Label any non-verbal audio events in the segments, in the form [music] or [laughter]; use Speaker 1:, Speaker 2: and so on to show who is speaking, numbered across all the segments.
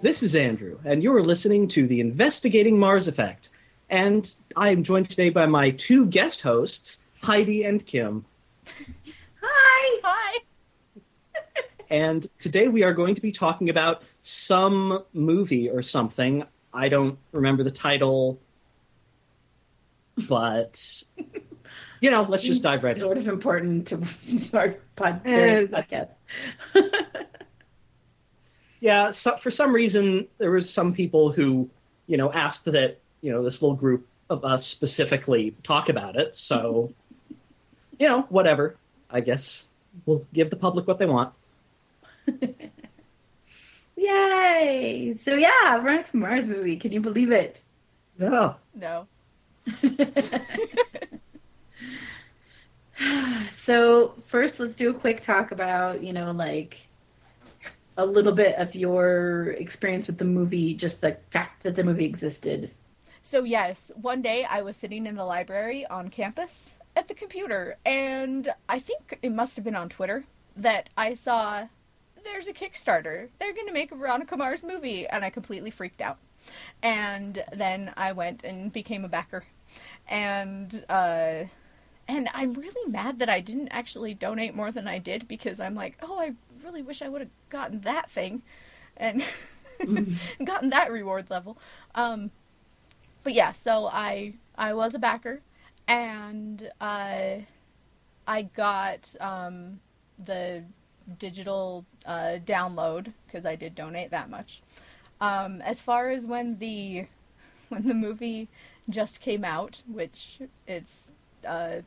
Speaker 1: This is Andrew, and you're listening to the Investigating Mars Effect. And I am joined today by my two guest hosts, Heidi and Kim.
Speaker 2: Hi.
Speaker 3: Hi.
Speaker 1: [laughs] And today we are going to be talking about some movie or something. I don't remember the title, but you know, let's just dive right in.
Speaker 2: sort of important to [laughs] our pod-
Speaker 1: Eh.
Speaker 2: podcast.
Speaker 1: Yeah, so, for some reason there was some people who, you know, asked that you know this little group of us specifically talk about it. So, you know, whatever. I guess we'll give the public what they want.
Speaker 2: Yay! So yeah, Run from Mars movie. Can you believe it? [sighs]
Speaker 1: Yeah.
Speaker 3: No.
Speaker 2: so first, let's do a quick talk about you know like a little bit of your experience with the movie, just the fact that the movie existed.
Speaker 3: So yes, one day I was sitting in the library on campus at the computer, and I think it must have been on Twitter that I saw there's a Kickstarter. They're going to make a Veronica Mars movie, and I completely freaked out. And then I went and became a backer, and uh, and I'm really mad that I didn't actually donate more than I did because I'm like, oh, I really wish I would have gotten that thing, and [laughs] gotten that reward level. Um, but yeah, so I I was a backer, and I I got um, the digital uh, download because I did donate that much. Um, as far as when the [laughs] when the movie just came out, which it's uh,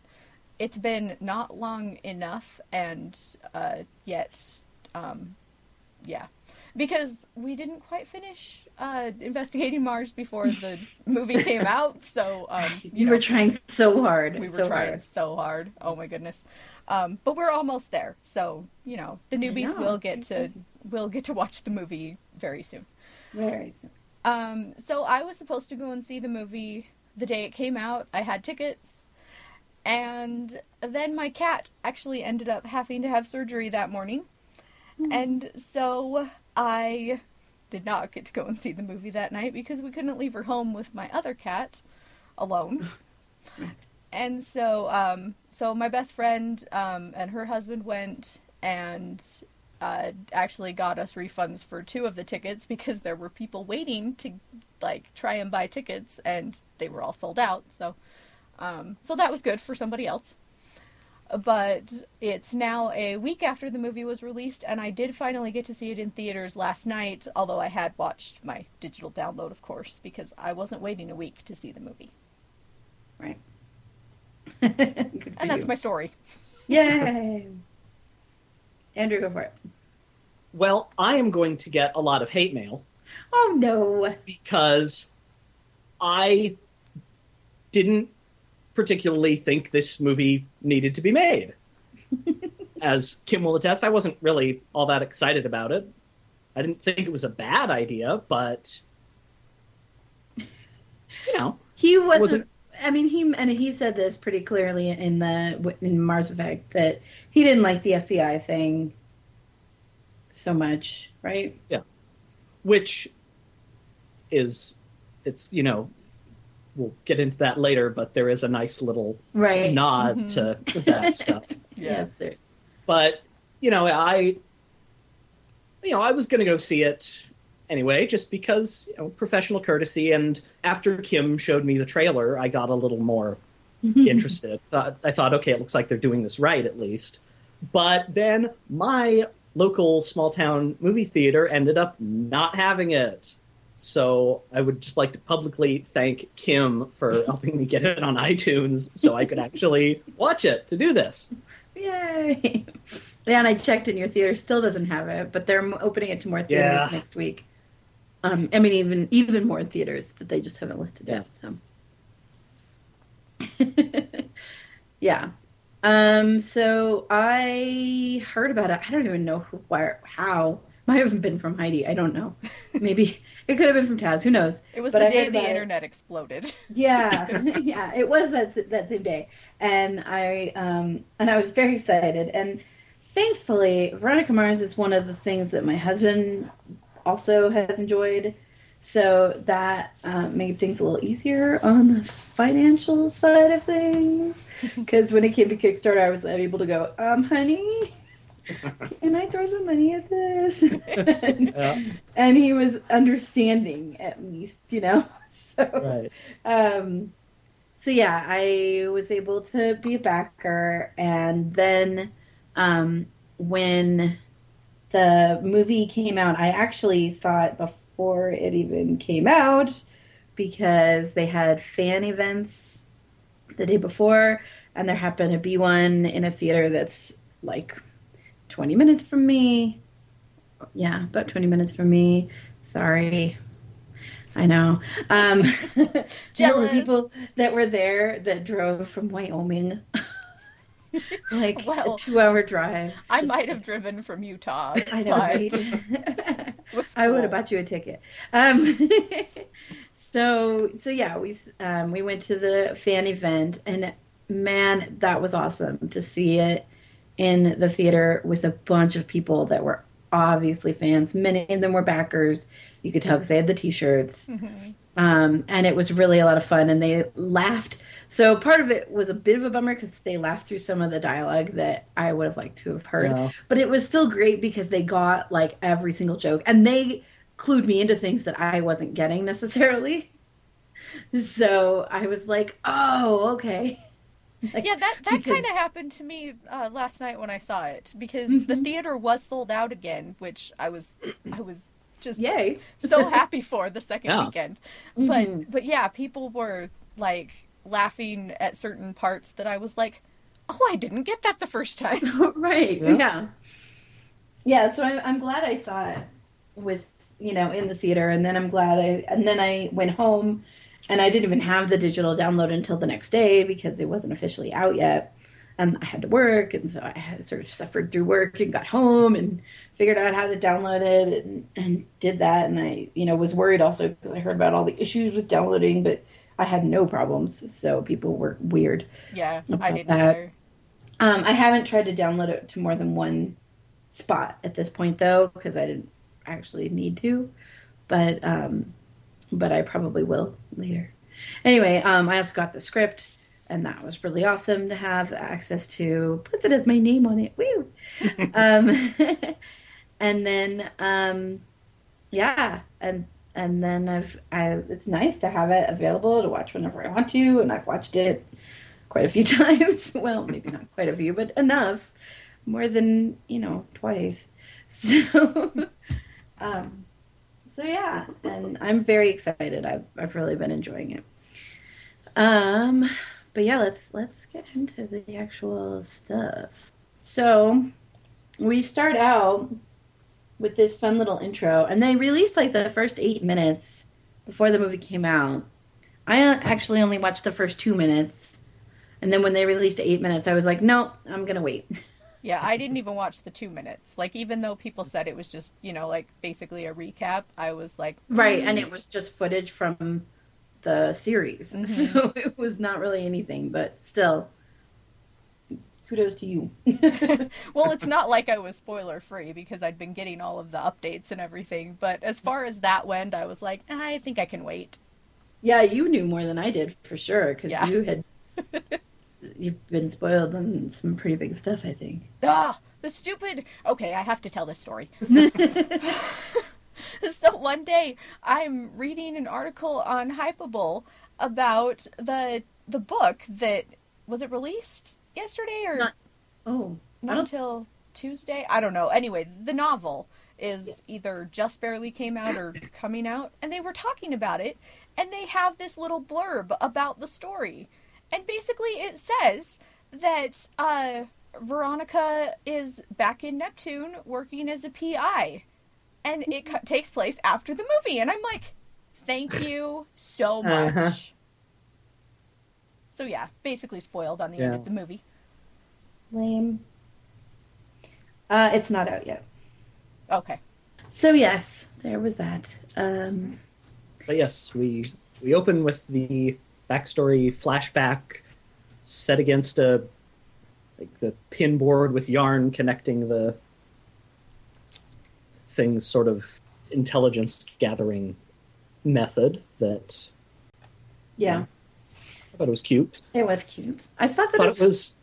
Speaker 3: it's been not long enough, and uh, yet um, yeah, because we didn't quite finish uh, investigating Mars before the movie came out, so um, you
Speaker 2: [laughs] You
Speaker 3: know,
Speaker 2: were trying so hard.
Speaker 3: we were
Speaker 2: so
Speaker 3: trying
Speaker 2: hard.
Speaker 3: so hard. Oh my goodness. Um, but we're almost there. So, you know, the newbies
Speaker 2: know.
Speaker 3: will get to will get to watch the movie very soon.
Speaker 2: Very.
Speaker 3: Um, so I was supposed to go and see the movie the day it came out. I had tickets. And then my cat actually ended up having to have surgery that morning. And so I did not get to go and see the movie that night because we couldn't leave her home with my other cat alone. And so, um, so my best friend um, and her husband went and uh, actually got us refunds for two of the tickets because there were people waiting to like try and buy tickets and they were all sold out. So, um, so that was good for somebody else. But it's now a week after the movie was released, and I did finally get to see it in theaters last night. Although I had watched my digital download, of course, because I wasn't waiting a week to see the movie.
Speaker 2: Right. [laughs] Good for
Speaker 3: And that's
Speaker 2: you.
Speaker 3: my story.
Speaker 2: Yay! Andrew, go for it.
Speaker 1: Well, I am going to get a lot of hate mail
Speaker 2: Oh no!
Speaker 1: because I didn't particularly think this movie needed to be made. As Kim will attest, I wasn't really all that excited about it. I didn't think it was a bad idea, but you know,
Speaker 2: He wasn't.
Speaker 1: wasn't-
Speaker 2: I mean, he and he said this pretty clearly in the in Mars Effect that he didn't like the FBI thing so much, right?
Speaker 1: which is it's you know, we'll get into that later, but there is a nice little
Speaker 2: Right.
Speaker 1: nod
Speaker 3: Mhm.
Speaker 1: to that stuff.
Speaker 2: Yes. there-
Speaker 1: but you know i you know i was going to go see it anyway just because you know professional courtesy and after kim showed me the trailer i got a little more interested Thought- i thought okay it looks like they're doing this right at least but then my local small town movie theater ended up not having it so i would just like to publicly thank kim for helping me get it on itunes so i could actually watch it to do this
Speaker 2: Yay! [laughs] Yeah, and I checked, and your theater still doesn't have it, but they're opening it to more theaters
Speaker 1: Yeah.
Speaker 2: next week. Um, I mean, even even more theaters that they just haven't listed yet. So, [laughs] yeah. Um, so I heard about it. I don't even know who, where, how. Might have been from Heidi. I don't know. Maybe it could have been from Taz. Who knows?
Speaker 3: It was
Speaker 2: But
Speaker 3: the
Speaker 2: I
Speaker 3: day
Speaker 2: heard
Speaker 3: the
Speaker 2: about it.
Speaker 3: internet exploded.
Speaker 2: Yeah, [laughs] yeah, it was that s- that same day, and I um and I was very excited, and thankfully Veronica Mars is one of the things that my husband also has enjoyed. So that uh, made things a little easier on the financial side of things. Because when it came to Kickstarter, I was able to go, um, honey, can I throw some money at this? [laughs] and,
Speaker 1: Yeah,
Speaker 2: and he was understanding, at least, you know? [laughs] So
Speaker 1: right.
Speaker 2: um so yeah i was able to be a backer and then um when the movie came out i actually saw it before it even came out because they had fan events the day before and there happened to be one in a theater that's like 20 minutes from me yeah about 20 minutes from me sorry i know um [laughs] there were
Speaker 3: Jealous.
Speaker 2: people that were there that drove from wyoming [laughs] like
Speaker 3: Well.
Speaker 2: a two hour drive
Speaker 3: [laughs] I
Speaker 2: Just-
Speaker 3: might have driven from Utah.
Speaker 2: [laughs] i know
Speaker 3: but
Speaker 2: right?
Speaker 3: it was
Speaker 2: [laughs] I would have
Speaker 3: cool.
Speaker 2: bought you a ticket. Um, [laughs] so so yeah, we um, we went to the fan event, and man, that was awesome to see it in the theater with a bunch of people that were obviously fans. Many of them were backers. You could tell because they had the T-shirts
Speaker 3: Mhm.
Speaker 2: um, and it was really a lot of fun. And they laughed. So part of it was a bit of a bummer because they laughed through some of the dialogue that I would have liked to have heard.
Speaker 1: Yeah.
Speaker 2: But it was still great because they got like every single joke, and they clued me into things that I wasn't getting necessarily. [laughs] So I was like, "Oh, okay." Like,
Speaker 3: Yeah, that, that
Speaker 2: because-
Speaker 3: kind of happened to me uh, last night when I saw it because the
Speaker 2: Mhm.
Speaker 3: theater was sold out again, which I was I was just
Speaker 2: Yay!
Speaker 3: so happy for the second
Speaker 1: Yeah.
Speaker 3: weekend.
Speaker 2: Mhm.
Speaker 3: But but yeah, people were like laughing at certain parts that I was like, oh, I didn't get that the first
Speaker 2: [laughs]
Speaker 3: time. [laughs]
Speaker 2: right.
Speaker 1: Yeah.
Speaker 2: Yeah. yeah. so I'm, I'm glad I saw it with, you know, in the theater. And then I'm glad I, and then I went home and I didn't even have the digital download until the next day because it wasn't officially out yet. And I had to work. And so I had sort of suffered through work and got home and figured out how to download it and, and did that. And I, you know, was worried also because I heard about all the issues with downloading, but I had no problems. So people were weird.
Speaker 3: yeah,
Speaker 2: About
Speaker 3: I didn't
Speaker 2: that.
Speaker 3: either.
Speaker 2: Um, I haven't tried to download it to more than one spot at this point, though, because I didn't actually need to. But um, but I probably will later. Anyway, um, I also got the script, and that was really awesome to have access to. Puts it as my name on it. Woo! um, [laughs] and then um, yeah, and and then I've I, it's nice to have it available to watch whenever I want to, and I've watched it quite a few [laughs] times. well, maybe not quite a few, but enough, more than you know twice. [laughs] So, um, so yeah, and I'm very excited. I've I've really been enjoying it. Um, but yeah, let's let's get into the actual stuff. So, we start out with this fun little intro, and they released like the first eight minutes before the movie came out. I uh, actually only watched the first two minutes, and then when they released eight minutes, I was like, "Nope, I'm gonna wait."
Speaker 3: Yeah, I didn't even watch the two minutes. Like, even though people said it was just, you know, like basically a recap, I was like,
Speaker 2: Right,
Speaker 3: "Mm,
Speaker 2: and it was just footage from the series, [laughs]
Speaker 3: Mhm.
Speaker 2: so it was not really anything. But still, kudos to you.
Speaker 3: [laughs] well, it's not like I was spoiler free because I'd been getting all of the updates and everything. But as far as that went, I was like, I think I can wait.
Speaker 2: yeah, you knew more than I did for sure because
Speaker 3: Yeah.
Speaker 2: you [laughs] had you've been spoiled on some pretty big stuff, I think.
Speaker 3: Ah, the stupid. Okay, I have to tell this story. [laughs] so one day, I'm reading an article on Hypable about the the book that was it released yesterday or
Speaker 2: Not- oh,
Speaker 3: not
Speaker 2: don't-
Speaker 3: until Tuesday. I don't know. Anyway, the novel is
Speaker 2: Yeah.
Speaker 3: either just barely came out
Speaker 1: [coughs]
Speaker 3: or coming out, and they were talking about it, and they have this little blurb about the story, and basically it says that uh, Veronica is back in Neptune working as a PI, and it
Speaker 1: Mm-hmm.
Speaker 3: co- takes place after the movie, and I'm like, thank you so much.
Speaker 1: [laughs] Uh-huh.
Speaker 3: So yeah, basically spoiled on the end
Speaker 1: Yeah.
Speaker 3: of the movie.
Speaker 2: Lame. Uh, it's not out yet.
Speaker 3: Okay.
Speaker 2: So yes, there was that. Um,
Speaker 1: But yes, we we open with the backstory flashback set against a like the pin board with yarn connecting the things sort of intelligence gathering method that
Speaker 2: Yeah,
Speaker 1: I thought it was cute.
Speaker 2: it was cute. I thought
Speaker 1: I
Speaker 2: that
Speaker 1: thought
Speaker 2: it's-
Speaker 1: it was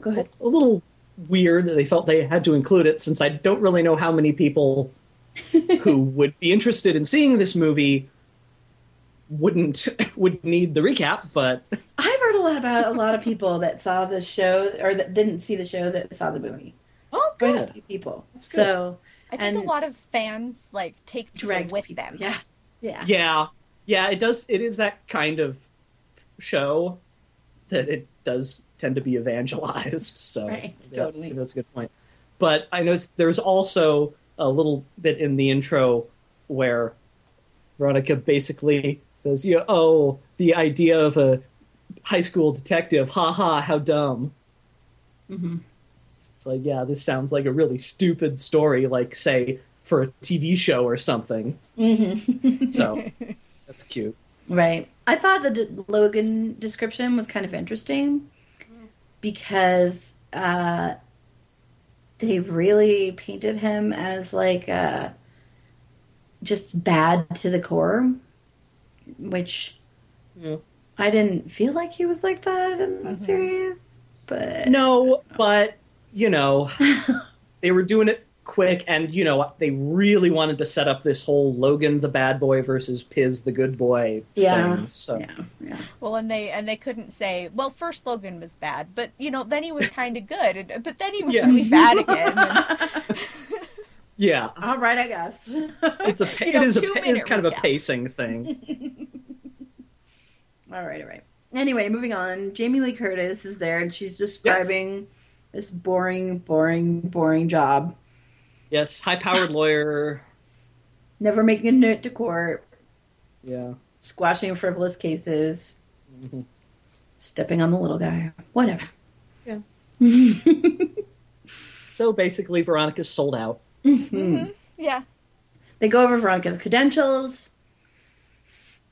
Speaker 2: Go
Speaker 1: a
Speaker 2: ahead.
Speaker 1: little weird that they felt they had to include it since I don't really know how many people who would be interested in seeing this movie wouldn't [laughs] would need the recap, but
Speaker 2: I've heard a lot about a lot of people that saw the show or that didn't see the show that saw the movie.
Speaker 1: oh
Speaker 2: Quite a few people.
Speaker 1: That's good.
Speaker 2: So
Speaker 3: I think
Speaker 2: And-
Speaker 3: a lot of fans like take people
Speaker 2: Dragged
Speaker 3: with them.
Speaker 2: yeah, yeah,
Speaker 1: Yeah. Yeah, it does it is that kind of show that it does tend to be evangelized. [laughs] So
Speaker 2: Right,
Speaker 1: yeah,
Speaker 2: totally.
Speaker 1: that's a good point. But I noticed there's also a little bit in the intro where Veronica basically says, "You oh, the idea of a high school detective, ha ha, how dumb."
Speaker 2: hmm
Speaker 1: It's like, yeah, this sounds like a really stupid story, like say for a TV show or something.
Speaker 2: hmm
Speaker 1: So that's cute.
Speaker 2: [laughs] right. I thought the d- Logan description was kind of interesting because uh, they really painted him as like uh, just bad to the core, which
Speaker 1: Yeah. Mm-hmm.
Speaker 2: I didn't feel like he was like that in the
Speaker 3: Mhm.
Speaker 2: series, but
Speaker 1: No, but you
Speaker 3: [laughs]
Speaker 1: know, they were doing it quick, and you know, they really wanted to set up this whole Logan the bad boy versus Piz the good boy
Speaker 2: Yeah.
Speaker 1: thing. So
Speaker 2: yeah, yeah,
Speaker 3: Well, and they and they couldn't say, well, first Logan was bad, but you know, then
Speaker 2: [laughs]
Speaker 3: he was kind of good, and, but then he was
Speaker 1: Yeah.
Speaker 3: really bad again. and-
Speaker 1: yeah,
Speaker 2: all right, I guess. [laughs]
Speaker 1: it's a pa-
Speaker 3: You know,
Speaker 1: it is a
Speaker 3: two
Speaker 1: pa- it is
Speaker 3: minute
Speaker 1: kind of a
Speaker 3: recap.
Speaker 1: pacing
Speaker 3: [laughs]
Speaker 1: thing.
Speaker 2: All right, all right. Anyway, moving on. Jamie Lee Curtis is there, and she's describing this boring, boring, boring job.
Speaker 1: yes, high powered lawyer.
Speaker 2: Never making a note to court,
Speaker 1: Yeah.
Speaker 2: squashing frivolous cases,
Speaker 1: Mhm.
Speaker 2: stepping on the little guy, whatever. [laughs]
Speaker 1: Yeah.
Speaker 2: Mhm.
Speaker 1: So basically, Veronica's sold out.
Speaker 2: Hmm.
Speaker 3: Mhm. Yeah,
Speaker 2: They go over Veronica's credentials.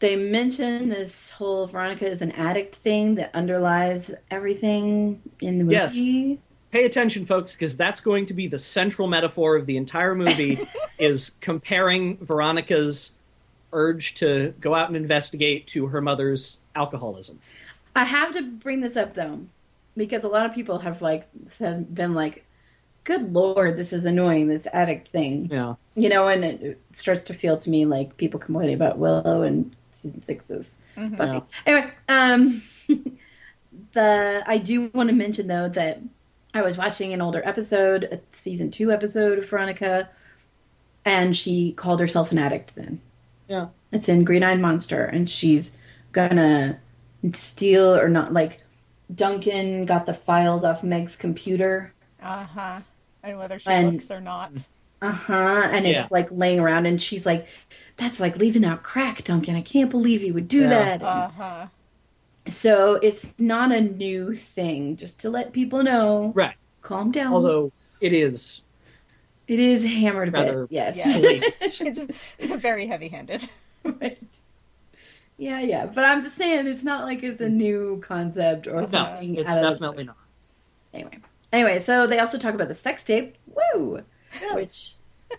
Speaker 2: They mention this whole Veronica is an addict thing that underlies everything in the movie.
Speaker 1: Yes. Pay attention, folks, because that's going to be the central metaphor of the entire movie.
Speaker 3: [laughs]
Speaker 1: is comparing Veronica's urge to go out and investigate to her mother's alcoholism.
Speaker 2: I have to bring this up though, because a lot of people have like said been like, "Good lord, this is annoying. This addict thing,"
Speaker 1: Yeah.
Speaker 2: you know, and it, it starts to feel to me like people complaining about Willow and season six of
Speaker 1: [laughs]
Speaker 3: Mhm.
Speaker 2: Buffy. Anyway, um, [laughs] the I do want to mention though that I was watching an older episode, a season two episode of Veronica, and she called herself an addict. Then,
Speaker 1: Yeah.
Speaker 2: it's in Green Eyed Monster, and she's gonna steal or not like Duncan got the files off Meg's computer.
Speaker 3: uh huh. And whether she
Speaker 2: And-
Speaker 3: looks or not,
Speaker 2: Uh huh. And
Speaker 1: Uh-huh. Yeah.
Speaker 2: it's like laying around, and she's like, "That's like leaving out crack, Duncan. I can't believe you would do
Speaker 1: Yeah.
Speaker 2: that." And-
Speaker 3: uh huh.
Speaker 2: So it's not a new thing, just to let people know.
Speaker 1: Right.
Speaker 2: Calm
Speaker 3: Um,
Speaker 2: down.
Speaker 1: Although it is
Speaker 2: it is hammered a
Speaker 1: rather
Speaker 2: bit. Yes.
Speaker 3: Yeah. [laughs]
Speaker 1: blatant.
Speaker 3: [laughs] It's
Speaker 2: [laughs]
Speaker 3: very heavy-handed.
Speaker 2: Right. [laughs] yeah, yeah. But I'm just saying it's not like it's a new concept or
Speaker 1: no,
Speaker 2: something.
Speaker 1: it's
Speaker 2: out of-
Speaker 1: definitely not.
Speaker 2: anyway. Anyway, so they also talk about the sex tape. Woo! Which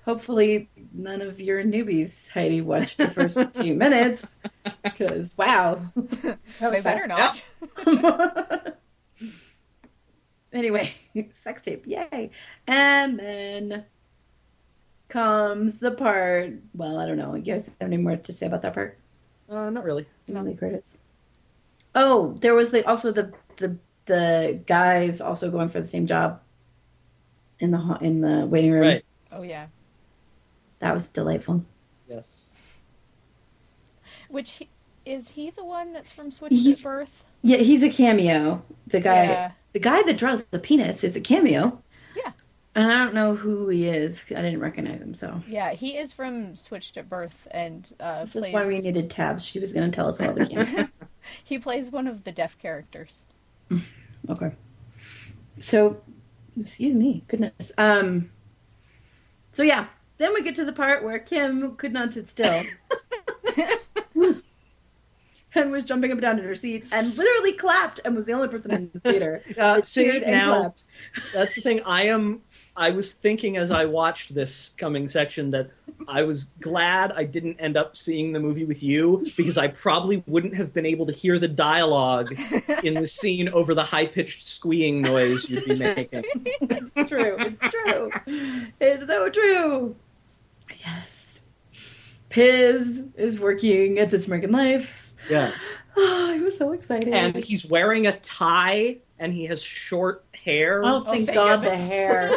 Speaker 2: hopefully none of your newbies, Heidi, watched the first
Speaker 1: [laughs]
Speaker 2: few minutes. Because wow.
Speaker 3: they better not.
Speaker 2: [laughs] anyway, sex tape, yay. And then comes the part. Well, I don't know. You guys have any more to say about that part?
Speaker 1: Uh, not really.
Speaker 3: No.
Speaker 2: Emily Curtis. Oh, there was the also the the the guys also going for the same job in the ha- in the waiting room.
Speaker 1: Right.
Speaker 3: Oh yeah.
Speaker 2: That was delightful.
Speaker 1: Yes.
Speaker 3: Which he, is he the one that's from Switch
Speaker 2: He's-
Speaker 3: at Birth?
Speaker 2: Yeah, he's a cameo. The guy
Speaker 3: Yeah.
Speaker 2: the guy that draws the penis is a cameo.
Speaker 3: Yeah.
Speaker 2: And I don't know who he is. I didn't recognize him, so
Speaker 3: Yeah, he is from Switched at Birth, and uh,
Speaker 2: this
Speaker 3: plays,
Speaker 2: is why we needed tabs. She was going to tell us
Speaker 1: [laughs]
Speaker 2: all the cameos.
Speaker 3: he plays one of the deaf characters.
Speaker 2: okay. So, excuse me, goodness. Um. So yeah, then we
Speaker 1: [laughs]
Speaker 2: get to the part where Kim could not sit still, and everyone was jumping up and down in her seat and literally clapped and was the only person in
Speaker 1: [laughs]
Speaker 2: the theater.
Speaker 1: Uh,
Speaker 2: that
Speaker 1: see
Speaker 2: cheered and
Speaker 1: now,
Speaker 2: clapped. [laughs]
Speaker 1: that's the thing. I am. I was thinking as I watched this coming section that I was glad I didn't end up seeing the movie with you because I probably wouldn't have been able to hear the dialogue in
Speaker 3: [laughs]
Speaker 1: the scene over the high pitched squeeing noise you'd be making.
Speaker 2: It's true. It's true. It's so true. Yes. Piz is working at This American Life. [gasps]
Speaker 1: Yes,
Speaker 2: Oh, I was so excited.
Speaker 1: and he's wearing a tie and he has short hair.
Speaker 2: oh,
Speaker 3: Oh,
Speaker 2: thank
Speaker 3: thank
Speaker 2: God the
Speaker 3: goodness.
Speaker 1: [laughs]
Speaker 2: hair.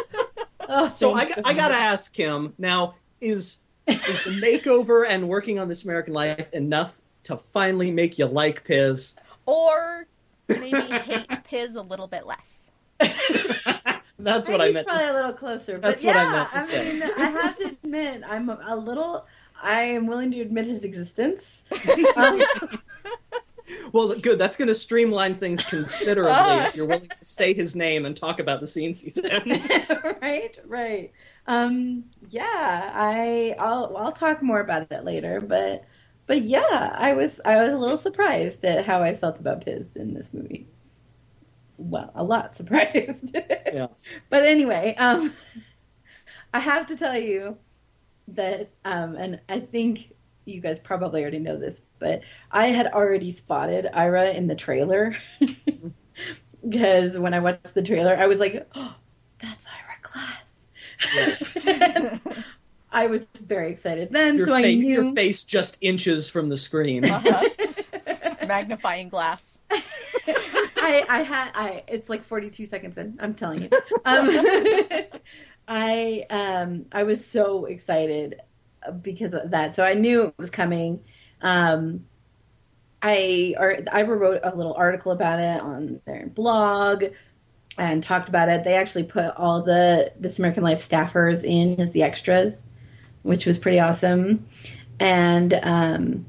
Speaker 2: Oh,
Speaker 1: So I,
Speaker 2: thank
Speaker 1: I
Speaker 2: God.
Speaker 1: gotta ask him now: is is the makeover and working on This American Life enough to finally make you like Piz? [laughs]
Speaker 3: or maybe
Speaker 4: [laughs]
Speaker 3: hate Piz a little
Speaker 2: [laughs]
Speaker 3: bit less.
Speaker 1: That's what
Speaker 2: He's
Speaker 1: I meant. to
Speaker 2: Probably a little closer. But
Speaker 1: That's
Speaker 2: yeah,
Speaker 1: what I meant to say.
Speaker 2: mean, I have to admit, I'm a little. I am willing to admit
Speaker 1: [laughs]
Speaker 2: his existence. Um,
Speaker 1: Well, good. That's going to streamline things
Speaker 2: [laughs]
Speaker 1: considerably
Speaker 2: Oh.
Speaker 3: Ah.
Speaker 1: if you're willing to say his name and talk about the scenes he's in.
Speaker 2: [laughs] right, right. Um, yeah, I I'll I'll talk more about it later, but but yeah, I was I was a little surprised at how I felt about Piz in this movie. Well, a lot [laughs] surprised.
Speaker 1: Yeah.
Speaker 2: But anyway, um [laughs] I have to tell you that um and I think you guys probably already know this, but I had already spotted Ira in the trailer. [laughs] Because when I watched the trailer, I was like, oh, that's Ira Glass. [laughs] I was very excited then,
Speaker 1: your,
Speaker 2: so I
Speaker 1: face,
Speaker 2: knew.
Speaker 1: your face just inches from the screen.
Speaker 3: Uh-huh. Magnifying glass.
Speaker 2: [laughs] I, I had I it's like 42 seconds in I'm telling you um, [laughs] I um I was so excited because of that so I knew it was coming um I or I wrote a little article about it on their blog and talked about it they actually put all the this American Life staffers in as the extras which was pretty awesome and um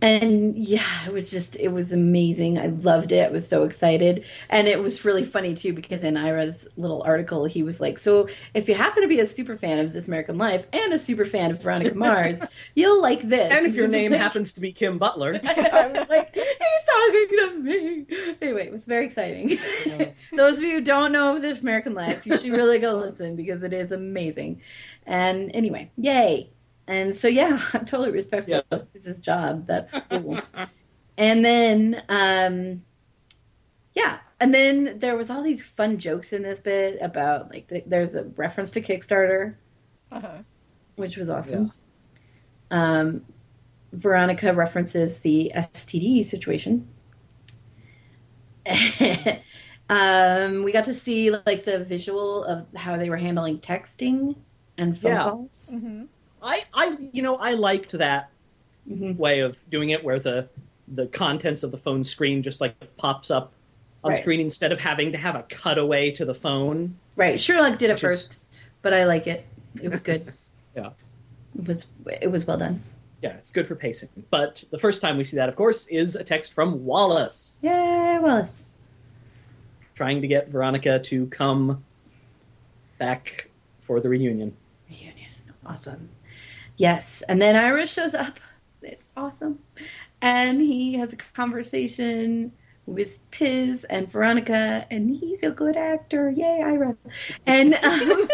Speaker 2: and yeah it was just it was amazing i loved it i was so excited and it was really funny too because in ira's little article he was like so if you happen to be a super fan of this american life and a super fan of
Speaker 1: [laughs]
Speaker 2: veronica mars you'll like [laughs] this
Speaker 1: and if your
Speaker 2: It's
Speaker 1: name
Speaker 2: like-
Speaker 1: happens to be Kim Butler,
Speaker 2: [laughs] i was like he's talking to me anyway it was very exciting [laughs] those of you who don't know of this American Life, you should really go listen because it is amazing. And anyway, yay! And so yeah, [laughs] I'm totally respectful
Speaker 1: Yes.
Speaker 2: of his job. That's cool. and then um yeah, and then there was all these fun jokes in this bit about like th- there's a reference to Kickstarter,
Speaker 3: [laughs] Uh-huh.
Speaker 2: which was awesome. Um, Veronica references the STD situation. [laughs] um, we got to see like the visual of how they were handling texting and phone
Speaker 1: Yeah.
Speaker 2: calls.
Speaker 3: Mm-hmm.
Speaker 1: I, I, you know, I liked that
Speaker 2: Mhm.
Speaker 1: way of doing it, where the the contents of the phone screen just like pops up on
Speaker 2: Right.
Speaker 1: screen instead of having to have a cutaway to the phone.
Speaker 2: Right, Sherlock did it
Speaker 1: Which is-
Speaker 2: first, but I like it. It was good.
Speaker 1: [laughs] Yeah.
Speaker 2: it was it was well done.
Speaker 1: Yeah, it's good for pacing. But the first time we see that, of course, is a text from Wallace.
Speaker 2: Yay, Wallace!
Speaker 1: trying to get Veronica to come back for the reunion.
Speaker 2: Reunion. Awesome. Yes. And then Ira shows up. It's awesome. And he has a conversation with Piz and Veronica, and he's a good actor. Yay, Ira. And [laughs] um,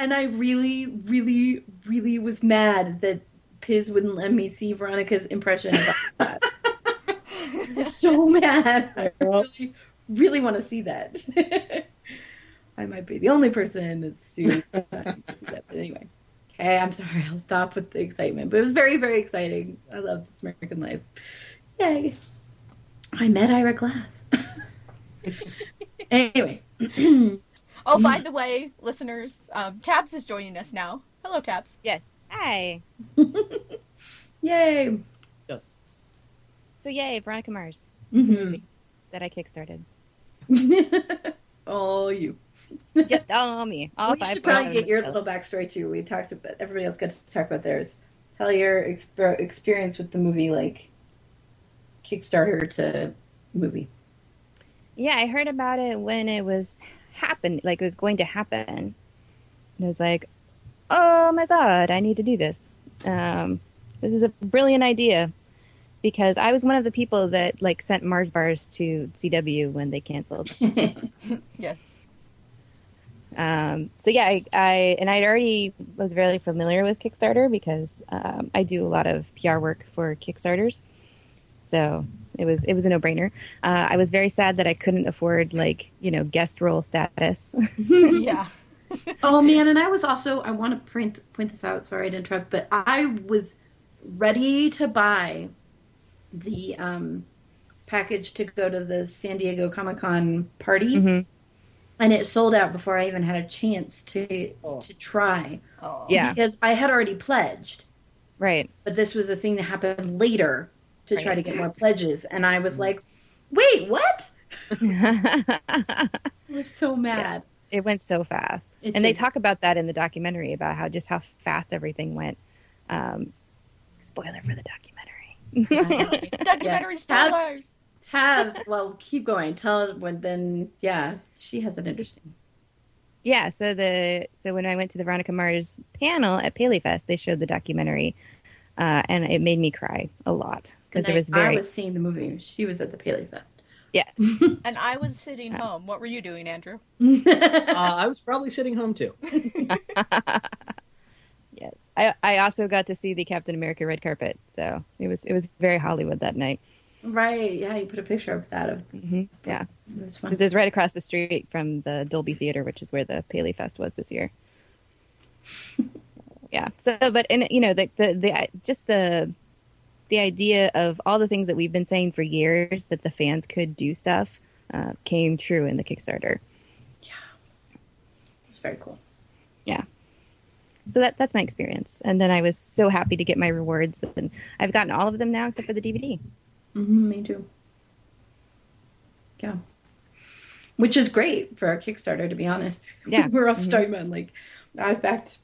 Speaker 2: and I really, really, really was mad that Piz wouldn't let me see Veronica's impression [laughs] of that. so mad. I really, really want to see that. [laughs] I might be the only person that's soon that can see that. But anyway, okay, I'm sorry. I'll stop with the excitement. But it was very, very exciting. I love this American life. Yay. I met Ira Glass. [laughs] anyway. [clears throat]
Speaker 3: Oh, by the way, listeners, um, Tabs is joining us now. Hello, Tabs.
Speaker 4: Yes. Hi.
Speaker 2: Yay.
Speaker 1: Yes.
Speaker 4: So yay, Veronica Mars
Speaker 2: [laughs] hmm
Speaker 4: that I kickstarted.
Speaker 2: oh, you.
Speaker 4: yep, all oh, me. All
Speaker 2: we
Speaker 4: five.
Speaker 2: should probably
Speaker 4: rounds.
Speaker 2: get your little backstory too. We talked about everybody else got to talk about theirs. Tell your exper- experience with the movie, like Kickstarter to movie.
Speaker 4: Yeah, I heard about it when it was happened, like it was going to happen. And I was like, oh my god, I need to do this. Um, this is a brilliant idea. because I was one of the people that like sent Mars bars to CW when they canceled.
Speaker 3: Yes.
Speaker 4: Um, so yeah, I, I and I already was really familiar with Kickstarter because um, I do a lot of PR work for Kickstarters. So it was it was a no brainer. Uh, I was very sad that I couldn't afford like you know guest role status.
Speaker 3: [laughs] yeah.
Speaker 2: Oh man, and I was also I want to point point this out. Sorry I didn't try, but I was ready to buy the um, package to go to the San Diego Comic Con party,
Speaker 4: Mhm.
Speaker 2: and it sold out before I even had a chance to
Speaker 1: Oh.
Speaker 2: to try
Speaker 3: Oh.
Speaker 4: Yeah.
Speaker 2: because I had already pledged,
Speaker 4: Right.
Speaker 2: but this was a thing that happened later to try
Speaker 4: Right.
Speaker 2: to get more pledges, and I was like, wait, what?
Speaker 4: it
Speaker 2: I was so mad.
Speaker 4: went so fast,
Speaker 2: It
Speaker 4: and they
Speaker 2: did.
Speaker 4: talk about that in the documentary about how just how fast everything went. Um, spoiler for the documentary.
Speaker 2: [laughs] Yes.
Speaker 3: Documentary
Speaker 2: Tabs.
Speaker 3: spoilers.
Speaker 2: Tab, well, keep going. Tell her when then. Yeah, she has an interesting.
Speaker 4: Yeah, so the so when I went to the Veronica Mars panel at Paleyfest, they showed the documentary, uh, and it made me cry a lot because
Speaker 2: The
Speaker 4: it was
Speaker 2: night
Speaker 4: very
Speaker 2: I was seeing the movie. She was at the Paley Fest. [laughs]
Speaker 4: yes.
Speaker 3: And I was sitting
Speaker 4: Tabs.
Speaker 3: home. What were you doing,
Speaker 2: [laughs]
Speaker 3: Andrew?
Speaker 1: Uh, I was probably sitting home too.
Speaker 4: Yes, I I also got to see the Captain America red carpet, so it was it was very Hollywood that night.
Speaker 2: right. Yeah, you put a picture of that. Of,
Speaker 4: hmm Yeah,
Speaker 2: it was fun.
Speaker 4: because it was right across the street from the Dolby Theater, which is where the Paley Fest was this year. [laughs] yeah. So, but and you know the the the just the the idea of all the things that we've been saying for years that the fans could do stuff uh, came true in the Kickstarter.
Speaker 2: It was very cool.
Speaker 4: So that that's my experience, and then I was so happy to get my rewards, and I've gotten all of them now except for the DVD.
Speaker 2: hmm me too. Yeah. Which is great for our Kickstarter, to be honest.
Speaker 4: Yeah.
Speaker 2: [laughs] We're also
Speaker 4: Mhm.
Speaker 2: talking about, like, I've backed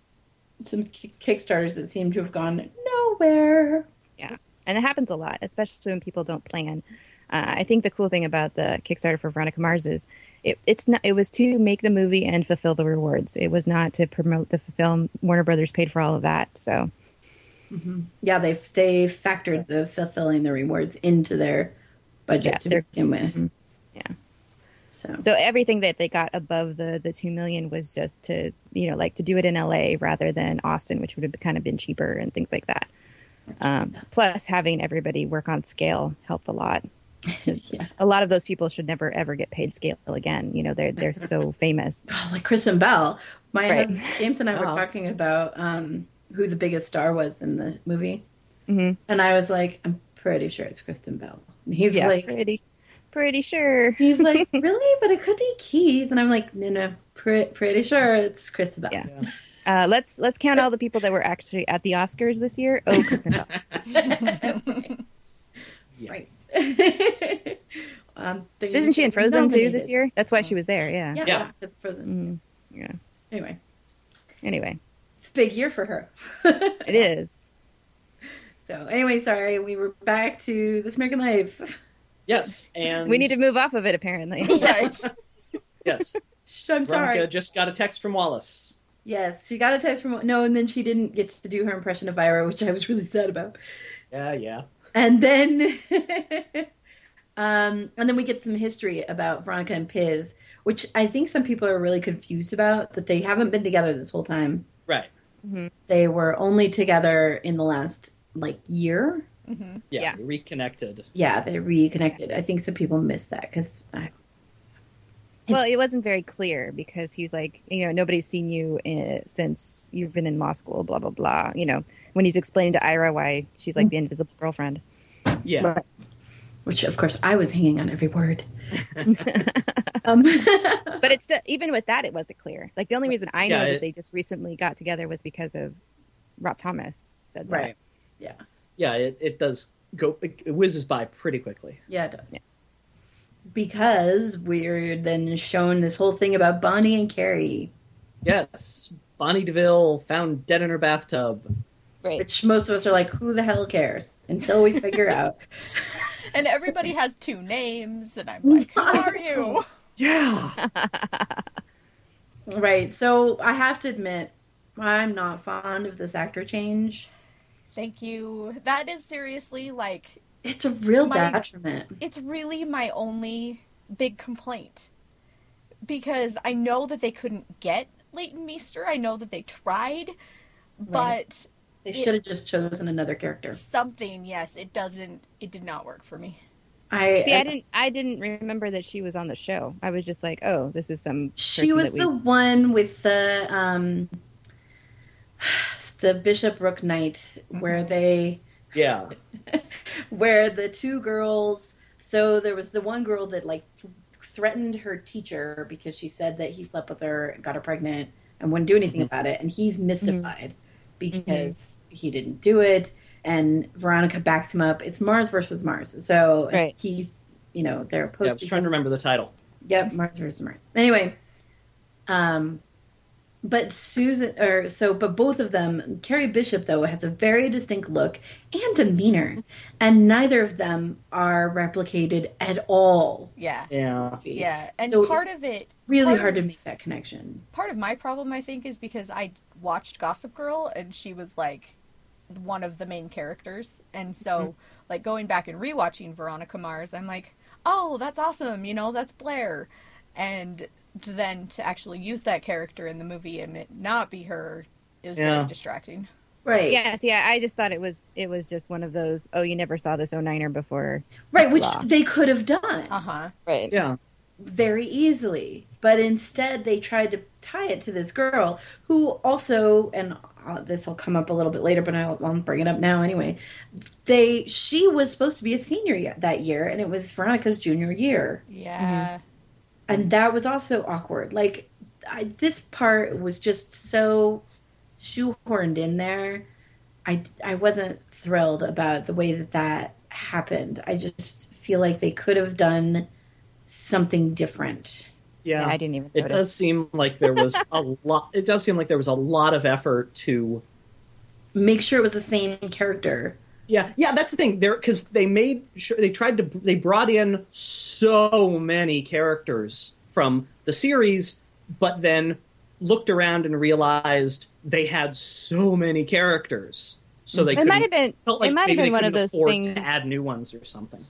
Speaker 2: some Ki- Kickstarters that seem to have gone nowhere.
Speaker 4: and it happens a lot, especially when people don't plan. Uh, I think the cool thing about the Kickstarter for Veronica Mars is it, it's not. It was to make the movie and fulfill the rewards. It was not to promote the film. Warner Brothers paid for all of that, so Mm-hmm.
Speaker 2: Yeah, they they factored the fulfilling the rewards into their budget
Speaker 4: Yeah,
Speaker 2: to
Speaker 4: they're- Mm-hmm.
Speaker 2: begin with.
Speaker 4: Yeah. [laughs]
Speaker 2: So,
Speaker 4: so everything that they got above the the two million was just to you know like to do it in L.A. rather than Austin, which would have kind of been cheaper and things like that. Um, plus, having everybody work on scale helped a lot. 'Cause
Speaker 2: Yeah.
Speaker 4: A lot of those people should never ever get paid scale again. You know, they're they're so famous.
Speaker 2: oh, like Kristen Bell, my
Speaker 4: Right. Oh.
Speaker 2: husband, James and I
Speaker 4: [laughs]
Speaker 2: were
Speaker 1: Wow.
Speaker 2: talking about um, who the biggest star was in the movie,
Speaker 4: Mhm.
Speaker 2: and I was like, I'm pretty sure it's Kristen Bell. And he's like,
Speaker 4: pretty, pretty sure.
Speaker 2: he's like, [laughs] really? But it could be Keith. And I'm like, no, no, pre- pretty sure it's Kristen Bell.
Speaker 4: Yeah. Uh, let's let's count all the people that were actually at the Oscars this year. Oh, Kristen
Speaker 2: [laughs]
Speaker 4: Bell.
Speaker 1: Yeah.
Speaker 2: Right. [laughs] um, things
Speaker 4: isn't she in Frozen too
Speaker 2: nominated.
Speaker 4: this year? That's why she was there. Yeah.
Speaker 2: Yeah,
Speaker 1: Yeah.
Speaker 2: it's Frozen.
Speaker 4: Mm, yeah.
Speaker 2: Anyway,
Speaker 4: Anyway,
Speaker 2: it's a big year for her.
Speaker 4: it is.
Speaker 2: so anyway, sorry, we were back to This American Life.
Speaker 1: Yes, and
Speaker 4: We need to move off of
Speaker 2: [laughs]
Speaker 4: it. Apparently.
Speaker 3: Right.
Speaker 1: Yes,
Speaker 2: Shh, I'm
Speaker 1: Veronica
Speaker 2: sorry.
Speaker 1: just got a text from Wallace.
Speaker 2: Yes, she got a text from no, and then she didn't get to do her impression of Ira, which I was really sad about.
Speaker 1: Yeah, yeah.
Speaker 2: And then, [laughs] um, and then we get some history about Veronica and Piz, which I think some people are really confused about that they haven't been together this whole time.
Speaker 1: Right.
Speaker 4: Mhm.
Speaker 2: They were only together in the last like year.
Speaker 3: hmm
Speaker 1: Yeah,
Speaker 4: Yeah.
Speaker 1: we reconnected.
Speaker 2: Yeah, they reconnected. I think some people miss that because
Speaker 4: Well, it wasn't very clear because he's like, you know, nobody's seen you uh, since you've been in law school. Blah blah blah. You know, when he's explaining to Ira why she's like the
Speaker 2: Mm.
Speaker 4: invisible girlfriend.
Speaker 1: Yeah.
Speaker 2: Right. which of course I was hanging on every word. um, [laughs]
Speaker 4: but it's still even with that it wasn't clear like the only reason i know
Speaker 1: Yeah,
Speaker 4: that
Speaker 1: it-
Speaker 4: they just recently got together was because of rob thomas said that.
Speaker 2: right. Yeah.
Speaker 1: Yeah, it, it does go it, it whizzes by pretty quickly.
Speaker 2: Yeah, it does.
Speaker 4: Yeah.
Speaker 2: Because we're then shown this whole thing about Bonnie and Carrie,
Speaker 1: Yes. Bonnie DeVille found dead in her bathtub.
Speaker 4: right
Speaker 2: which most of us are like, who the hell cares? Until we figure
Speaker 4: [laughs]
Speaker 2: out.
Speaker 3: And everybody has two names, and
Speaker 2: [laughs]
Speaker 3: I'm like, who are you?
Speaker 1: Yeah.
Speaker 2: Right. So I have to admit, I'm not fond of this actor change.
Speaker 3: Thank you. That is seriously like
Speaker 2: It's a real
Speaker 3: My-
Speaker 2: detriment.
Speaker 3: it's really my only big complaint because I know that they couldn't get Leighton Meester. I know that they tried, but
Speaker 2: They should have just chosen another character.
Speaker 3: something, yes, it doesn't. It did not work for me.
Speaker 2: I,
Speaker 4: See,
Speaker 2: I-
Speaker 4: I didn't. I didn't remember that she was on the show. I was just like, oh, this is some.
Speaker 2: she
Speaker 4: person
Speaker 2: was
Speaker 4: that we-
Speaker 2: the one with the um [sighs] the Bishop Rook Knight where they
Speaker 1: [laughs] Yeah.
Speaker 2: where the two girls so there was the one girl that like th- threatened her teacher because she said that he slept with her and got her pregnant and wouldn't do anything
Speaker 1: Mhm.
Speaker 2: about it and he's mystified because he didn't do it and veronica backs him up it's mars versus mars so
Speaker 4: Right.
Speaker 2: he's you know they're opposed
Speaker 1: yeah. I was
Speaker 2: to each
Speaker 1: trying to remember the title.
Speaker 2: Yep, Mars versus Mars. Anyway, um, but Susan or so, but both of them, Carrie Bishop though has a very distinct look and demeanor, and neither of them are replicated at all.
Speaker 3: Yeah,
Speaker 1: Yeah.
Speaker 3: yeah, and
Speaker 2: So
Speaker 3: part of
Speaker 2: it's
Speaker 3: it,
Speaker 2: Really
Speaker 3: Part
Speaker 2: hard to
Speaker 3: of-
Speaker 2: make that connection.
Speaker 3: part of my problem, I think, is because I watched Gossip Girl and she was like one of the main characters, and so like going back and rewatching Veronica Mars, I'm like, oh, that's awesome, you know, that's Blair, and then to actually use that character in the movie and it not be her is
Speaker 1: Yeah.
Speaker 3: very distracting.
Speaker 2: Right.
Speaker 4: Yes, yeah. I just thought it was. It was just one of those. Oh, you never saw this 09er before.
Speaker 2: Right, which
Speaker 4: Blah.
Speaker 2: they could have done
Speaker 3: Uh huh.
Speaker 4: Right.
Speaker 1: Yeah.
Speaker 2: very easily, but instead they tried to tie it to this girl who also, and uh, this will come up a little bit later, but I'll, I'll bring it up now anyway. They she was supposed to be a senior ye- that year, and it was Veronica's junior year,
Speaker 3: Yeah.
Speaker 2: and that was also awkward. Like I, this part was just so shoehorned in there. I I wasn't thrilled about the way that that happened. I just feel like they could have done something different.
Speaker 4: Yeah.
Speaker 1: Yeah.
Speaker 4: I didn't even
Speaker 1: It
Speaker 4: notice.
Speaker 1: does seem like there was a lot. It does seem like there was a lot of effort to.
Speaker 2: make sure it was the same character.
Speaker 1: Yeah, yeah, that's the thing. There because they made sure they tried to they brought in so many characters from the series, but then looked around and realized they had so many characters, so they
Speaker 4: Mm. It might
Speaker 1: couldn't-
Speaker 4: have been.
Speaker 1: felt like
Speaker 4: it might have
Speaker 1: maybe
Speaker 4: been
Speaker 1: they
Speaker 4: one of
Speaker 1: couldn't
Speaker 4: those
Speaker 1: afford
Speaker 4: things.
Speaker 1: to add new ones or something.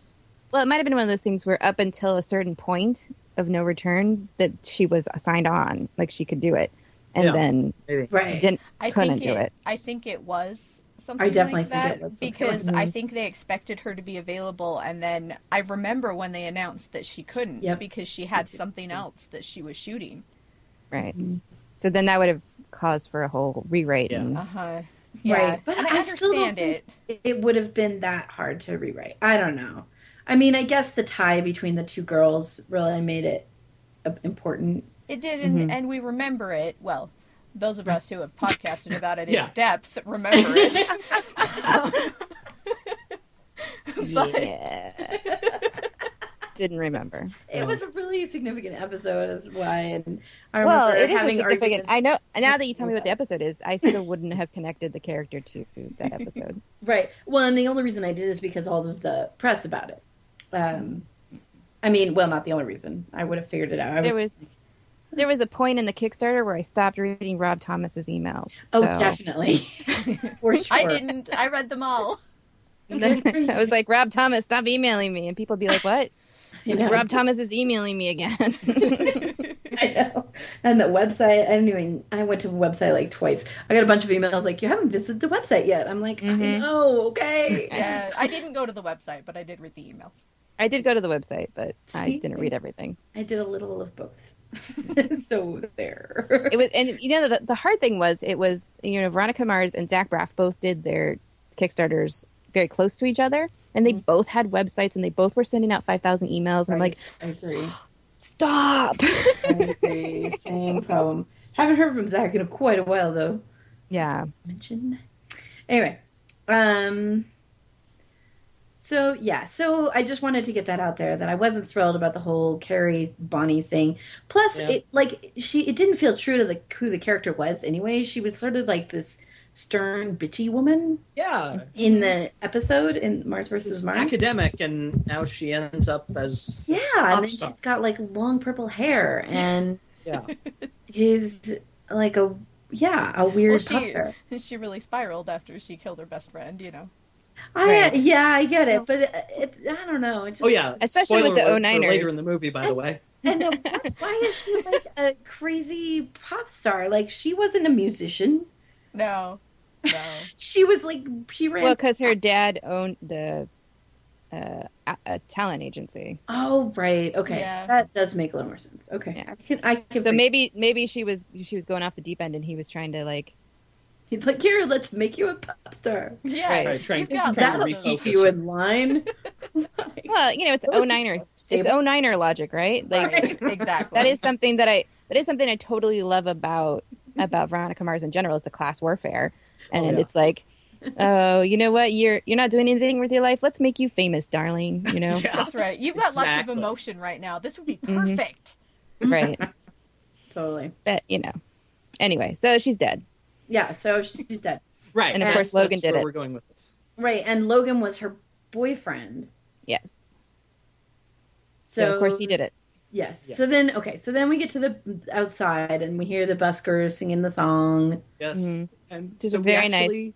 Speaker 4: Well, it might have been one of those things where up until a certain point of no return that she was signed on, like she could do it, and
Speaker 1: Yeah.
Speaker 4: then
Speaker 1: Maybe.
Speaker 2: Right.
Speaker 4: didn't.
Speaker 3: I
Speaker 4: Couldn't
Speaker 3: think
Speaker 4: do it.
Speaker 3: I think it was something.
Speaker 2: definitely
Speaker 3: like
Speaker 2: think
Speaker 3: that
Speaker 2: it was something like
Speaker 3: because
Speaker 2: that.
Speaker 3: I think they expected her to be available, and then I remember when they announced that she couldn't
Speaker 2: Yep.
Speaker 3: because she had
Speaker 2: too.
Speaker 3: something else that she was shooting.
Speaker 4: Right.
Speaker 2: Mhm.
Speaker 4: So then that would have caused for a whole rewrite.
Speaker 1: Yeah.
Speaker 4: and-
Speaker 3: Uh huh. Yeah.
Speaker 2: Right. But
Speaker 3: and I,
Speaker 2: I
Speaker 3: understand
Speaker 2: still don't
Speaker 3: it.
Speaker 2: think- It would have been that hard to rewrite. I don't know. I mean, I guess the tie between the two girls really made it uh, important.
Speaker 3: It did, and,
Speaker 2: Mm-hmm.
Speaker 4: Mhm.
Speaker 3: and we remember it. Well, those of us who have podcasted about it
Speaker 1: Yeah.
Speaker 3: in depth remember it.
Speaker 2: [laughs]
Speaker 3: But-
Speaker 4: Yeah. Didn't remember.
Speaker 2: It was a really significant episode, is why. And I
Speaker 4: Well,
Speaker 2: remember
Speaker 4: it is a
Speaker 2: having
Speaker 4: significant.
Speaker 2: arguments-
Speaker 4: I know now that you tell me what the episode is, I still wouldn't have connected the character to that episode.
Speaker 2: Right. Well, and the only reason I did is because all of the press about it. Um, I mean, well, not the only reason. I would have figured it out. [laughs] I
Speaker 4: There
Speaker 2: would-
Speaker 4: was there was a point in the Kickstarter where I stopped reading Rob Thomas's emails.
Speaker 2: oh,
Speaker 4: so- [laughs]
Speaker 2: definitely. For sure.
Speaker 3: [laughs] I didn't. I read them all.
Speaker 4: [laughs] I was like, Rob Thomas, stop emailing me, and people would be like, "What?
Speaker 2: You know?
Speaker 4: Rob Thomas is emailing me again." [laughs]
Speaker 2: [laughs] I know. And the website, I didn't even, I went to the website like twice. I got a bunch of emails like, you haven't visited the website yet. I'm like, I
Speaker 4: Mhm.
Speaker 2: know,
Speaker 4: [laughs]
Speaker 2: okay.
Speaker 3: Yeah, I didn't go to the website, but I did read the emails. [laughs]
Speaker 4: I did go to the website, but I didn't read everything.
Speaker 2: I did a little of both. [laughs] so there.
Speaker 4: It was, and you know, the, the hard thing was it was you know Veronica Mars and Zach Braff both did their kickstarters very close to each other, and they both had websites, and they both were sending out five thousand emails. I'm like,
Speaker 2: I agree.
Speaker 4: stop. [laughs]
Speaker 2: I agree. Same problem. Haven't heard from Zach in quite a while though.
Speaker 4: yeah,
Speaker 2: mention. Anyway, um, so yeah, so I just wanted to get that out there that I wasn't thrilled about the whole Carrie Bonnie thing. Plus,
Speaker 1: Yeah.
Speaker 2: it like she it didn't feel true to the who the character was anyway. She was sort of like this stern bitchy woman
Speaker 1: Yeah,
Speaker 2: in the episode in Mars
Speaker 1: Mm-hmm. this
Speaker 2: versus
Speaker 1: is
Speaker 2: Mars.
Speaker 1: academic, and now she ends up as
Speaker 2: Yeah,
Speaker 1: pop
Speaker 2: and then
Speaker 1: star.
Speaker 2: she's got like long purple hair and
Speaker 1: Yeah.
Speaker 2: is like a yeah a weird
Speaker 3: she-
Speaker 2: pop star.
Speaker 3: She really spiraled after she killed her best friend, you know.
Speaker 2: I uh,
Speaker 4: Right.
Speaker 2: yeah, I get it, but uh, it, I don't know. It just, uh,
Speaker 1: Oh yeah,
Speaker 4: Especially with
Speaker 1: spoiler
Speaker 4: the
Speaker 1: alert for
Speaker 4: 09ers.
Speaker 1: later in the movie. By the way,
Speaker 2: I know. Why- Why is she like a crazy pop star? Like she wasn't a musician.
Speaker 3: [laughs] No.
Speaker 2: [laughs]
Speaker 3: No.
Speaker 2: She was like she ran.
Speaker 4: Well, because her dad owned the uh, a, a talent agency,
Speaker 2: oh right, okay,
Speaker 3: Yeah.
Speaker 2: that does make a little more sense. Okay,
Speaker 4: Yeah.
Speaker 2: I can I can.
Speaker 4: so
Speaker 2: break-
Speaker 4: maybe maybe she was she was going off the deep end, and he was trying to like
Speaker 2: he's like, here, let's make you a pop star.
Speaker 3: Yeah.
Speaker 4: Right.
Speaker 1: Right, trying-
Speaker 3: You've
Speaker 2: Is
Speaker 1: Yeah,
Speaker 3: got
Speaker 2: that'll
Speaker 3: lots of-
Speaker 1: refocus.
Speaker 2: keep you in
Speaker 4: [laughs]
Speaker 2: line. Like,
Speaker 4: Well, you know, it's
Speaker 2: Those
Speaker 4: 09er.
Speaker 2: stable.
Speaker 4: It's 09er logic, right? Like
Speaker 2: Right.
Speaker 3: Exactly.
Speaker 4: that is something that I that is something I totally love about about Veronica Mars in general is the class warfare. And
Speaker 1: Oh, yeah.
Speaker 4: it's like, oh, you know what? You're you're not doing anything with your life. Let's make you famous, darling, you
Speaker 1: [laughs]
Speaker 4: know?
Speaker 1: Yeah.
Speaker 3: That's right. [laughs] You've got lots
Speaker 1: Exactly.
Speaker 3: of emotion right now. This would be
Speaker 4: Mhm.
Speaker 3: perfect.
Speaker 4: right.
Speaker 2: totally.
Speaker 4: But, you know. Anyway, so she's dead.
Speaker 2: Yeah. So she's dead.
Speaker 1: Right,
Speaker 4: And
Speaker 2: of
Speaker 1: that's-
Speaker 4: course Logan
Speaker 1: that's
Speaker 4: did
Speaker 1: where
Speaker 4: it.
Speaker 1: We're going with this.
Speaker 2: Right, and Logan was her boyfriend.
Speaker 4: Yes.
Speaker 2: So,
Speaker 4: So, of course he did it.
Speaker 2: Yes.
Speaker 1: Yeah.
Speaker 2: So then, okay. So then we get to the outside, and we hear the busker singing the song.
Speaker 1: Yes,
Speaker 4: Mhm.
Speaker 1: and
Speaker 4: Which is
Speaker 1: so
Speaker 4: a
Speaker 1: we
Speaker 4: very
Speaker 1: actually,
Speaker 4: nice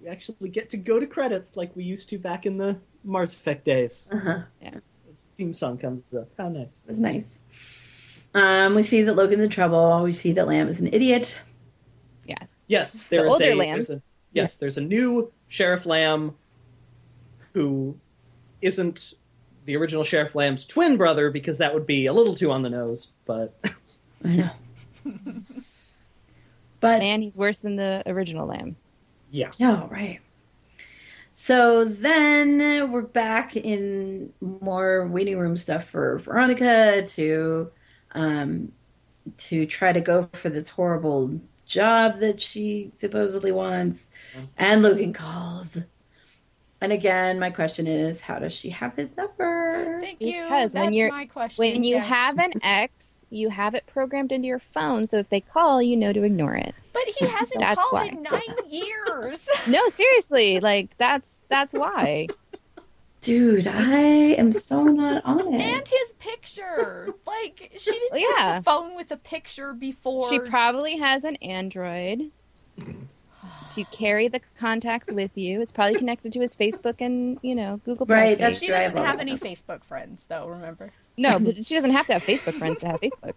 Speaker 1: We actually get to go to credits like we used to back in the Mars Effect days.
Speaker 2: Uh-huh.
Speaker 1: This theme song comes up. How nice.
Speaker 2: Nice. Um, we see that Logan's in trouble. We see that Lamb is an idiot.
Speaker 4: Yes.
Speaker 1: Yes, there
Speaker 4: The
Speaker 1: is
Speaker 4: older
Speaker 1: a,
Speaker 4: lamb.
Speaker 1: there's a- yes, there's a new Sheriff Lamb who isn't the original Sheriff Lamb's twin brother because that would be a little too on the nose, but
Speaker 2: I know. [laughs] but
Speaker 4: Man, he's worse than the original lamb.
Speaker 1: yeah.
Speaker 2: no, right. So then we're back in more waiting room stuff for Veronica to, um, to try to go for this horrible job that she supposedly wants,
Speaker 1: Yeah.
Speaker 2: and Logan calls. And again, my question is, how does she have his number?
Speaker 3: Thank you.
Speaker 4: Because when
Speaker 3: That's
Speaker 4: you're-
Speaker 3: my question.
Speaker 4: When you
Speaker 3: yeah.
Speaker 4: have an ex, you have it programmed into your phone, so if they call, you know to ignore it.
Speaker 3: But he hasn't
Speaker 4: [laughs] That's
Speaker 3: called
Speaker 4: why.
Speaker 3: in nine years.
Speaker 4: No, seriously, like that's that's why.
Speaker 2: Dude, I am so not on it.
Speaker 3: and his picture. Like she didn't
Speaker 4: Yeah.
Speaker 3: have a phone with a picture before.
Speaker 4: She probably has an Android. You carry the contacts with you. It's probably connected to his Facebook and you know Google. Plus
Speaker 2: Right,
Speaker 4: page.
Speaker 2: that's
Speaker 3: she
Speaker 2: true, I
Speaker 3: doesn't
Speaker 2: love
Speaker 3: have
Speaker 2: it.
Speaker 3: any Facebook friends though. Remember?
Speaker 4: no, but she doesn't have to have Facebook friends to have Facebook.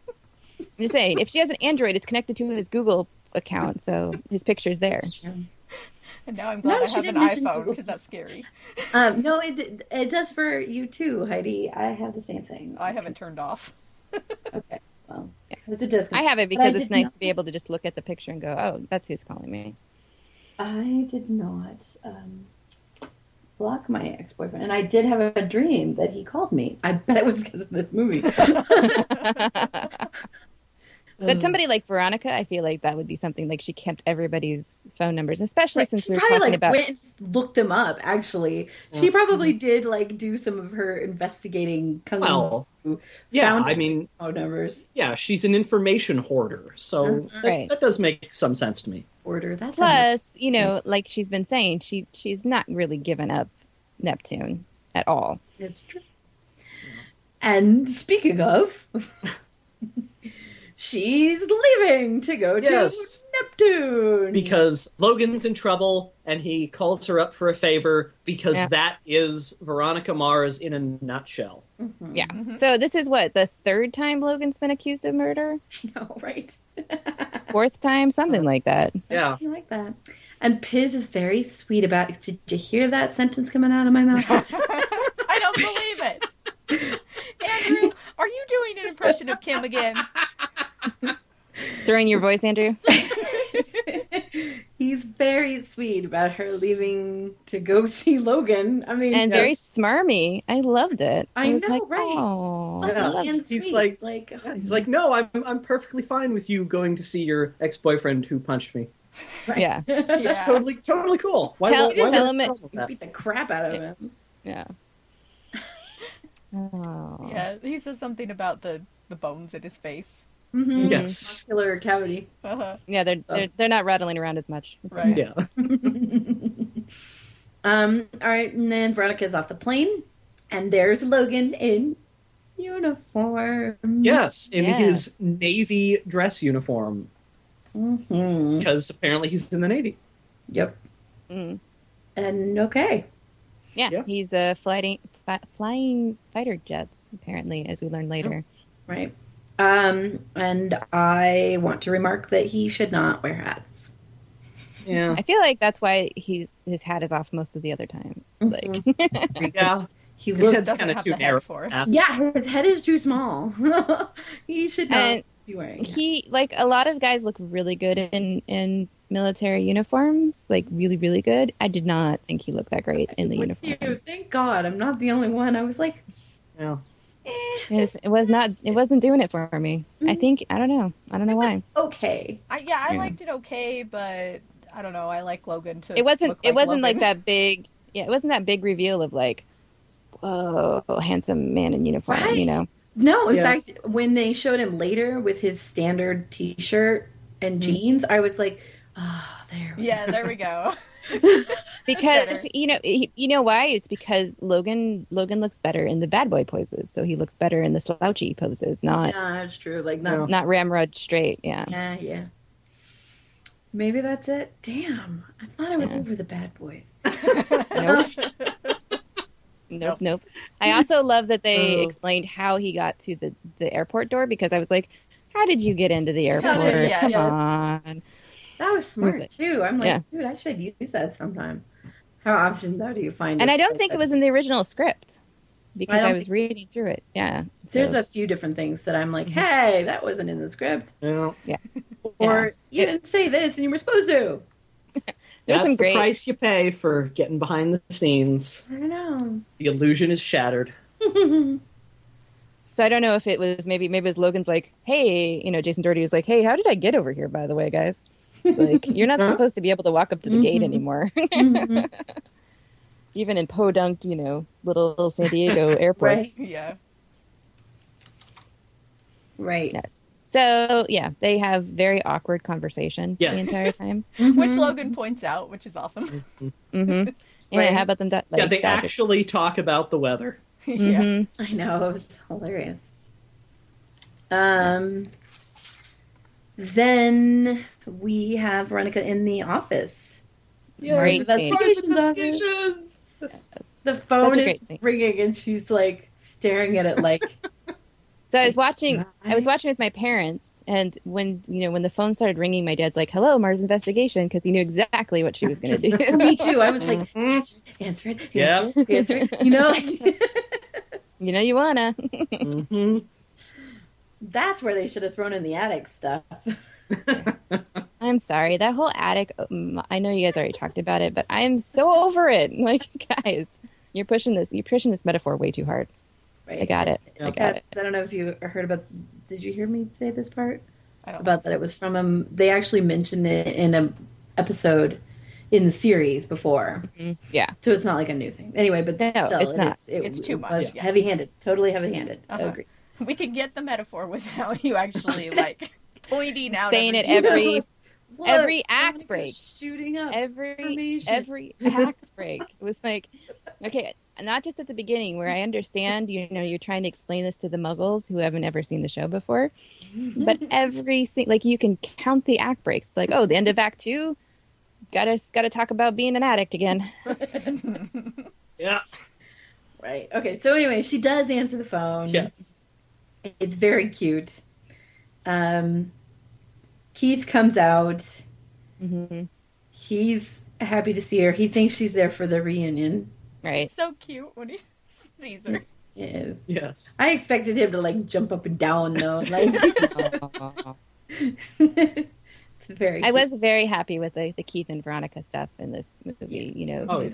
Speaker 4: I'm just saying, if she has an Android, it's connected to his Google account, so his picture's there.
Speaker 3: And now I'm glad
Speaker 2: No,
Speaker 3: I
Speaker 2: she
Speaker 3: have an
Speaker 2: didn't mention
Speaker 3: iPhone
Speaker 2: Google.
Speaker 3: because that's scary.
Speaker 2: Um, no, it it does for you too, Heidi. I have the same thing.
Speaker 3: I have it turned off.
Speaker 2: Okay, well, because it does.
Speaker 4: I have it
Speaker 2: But I
Speaker 4: because it's
Speaker 2: did
Speaker 4: nice
Speaker 2: not-
Speaker 4: to be able to just look at the picture and go, "Oh, that's who's calling me."
Speaker 2: I did not um, block my ex boyfriend, and I did have a dream that he called me. I bet it was because of this
Speaker 4: [laughs]
Speaker 2: movie.
Speaker 4: but somebody like Veronica, I feel like that would be something like she kept everybody's phone numbers, especially since
Speaker 2: she
Speaker 4: we were
Speaker 2: probably
Speaker 4: talking
Speaker 2: like
Speaker 4: about
Speaker 2: went and looked them up. Actually, she
Speaker 1: Yeah.
Speaker 2: probably did like do some of her investigating. Kung
Speaker 4: Mm-hmm.
Speaker 1: Well,
Speaker 2: Fu
Speaker 1: yeah,
Speaker 2: Found
Speaker 1: I mean,
Speaker 2: phone numbers
Speaker 1: yeah, she's an information hoarder, so that,
Speaker 4: Right.
Speaker 1: that does make some sense to me.
Speaker 2: order. That's
Speaker 4: plus you know like she's been saying she she's not really given up neptune at all
Speaker 2: It's true. And speaking
Speaker 1: [laughs]
Speaker 2: of, she's leaving to go
Speaker 1: Yes.
Speaker 2: to Neptune.
Speaker 1: Because Logan's in trouble and he calls her up for a favor because
Speaker 4: Yeah.
Speaker 1: that is Veronica Mars in a nutshell.
Speaker 2: Mhm. [laughs]
Speaker 4: yeah
Speaker 3: Mhm.
Speaker 4: so this is what the third time logan's been accused of murder
Speaker 2: I know, right?
Speaker 4: fourth time something like that
Speaker 1: Yeah.
Speaker 2: I like that. And Piz is very sweet about it. Did you hear that sentence coming out of my mouth?
Speaker 1: [laughs]
Speaker 3: I don't believe it.
Speaker 4: [laughs]
Speaker 3: Andrew, are you doing an impression of Kim again?
Speaker 4: throw in your voice andrew
Speaker 2: He's very sweet about her leaving to go see Logan. I mean,
Speaker 4: and very
Speaker 1: Yes.
Speaker 4: smarmy i loved it
Speaker 2: I
Speaker 4: was
Speaker 2: know,
Speaker 4: like, "Oh."
Speaker 2: right?
Speaker 4: "Aw."
Speaker 1: Yeah.
Speaker 2: funny and
Speaker 1: He's
Speaker 2: sweet.
Speaker 1: like-
Speaker 2: like
Speaker 1: He's like, no, I'm, I'm perfectly fine with you going to see your ex boyfriend who punched me.
Speaker 4: yeah
Speaker 1: It's
Speaker 3: Yeah.
Speaker 1: totally totally cool. Why,
Speaker 4: Tell-
Speaker 1: why, why
Speaker 4: tell
Speaker 1: was
Speaker 4: him
Speaker 1: there
Speaker 4: it-
Speaker 1: a problem with
Speaker 2: You
Speaker 1: that?
Speaker 2: [laughs] beat the crap out of him.
Speaker 4: yeah oh
Speaker 3: Yeah, he says something about the the bones in his face.
Speaker 4: Mm.
Speaker 2: Mm-hmm.
Speaker 1: Yes.
Speaker 2: Muscular cavity.
Speaker 3: Uh-huh.
Speaker 4: yeah they're, they're they're not rattling around as much It's
Speaker 3: Right.
Speaker 4: okay.
Speaker 1: Yeah.
Speaker 2: [laughs] Um, all right, and then Veronica's off the plane, and there's Logan in uniform.
Speaker 1: Yes, in
Speaker 4: Yeah.
Speaker 1: his navy dress uniform
Speaker 2: hmm
Speaker 1: because apparently he's in the navy.
Speaker 2: Yep.
Speaker 4: Mm.
Speaker 2: and okay.
Speaker 4: Yeah,
Speaker 1: Yeah.
Speaker 4: he's a flying fi- flying fighter jets apparently, as we learned later.
Speaker 2: Right. Um, and I want to remark that he should not wear hats.
Speaker 1: Yeah.
Speaker 4: [laughs] I feel like that's why he his hat is off most of the other time.
Speaker 2: Mm-hmm.
Speaker 4: Like,
Speaker 1: Yeah.
Speaker 2: He
Speaker 1: His
Speaker 2: looks,
Speaker 1: head's
Speaker 3: doesn't
Speaker 1: kind of
Speaker 3: have
Speaker 1: too
Speaker 3: the head
Speaker 1: narrow.
Speaker 3: for
Speaker 1: for
Speaker 3: it.
Speaker 4: Mm-hmm.
Speaker 1: hats.
Speaker 2: yeah, his head is too small. [laughs] he should not
Speaker 4: And-
Speaker 2: be wearing. hats.
Speaker 4: he like a lot of guys look really good in in military uniforms, like really really good. I did not think he looked that great in the
Speaker 2: With you,
Speaker 4: uniform.
Speaker 2: Thank God, I'm not the only one. I was like,
Speaker 1: Yeah.
Speaker 2: eh,
Speaker 4: It was, it was not it wasn't doing it for me. I
Speaker 2: Mhm.
Speaker 4: think I don't know. I don't know why.
Speaker 2: okay.
Speaker 3: I, yeah, I
Speaker 4: Yeah.
Speaker 3: liked it okay, but I don't know. I like Logan to.
Speaker 4: It wasn't
Speaker 3: look
Speaker 4: it wasn't like
Speaker 3: Logan.
Speaker 4: that big yeah, it wasn't that big reveal of like whoa, handsome man in uniform, you
Speaker 2: Right.
Speaker 4: know.
Speaker 2: No, in
Speaker 1: Yeah.
Speaker 2: fact, when they showed him later with his standard T-shirt and
Speaker 4: Mhm.
Speaker 2: jeans, I was like, ah, there. we
Speaker 3: [laughs] Yeah, there we
Speaker 4: [laughs]
Speaker 3: go.
Speaker 4: Because
Speaker 3: better.
Speaker 4: you know he, you know why? It's because Logan Logan looks better in the bad boy poses. So he looks better in the slouchy poses,
Speaker 2: go.
Speaker 4: not
Speaker 2: Yeah, it's true. Like not
Speaker 4: not ramrod straight,
Speaker 2: [laughs]
Speaker 4: yeah.
Speaker 2: Yeah, yeah. Maybe that's it. Damn, I thought I was
Speaker 4: Yeah.
Speaker 2: over the bad boys.
Speaker 4: Nope. Nope,
Speaker 3: Nope.
Speaker 4: nope. I also love that they
Speaker 1: Oh.
Speaker 4: explained how he got to the, the airport door because I was like, how did you get into the airport?
Speaker 3: yes,
Speaker 4: Come
Speaker 2: yes.
Speaker 4: on.
Speaker 2: That was smart
Speaker 4: it?
Speaker 2: too. I'm like,
Speaker 4: Yeah.
Speaker 2: dude, I should use that sometime. How often though do you find?
Speaker 4: And
Speaker 2: it?
Speaker 4: I don't think it was in the original script because I,
Speaker 2: don't
Speaker 4: was reading through it. Yeah.
Speaker 2: There's
Speaker 4: So,
Speaker 2: a few different things that I'm like,
Speaker 4: Mhm.
Speaker 2: hey, that wasn't in the script,
Speaker 1: yeah.
Speaker 2: or you
Speaker 4: It-
Speaker 2: didn't say this, and you were supposed to.
Speaker 4: there's
Speaker 1: That's
Speaker 4: some
Speaker 1: the
Speaker 4: great.
Speaker 1: price you pay for getting behind the scenes.
Speaker 2: I
Speaker 4: [laughs]
Speaker 2: don't
Speaker 1: The illusion is shattered.
Speaker 2: know.
Speaker 4: So I don't know if it was maybe maybe it was Logan's like, hey, you know, Jason Doherty was like, hey, how did I get over here? By the way, guys, like you're
Speaker 1: [laughs]
Speaker 4: not
Speaker 1: Huh? Mm-hmm.
Speaker 4: supposed to be able to walk up to the gate
Speaker 2: Mhm.
Speaker 4: anymore, [laughs]
Speaker 2: Mhm.
Speaker 4: even in podunk, you know, little, little San
Speaker 1: [laughs]
Speaker 4: Diego
Speaker 2: [laughs]
Speaker 4: airport.
Speaker 2: right,
Speaker 3: yeah.
Speaker 2: right.
Speaker 4: Yes. So yeah, they have very awkward conversation the
Speaker 1: Yes. [laughs]
Speaker 4: entire time.
Speaker 3: Which
Speaker 2: Mhm.
Speaker 3: Logan points out, which is awesome. [laughs]
Speaker 4: Mm-hmm. Yeah.
Speaker 2: Right.
Speaker 4: How about them? do- Like,
Speaker 1: yeah, they
Speaker 4: dodge it?
Speaker 1: actually talk about the weather.
Speaker 3: Yeah.
Speaker 4: Mhm.
Speaker 2: [laughs] I know it was hilarious. Um, then we have Veronica in the office.
Speaker 1: Yeah,
Speaker 4: Great
Speaker 2: With us-
Speaker 4: scene.
Speaker 2: Investigations office.
Speaker 1: Investigations.
Speaker 2: The phone
Speaker 4: a
Speaker 2: is
Speaker 4: great scene.
Speaker 2: ringing, and she's like staring
Speaker 4: [laughs]
Speaker 2: at it like.
Speaker 4: So I was watching. I was watching with my parents, and when you know when the phone started ringing, my dad's like, "Hello, Mars Investigation," because he knew exactly what she was going to
Speaker 2: Oh, [laughs]
Speaker 1: [laughs]
Speaker 2: me
Speaker 4: do. [laughs]
Speaker 2: too. I was like,
Speaker 1: Mhm.
Speaker 2: answer it,
Speaker 1: Yeah.
Speaker 2: answer it, answer it. You know,
Speaker 4: [laughs]
Speaker 2: like, [laughs]
Speaker 4: you know, you wanna.
Speaker 1: Mhm.
Speaker 2: that's where they should have thrown in the attic stuff.
Speaker 4: I'm sorry. That whole attic. um, I know you guys already talked about it, but I am so over it. [laughs] Like, guys, you're pushing this. You're pushing this metaphor way too hard.
Speaker 2: Right.
Speaker 4: I got it. I got it.
Speaker 2: I don't know if you heard about. Did you hear me say this part?
Speaker 3: I don't
Speaker 2: about that it was from um they actually mentioned it in a episode in the series before
Speaker 4: Mhm. Yeah.
Speaker 2: so it's not like a new thing anyway but
Speaker 4: No,
Speaker 2: still
Speaker 4: it's
Speaker 2: it
Speaker 4: not.
Speaker 2: is- it
Speaker 3: It's too
Speaker 2: was
Speaker 3: much, yeah.
Speaker 2: heavy-handed totally heavy-handed I
Speaker 3: Uh-huh.
Speaker 2: agree
Speaker 3: We could get the metaphor without you
Speaker 4: [laughs]
Speaker 3: actually like pointing out
Speaker 4: Saying it
Speaker 3: everything.
Speaker 4: every
Speaker 2: Look,
Speaker 4: every
Speaker 2: Veronica's
Speaker 4: act break.
Speaker 2: shooting up
Speaker 4: every
Speaker 2: information
Speaker 4: every act break it was like okay not just at the beginning where i understand you know you're trying to explain this to the muggles who haven't ever seen the show before but every single like you can count the act breaks it's like oh the end of act two gotta gotta talk about being an addict again
Speaker 3: [laughs]
Speaker 1: Yeah.
Speaker 2: right okay so anyway she does answer the phone
Speaker 1: Yes.
Speaker 2: it's very cute um keith comes out
Speaker 4: Mhm.
Speaker 2: he's happy to see her he thinks she's there for the reunion
Speaker 4: right
Speaker 3: so cute when he sees her.
Speaker 2: yes [laughs]
Speaker 1: Yes.
Speaker 2: I expected him to like jump up and down though. Like [laughs] it's very
Speaker 4: i was very happy with the, the keith and veronica stuff in this movie you know
Speaker 1: Oh, yeah.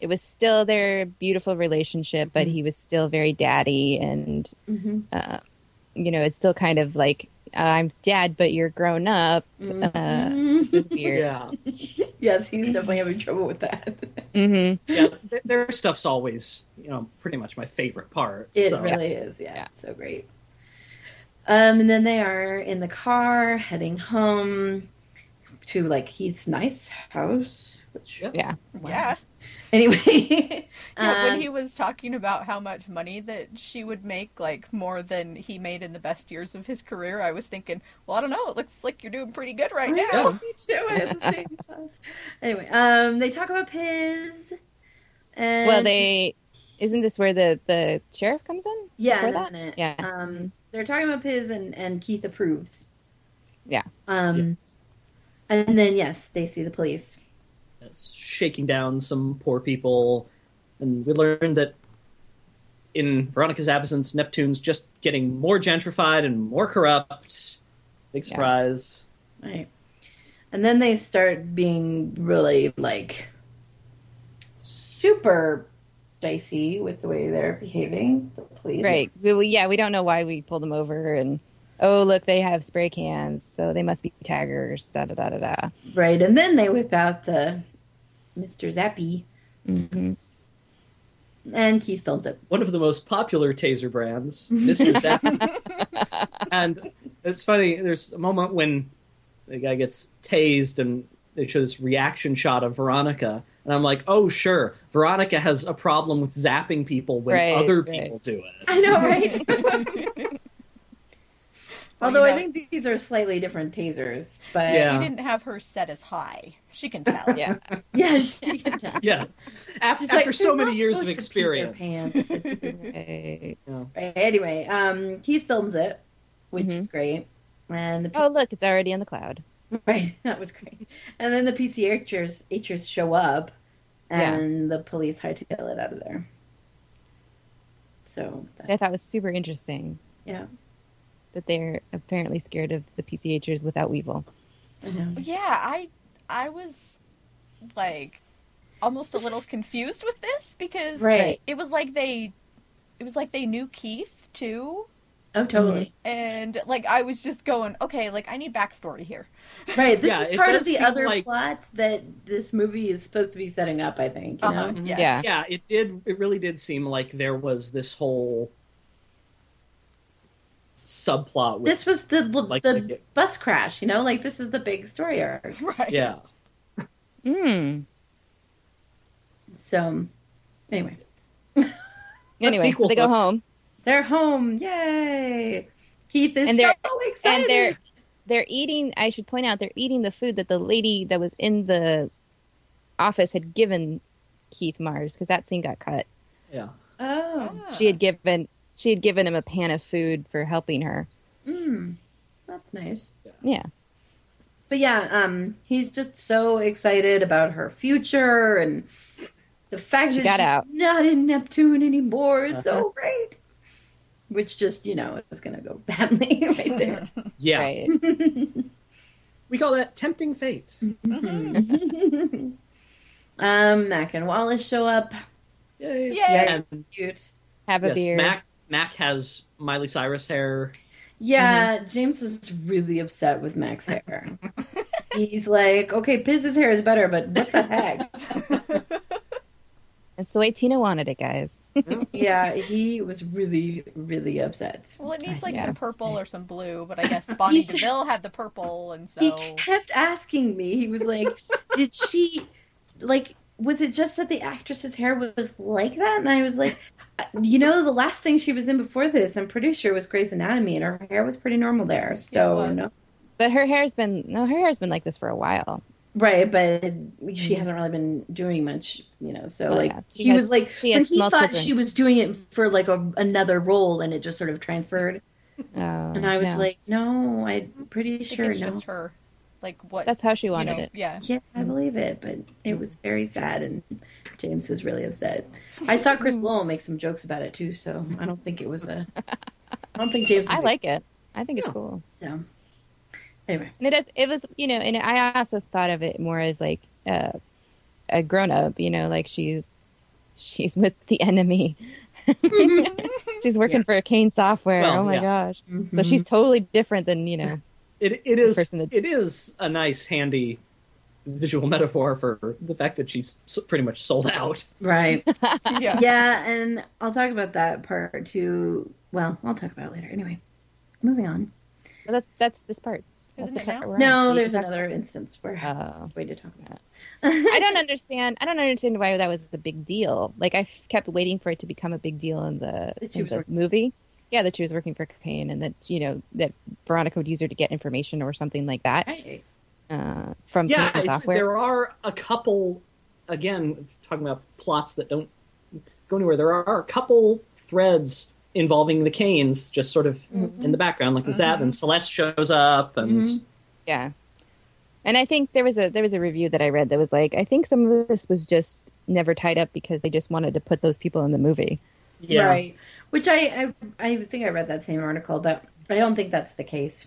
Speaker 4: it was still their beautiful relationship
Speaker 1: Mm-hmm.
Speaker 4: but he was still very daddy and
Speaker 2: Mhm.
Speaker 4: uh, you know, it's still kind of like uh, I'm dad, but you're grown up.
Speaker 3: uh,
Speaker 1: [laughs]
Speaker 4: This is weird.
Speaker 1: Yeah.
Speaker 2: Mm-hmm. yes, he's definitely having trouble with that.
Speaker 4: hmm
Speaker 1: Yeah. Th- Their stuff's always, you know, pretty much my favorite part.
Speaker 2: It
Speaker 1: so.
Speaker 2: really is, yeah.
Speaker 4: Yeah.
Speaker 2: So great. Um, and then they are in the car heading home to like Heath's nice house. [laughs] Which
Speaker 1: Yes.
Speaker 4: Yeah.
Speaker 2: wow.
Speaker 3: Yeah.
Speaker 2: Anyway,
Speaker 3: Yeah,
Speaker 2: um,
Speaker 3: when he was talking about how much money that she would make, like more than he made in the best years of his career, I was thinking, well, I don't know. It looks like you're doing pretty good right
Speaker 2: I
Speaker 3: now.
Speaker 2: know, me too. I had the
Speaker 4: [laughs]
Speaker 2: same thought. anyway, um, they talk about Piz. And
Speaker 4: Well, they isn't this where the the sheriff comes in?
Speaker 2: yeah, in
Speaker 4: before
Speaker 2: a
Speaker 4: that?
Speaker 2: minute.
Speaker 4: Yeah.
Speaker 2: Um, they're talking about Piz, and and Keith approves.
Speaker 4: Yeah.
Speaker 2: Um,
Speaker 1: yes.
Speaker 2: and then yes, they see the police.
Speaker 1: Yes, shaking down some poor people, and we learned that in Veronica's absence, Neptune's just getting more gentrified and more corrupt. Big
Speaker 4: Yeah.
Speaker 1: surprise.
Speaker 2: Right. And then they start being really like super dicey with the way they're behaving, the police.
Speaker 4: Right. We, we, yeah, we don't know why we pulled them over, and oh look, they have spray cans, so they must be taggers. Da da da da da.
Speaker 2: Right. And then they whip out the Mr. Zappy
Speaker 1: Mm-hmm.
Speaker 4: Mhm.
Speaker 2: and Keith films it.
Speaker 1: One of the most popular taser brands,
Speaker 2: [laughs]
Speaker 1: Mr. Zappy. and it's funny, there's a moment when the guy gets tased and they show this reaction shot of Veronica. And I'm like, oh, sure. Veronica has a problem with zapping people when
Speaker 4: Right,
Speaker 1: other
Speaker 4: right.
Speaker 1: people do it.
Speaker 2: I know,
Speaker 4: [laughs]
Speaker 2: right? [laughs] Although I
Speaker 3: you know-
Speaker 2: think these are slightly different tasers, but
Speaker 1: Yeah.
Speaker 3: She didn't have her set as high. She can tell.
Speaker 4: Yeah.
Speaker 2: [laughs] yeah, she
Speaker 1: [laughs]
Speaker 2: can tell.
Speaker 1: yes. After,
Speaker 2: [laughs] She's
Speaker 1: after
Speaker 2: like,
Speaker 1: so
Speaker 2: "They're
Speaker 1: many
Speaker 2: not
Speaker 1: years of
Speaker 2: supposed to pee their
Speaker 1: experience.
Speaker 2: pants at this
Speaker 4: Right.
Speaker 2: Right. Anyway, um, he films it, which
Speaker 4: Mhm.
Speaker 2: is great. And the
Speaker 4: Oh look, it's already on the cloud.
Speaker 2: [laughs] right, that was great. And then the PCHers Hers show up,
Speaker 4: Yeah.
Speaker 2: and the police hightail it out of there. So
Speaker 4: Which I thought was super interesting.
Speaker 2: Yeah.
Speaker 4: That they're apparently scared of the PCHers without Weevil.
Speaker 2: I know.
Speaker 3: Yeah, I I was like almost a little confused with this because
Speaker 2: Right.
Speaker 3: it was like they it was like they knew Keith too
Speaker 2: oh totally
Speaker 3: and like I was just going, okay, like I need backstory here.
Speaker 2: right. This
Speaker 1: Yeah,
Speaker 2: is
Speaker 1: it
Speaker 2: part
Speaker 1: does
Speaker 2: of the
Speaker 1: seem
Speaker 2: other
Speaker 1: like-
Speaker 2: plot that this movie is supposed to be setting up. I think you
Speaker 3: Uh-huh.
Speaker 2: know.
Speaker 1: Mhm.
Speaker 3: Yeah.
Speaker 4: Yeah.
Speaker 1: [laughs] yeah it did it really did seem like there was this whole subplot with
Speaker 2: This was the
Speaker 1: Like
Speaker 2: the
Speaker 1: they get-
Speaker 2: bus crash, you know. Like this is the big story arc.
Speaker 3: [laughs] Right.
Speaker 1: yeah
Speaker 4: Mm.
Speaker 2: So, anyway,
Speaker 4: Anyway, so
Speaker 1: sequel
Speaker 4: they go
Speaker 1: hook.
Speaker 4: home.
Speaker 2: they're home. Yay! Keith is
Speaker 4: And they're-
Speaker 2: so excited.
Speaker 4: and they're they're eating i should point out they're eating the food that the lady that was in the office had given keith mars because that scene got cut
Speaker 2: [laughs]
Speaker 1: yeah
Speaker 3: Ah.
Speaker 2: oh,
Speaker 4: she had given she had given him a pan of food for helping her
Speaker 2: mm, that's nice.
Speaker 4: yeah
Speaker 2: But yeah, um, he's just so excited about her future and the fact
Speaker 4: She
Speaker 2: that
Speaker 4: got
Speaker 2: she's
Speaker 4: out.
Speaker 2: not in Neptune anymore. It's
Speaker 1: Uh-huh.
Speaker 2: so great. Which just you know is going to go [laughs] badly right there.
Speaker 1: yeah
Speaker 2: [laughs]
Speaker 4: right
Speaker 1: we call that tempting fate
Speaker 2: [laughs]
Speaker 3: Mhm.
Speaker 2: um, Mac and Wallace show up.
Speaker 1: Yay.
Speaker 3: Yay.
Speaker 1: and
Speaker 2: Cute.
Speaker 4: have a
Speaker 1: yes,
Speaker 4: beer
Speaker 1: mac mac has miley cyrus hair
Speaker 2: Yeah, James was really upset with Mac's hair. He's like, okay, Piz's hair is better, but what the heck?
Speaker 4: that's the way tina wanted it guys
Speaker 2: yeah, he was really, really upset.
Speaker 3: Well, it needs like
Speaker 4: Yeah.
Speaker 3: some purple or some blue,
Speaker 2: [laughs]
Speaker 3: but I guess Bonnie
Speaker 2: He's-
Speaker 3: DeVille had the purple, and so
Speaker 2: He kept asking me. He was
Speaker 4: [laughs]
Speaker 2: like, "Did she like? Was it just that the actress's hair was like that?" And I was like, "Uh, "You know, the last thing she was in before this, I'm pretty sure was Grey's Anatomy, and her hair was pretty normal there. So
Speaker 3: Yeah, it was.
Speaker 2: no,
Speaker 4: but her hair's been no her hair's been like this for a while
Speaker 2: right, but she hasn't really been doing much, you know. So
Speaker 4: Mm-hmm. Oh,
Speaker 2: like,
Speaker 4: yeah. She
Speaker 2: he
Speaker 4: has-
Speaker 2: was like,
Speaker 4: she
Speaker 2: when
Speaker 4: has
Speaker 2: he
Speaker 4: small
Speaker 2: thought
Speaker 4: children
Speaker 2: she was doing it for like a, another role, and it just sort of transferred.
Speaker 4: oh,
Speaker 2: And I was
Speaker 4: no.
Speaker 2: like, "No, I'm pretty
Speaker 3: I think
Speaker 2: sure
Speaker 3: it's
Speaker 2: no."
Speaker 3: just her. Like what?
Speaker 4: that's how she
Speaker 3: you
Speaker 4: wanted
Speaker 3: know,
Speaker 4: it [laughs]
Speaker 3: Yeah. [laughs]
Speaker 2: Yeah, I believe it, but it was very sad, and James was really upset. I saw Chris Lowell make some jokes about it too, so I don't think it was a. I don't think James. Was
Speaker 4: [laughs] i like it i think it's
Speaker 1: Yeah.
Speaker 4: cool
Speaker 2: [laughs] So anyway,
Speaker 4: And it does. It was, you know, and I also thought of it more as like uh, a grown up. You know, like she's she's with the enemy. she's working for Kane Software.
Speaker 1: Well,
Speaker 4: oh my
Speaker 1: yeah.
Speaker 4: gosh! So
Speaker 2: Mm-hmm. [laughs]
Speaker 4: she's totally different than you know.
Speaker 1: it, it is
Speaker 4: person that-
Speaker 1: it is a nice handy visual metaphor for the fact that she's s- pretty much sold out
Speaker 2: Mm-hmm. right.
Speaker 3: Yeah.
Speaker 2: Yeah, and I'll talk about that part too. Well, I'll talk about it later. Anyway, moving on.
Speaker 4: But that's that's this part.
Speaker 3: Isn't
Speaker 4: That's
Speaker 3: it
Speaker 4: the part
Speaker 3: now?
Speaker 4: we're on, so
Speaker 2: No,
Speaker 4: you
Speaker 2: there's
Speaker 4: can talk-
Speaker 2: another instance where
Speaker 4: Oh.
Speaker 2: way to talk about.
Speaker 4: I don't understand. I don't understand why that was a big deal. Like I f- kept waiting for it to become a big deal in the,
Speaker 2: That she
Speaker 4: in
Speaker 2: was
Speaker 4: the
Speaker 2: working-
Speaker 4: movie. Yeah, that she was working for cocaine, and that you know that Veronica would use her to get information or something like that
Speaker 2: Right.
Speaker 4: uh, from
Speaker 1: yeah,
Speaker 4: Clinton
Speaker 1: it's-
Speaker 4: software.
Speaker 1: there are a couple. Again, talking about plots that don't go anywhere. There are a couple threads involving the Canes, just sort of
Speaker 4: Mm-hmm.
Speaker 1: in the background, like there's that, and Celeste shows up, and
Speaker 2: Mhm.
Speaker 4: Yeah. And I think there was a there was a review that I read that was like, I think some of this was just never tied up because they just wanted to put those people in the movie.
Speaker 1: yeah,
Speaker 2: Right. Which I, I I think I read that same article, but I don't think that's the case.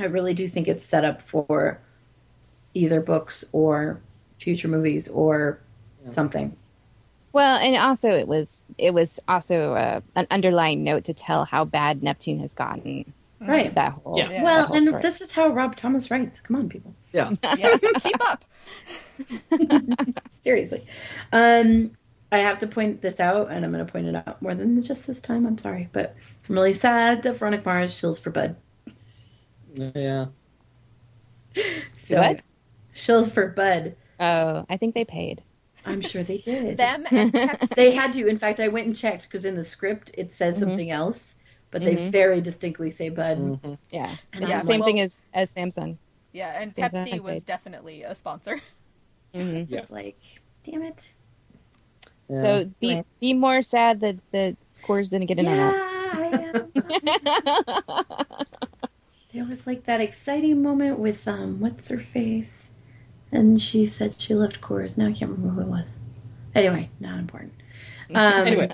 Speaker 2: I really do think it's set up for either books or future movies or
Speaker 1: Yeah.
Speaker 2: something.
Speaker 4: Well, and also it was it was also uh, an underlying note to tell how bad Neptune has gotten
Speaker 3: Mm-hmm.
Speaker 2: Right.
Speaker 4: that whole
Speaker 1: Yeah.
Speaker 4: that
Speaker 2: well,
Speaker 4: whole
Speaker 2: and
Speaker 4: story.
Speaker 2: this is how Rob Thomas writes. Come on, people.
Speaker 1: yeah.
Speaker 3: yeah, keep up.
Speaker 2: [laughs] Seriously. Um, I have to point this out, and I'm going to point it out more than just this time. I'm sorry, but I'm really sad that Veronica Mars shills for Bud.
Speaker 1: yeah.
Speaker 2: So,
Speaker 4: What?
Speaker 2: Shills for Bud.
Speaker 4: oh, I think they paid.
Speaker 2: I'm sure they did.
Speaker 3: Them and Texas.
Speaker 2: [laughs] they had to. In fact, I went and checked because in the script it says
Speaker 4: Mhm.
Speaker 2: something else, but they
Speaker 4: Mhm.
Speaker 2: very distinctly say Bud.
Speaker 4: Mm.
Speaker 1: Mhm.
Speaker 4: Yeah,
Speaker 2: And
Speaker 4: It's
Speaker 3: Yeah,
Speaker 4: the same
Speaker 3: well-
Speaker 4: thing as as Samsung.
Speaker 3: Yeah, and
Speaker 4: Seems like
Speaker 3: Pepsi was
Speaker 4: it.
Speaker 3: definitely a sponsor. [laughs]
Speaker 4: Mhm.
Speaker 2: It's like, damn it.
Speaker 1: Yeah.
Speaker 4: So be
Speaker 2: Right.
Speaker 4: be more sad that the Coors didn't get in
Speaker 2: yeah,
Speaker 4: on that.
Speaker 2: I am.
Speaker 4: [laughs]
Speaker 2: there was like that exciting moment with um, what's her face, and she said she left Coors. Now I can't remember who it was. Anyway, not important.
Speaker 4: [laughs]
Speaker 2: Um,
Speaker 1: anyway,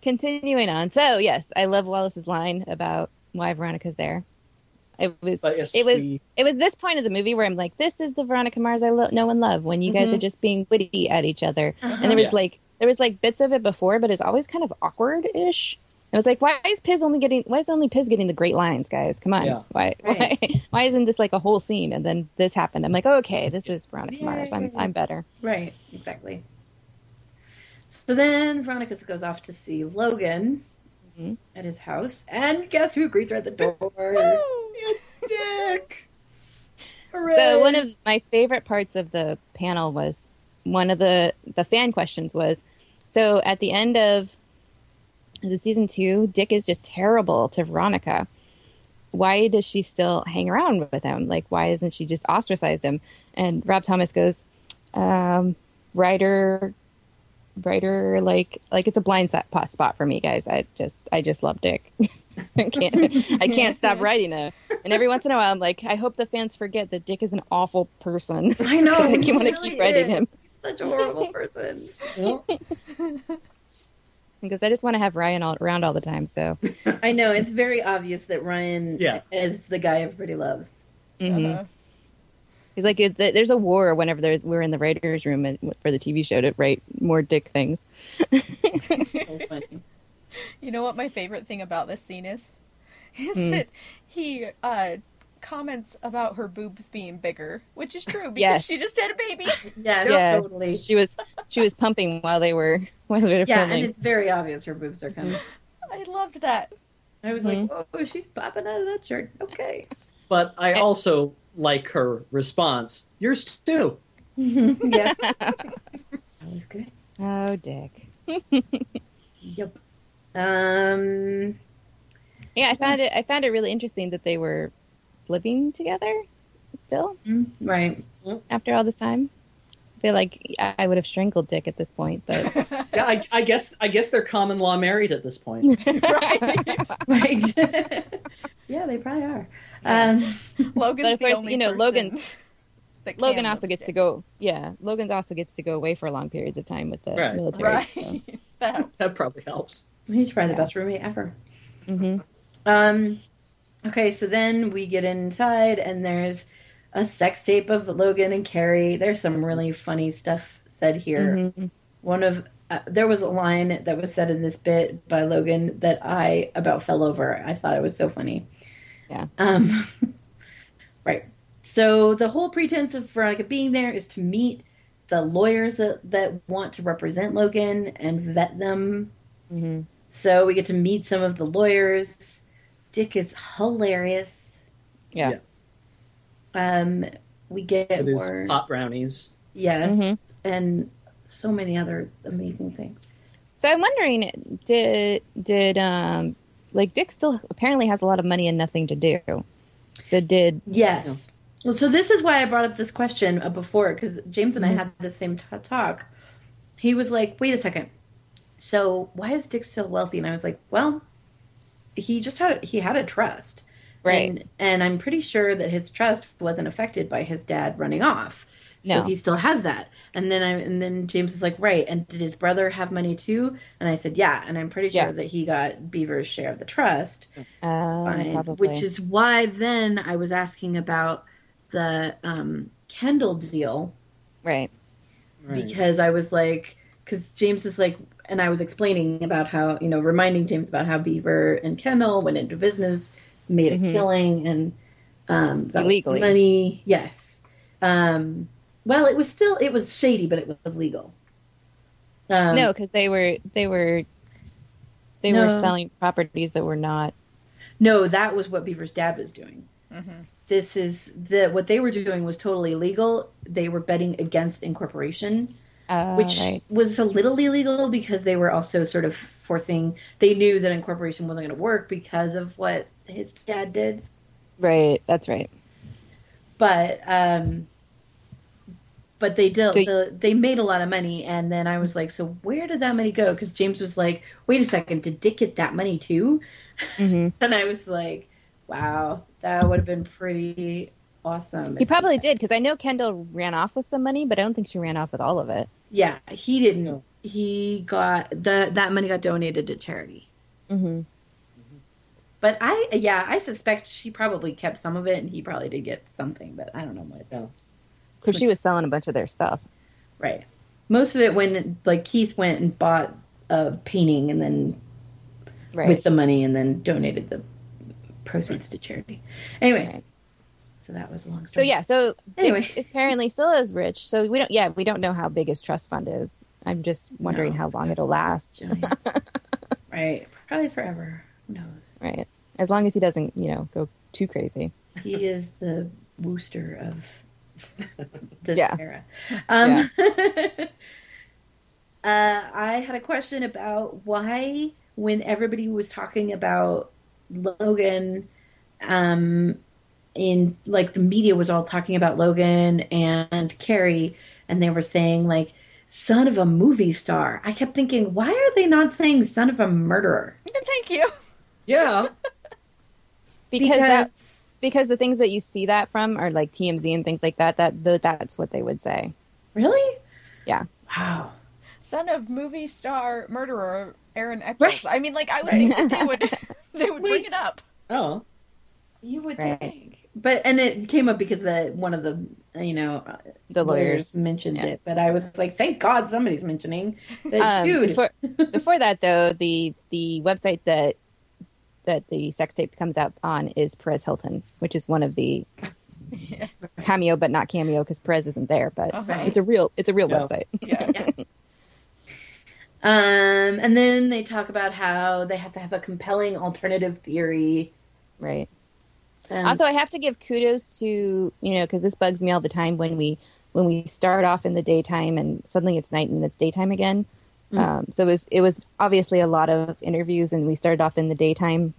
Speaker 4: continuing on so yes i love wallace's line about why veronica's there it was
Speaker 1: but yes,
Speaker 4: it was-
Speaker 1: we-
Speaker 4: it was this point of the movie where i'm like this is the veronica mars i lo- know and love when you guys
Speaker 2: Mhm.
Speaker 4: are just being witty at each other and
Speaker 2: Uh-huh.
Speaker 4: there was
Speaker 1: Mm-hmm. Oh, Yeah.
Speaker 4: like there was like bits of it before but it's always kind of awkward ish it was like why is piz only getting why is only piz getting the great lines guys come on
Speaker 1: Yeah.
Speaker 4: why
Speaker 2: Right.
Speaker 4: why [laughs] why isn't this like a whole scene and then this happened i'm like okay this is veronica mars i'm
Speaker 2: Yay.
Speaker 4: i'm better
Speaker 2: Right, exactly. So then Veronica goes off to see Logan
Speaker 4: Mhm.
Speaker 2: at his house, and guess who greets her at the
Speaker 4: [laughs]
Speaker 2: door?
Speaker 1: it's Dick. Hooray.
Speaker 4: So one of my favorite parts of the panel was one of the the fan questions was so at the end of is it season two, Dick is just terrible to Veronica. Why does she still hang around with him? Like why isn't she just ostracized him? And Rob Thomas goes, um, writer writer like like it's a blind spot spot for me guys i just i just love dick [laughs] i can't i can't stop writing it and every once in a while i'm like i hope the fans forget that dick is an awful person [laughs]
Speaker 2: [laughs] I know.
Speaker 4: like
Speaker 2: he
Speaker 4: you want to
Speaker 2: really
Speaker 4: keep writing
Speaker 2: is.
Speaker 4: him
Speaker 2: He's such a [laughs] horrible person.
Speaker 1: Yeah.
Speaker 4: because i just want to have ryan all around all the time so
Speaker 2: I know. It's very obvious that Ryan
Speaker 1: Yeah.
Speaker 2: is the guy everybody loves. Mm-hmm.
Speaker 4: mhm.
Speaker 3: Uh,
Speaker 4: he's like it, there's a war whenever there's we're in the writers room and, for the tv show to write more dick things
Speaker 2: It's [laughs] so funny.
Speaker 3: You know what my favorite thing about this scene is? [laughs] Is
Speaker 4: Hmm.
Speaker 3: that he uh, comments about her boobs being bigger, which is true because
Speaker 4: Yes.
Speaker 3: she just had a
Speaker 4: [laughs]
Speaker 3: baby.
Speaker 2: Yeah,
Speaker 4: yeah
Speaker 2: totally.
Speaker 4: she was she was pumping while they were [laughs] while they were
Speaker 2: Yeah, and
Speaker 4: filming
Speaker 2: it's very obvious her boobs are coming.
Speaker 3: I loved
Speaker 4: [laughs]
Speaker 3: that. [laughs]
Speaker 2: I was
Speaker 4: Mhm.
Speaker 2: like, oh, she's popping out of that shirt. [laughs] Okay.
Speaker 1: But I also like her response. Yours [laughs] too.
Speaker 2: yeah. That was good.
Speaker 4: oh dick
Speaker 2: Yep. Um.
Speaker 4: Yeah, I found it. I found it really interesting that they were living together still
Speaker 2: hmm, Right. [laughs]
Speaker 4: after all this time. I feel like I I would have strangled Dick at this point, but
Speaker 3: [laughs]
Speaker 1: Yeah, I, I guess I guess they're common law married at this point.
Speaker 3: right.
Speaker 2: Right. [laughs] yeah, they probably are. Um.
Speaker 3: Logan's
Speaker 4: But of
Speaker 3: the
Speaker 4: course,
Speaker 3: only
Speaker 4: you know, Logan-
Speaker 3: person that
Speaker 4: Logan
Speaker 3: can
Speaker 4: also
Speaker 3: look
Speaker 4: gets to
Speaker 3: dick.
Speaker 4: go. Yeah, Logan's also gets to go away for long periods of time with the
Speaker 1: Right.
Speaker 4: military.
Speaker 2: [laughs]
Speaker 3: [laughs]
Speaker 4: so.
Speaker 3: Right. That helps.
Speaker 1: That probably helps.
Speaker 2: He's probably the best roommate ever.
Speaker 4: Mhm.
Speaker 2: Um, okay, so then we get inside, and there's a sex tape of Logan and Carrie. There's some really funny stuff said here.
Speaker 4: Mhm.
Speaker 2: One of uh, there was a line that was said in this bit by Logan that I about fell over. I thought it was so funny.
Speaker 4: Yeah.
Speaker 2: Um, [laughs] right. So the whole pretense of Veronica being there is to meet the lawyers that, that want to represent Logan and vet them
Speaker 4: Mhm.
Speaker 2: so we get to meet some of the lawyers. Dick is hilarious.
Speaker 4: Yeah.
Speaker 1: Yes.
Speaker 2: Um, we get
Speaker 1: It is
Speaker 2: more-
Speaker 1: pot brownies.
Speaker 2: yes,
Speaker 4: Mhm.
Speaker 2: and so many other amazing things.
Speaker 4: So I'm wondering, did did um like Dick still apparently has a lot of money and nothing to do? So did
Speaker 2: Yes. Well, so this is why I brought up this question uh, before because James
Speaker 4: Mm-hmm.
Speaker 2: and I had the same t- talk. He was like, "Wait a second. So why is Dick still wealthy?" And I was like, "Well, he just had he had a trust,
Speaker 4: Right.
Speaker 2: And, and I'm pretty sure that his trust wasn't affected by his dad running off, so
Speaker 4: No.
Speaker 2: he still has that." And then I and then James is like, "Right. And did his brother have money too?" And I said, "Yeah." And I'm pretty sure
Speaker 4: Yeah.
Speaker 2: that he got Beaver's share of the trust
Speaker 4: um,
Speaker 2: fine,
Speaker 4: probably
Speaker 2: which is why then I was asking about the um, Kendall deal
Speaker 4: right.
Speaker 2: because I was like, because James is like, and I was explaining about how you know, reminding James about how Beaver and Kendall went into business, made a
Speaker 4: Mhm.
Speaker 2: killing, and um, got
Speaker 4: Illegally.
Speaker 2: money. Yes. Um, well, it was still it was shady, but it was legal. Um,
Speaker 4: no, because they were they were they were
Speaker 2: No.
Speaker 4: selling properties that were not
Speaker 2: no, that was what Beaver's dad was doing.
Speaker 3: Mhm.
Speaker 2: this is the what they were doing was totally illegal. They were betting against incorporation,
Speaker 4: uh,
Speaker 2: which
Speaker 4: right.
Speaker 2: was a little illegal because they were also sort of forcing. They knew that incorporation wasn't going to work because of what his dad did,
Speaker 4: Right, that's right.
Speaker 2: but um, but they did.
Speaker 4: So-
Speaker 2: the, they made a lot of money, and then I was like, so where did that money go? Because James was like, wait a second, did Dick get that money too?
Speaker 4: hmm
Speaker 2: And I was like, wow, that would have been pretty awesome.
Speaker 4: He
Speaker 2: if-
Speaker 4: probably did because I know Kendall ran off with some money, but I don't think she ran off with all of it.
Speaker 2: Yeah, he didn't. He got the that money got donated to charity.
Speaker 4: Mm-hmm.
Speaker 2: But I yeah, I suspect she probably kept some of it and he probably did get something, but I don't know what.
Speaker 4: Because she was selling a bunch of their stuff.
Speaker 2: Right. Most of it when like Keith went and bought a painting and then
Speaker 4: Right.
Speaker 2: with the money and then donated the proceeds to charity. Anyway,
Speaker 4: Right.
Speaker 2: so that was a long
Speaker 4: so
Speaker 2: story.
Speaker 4: yeah, so
Speaker 2: Anyway.
Speaker 4: Dick is apparently still is rich. So we don't. Yeah, we don't know how big his trust fund is. I'm just wondering
Speaker 2: No.
Speaker 4: how long it'll last. [laughs]
Speaker 2: right. Probably forever. Who knows?
Speaker 4: Right. As long as he doesn't, you know, go too crazy.
Speaker 2: He is the Wooster of [laughs] this
Speaker 4: Yeah.
Speaker 2: era. Um, [laughs] uh, I had a question about why, when everybody was talking about Logan, um, in like the media was all talking about Logan and Carrie, and they were saying like son of a movie star. I kept thinking, why are they not saying son of a murderer?
Speaker 3: [laughs] Thank you.
Speaker 1: Yeah.
Speaker 4: Because, that because the things that you see that from are like TMZ and things like that. That th- that's what they would say.
Speaker 2: really
Speaker 4: Yeah.
Speaker 2: wow
Speaker 3: Son of movie star murderer Aaron Eccles. I mean, like I would think that
Speaker 4: Right.
Speaker 3: they
Speaker 4: [laughs]
Speaker 3: would they would bring it up.
Speaker 1: Oh.
Speaker 2: You would
Speaker 4: Right.
Speaker 2: think, but and it came up because the one of the you know uh,
Speaker 4: The lawyers.
Speaker 2: mentioned
Speaker 4: yeah.
Speaker 2: it, but I was like, thank God somebody's mentioning that,
Speaker 4: Um,
Speaker 2: dude. [laughs]
Speaker 4: Before, before that, though, the the website that that the sex tape comes out on is Perez Hilton, which is one of the
Speaker 3: Yeah.
Speaker 4: cameo, but not cameo because Perez isn't there. But
Speaker 3: Uh-huh.
Speaker 2: Right.
Speaker 4: it's a real it's a real
Speaker 1: Yeah.
Speaker 4: website.
Speaker 3: [laughs] Yeah.
Speaker 2: um, and then they talk about how they have to have a compelling alternative theory.
Speaker 4: Right.
Speaker 2: Um,
Speaker 4: also, I have to give kudos to you know because this bugs me all the time when we when we start off in the daytime and suddenly it's night and it's daytime again.
Speaker 2: Mm.
Speaker 4: Um, so it was it was obviously a lot of interviews and we started off in the daytime.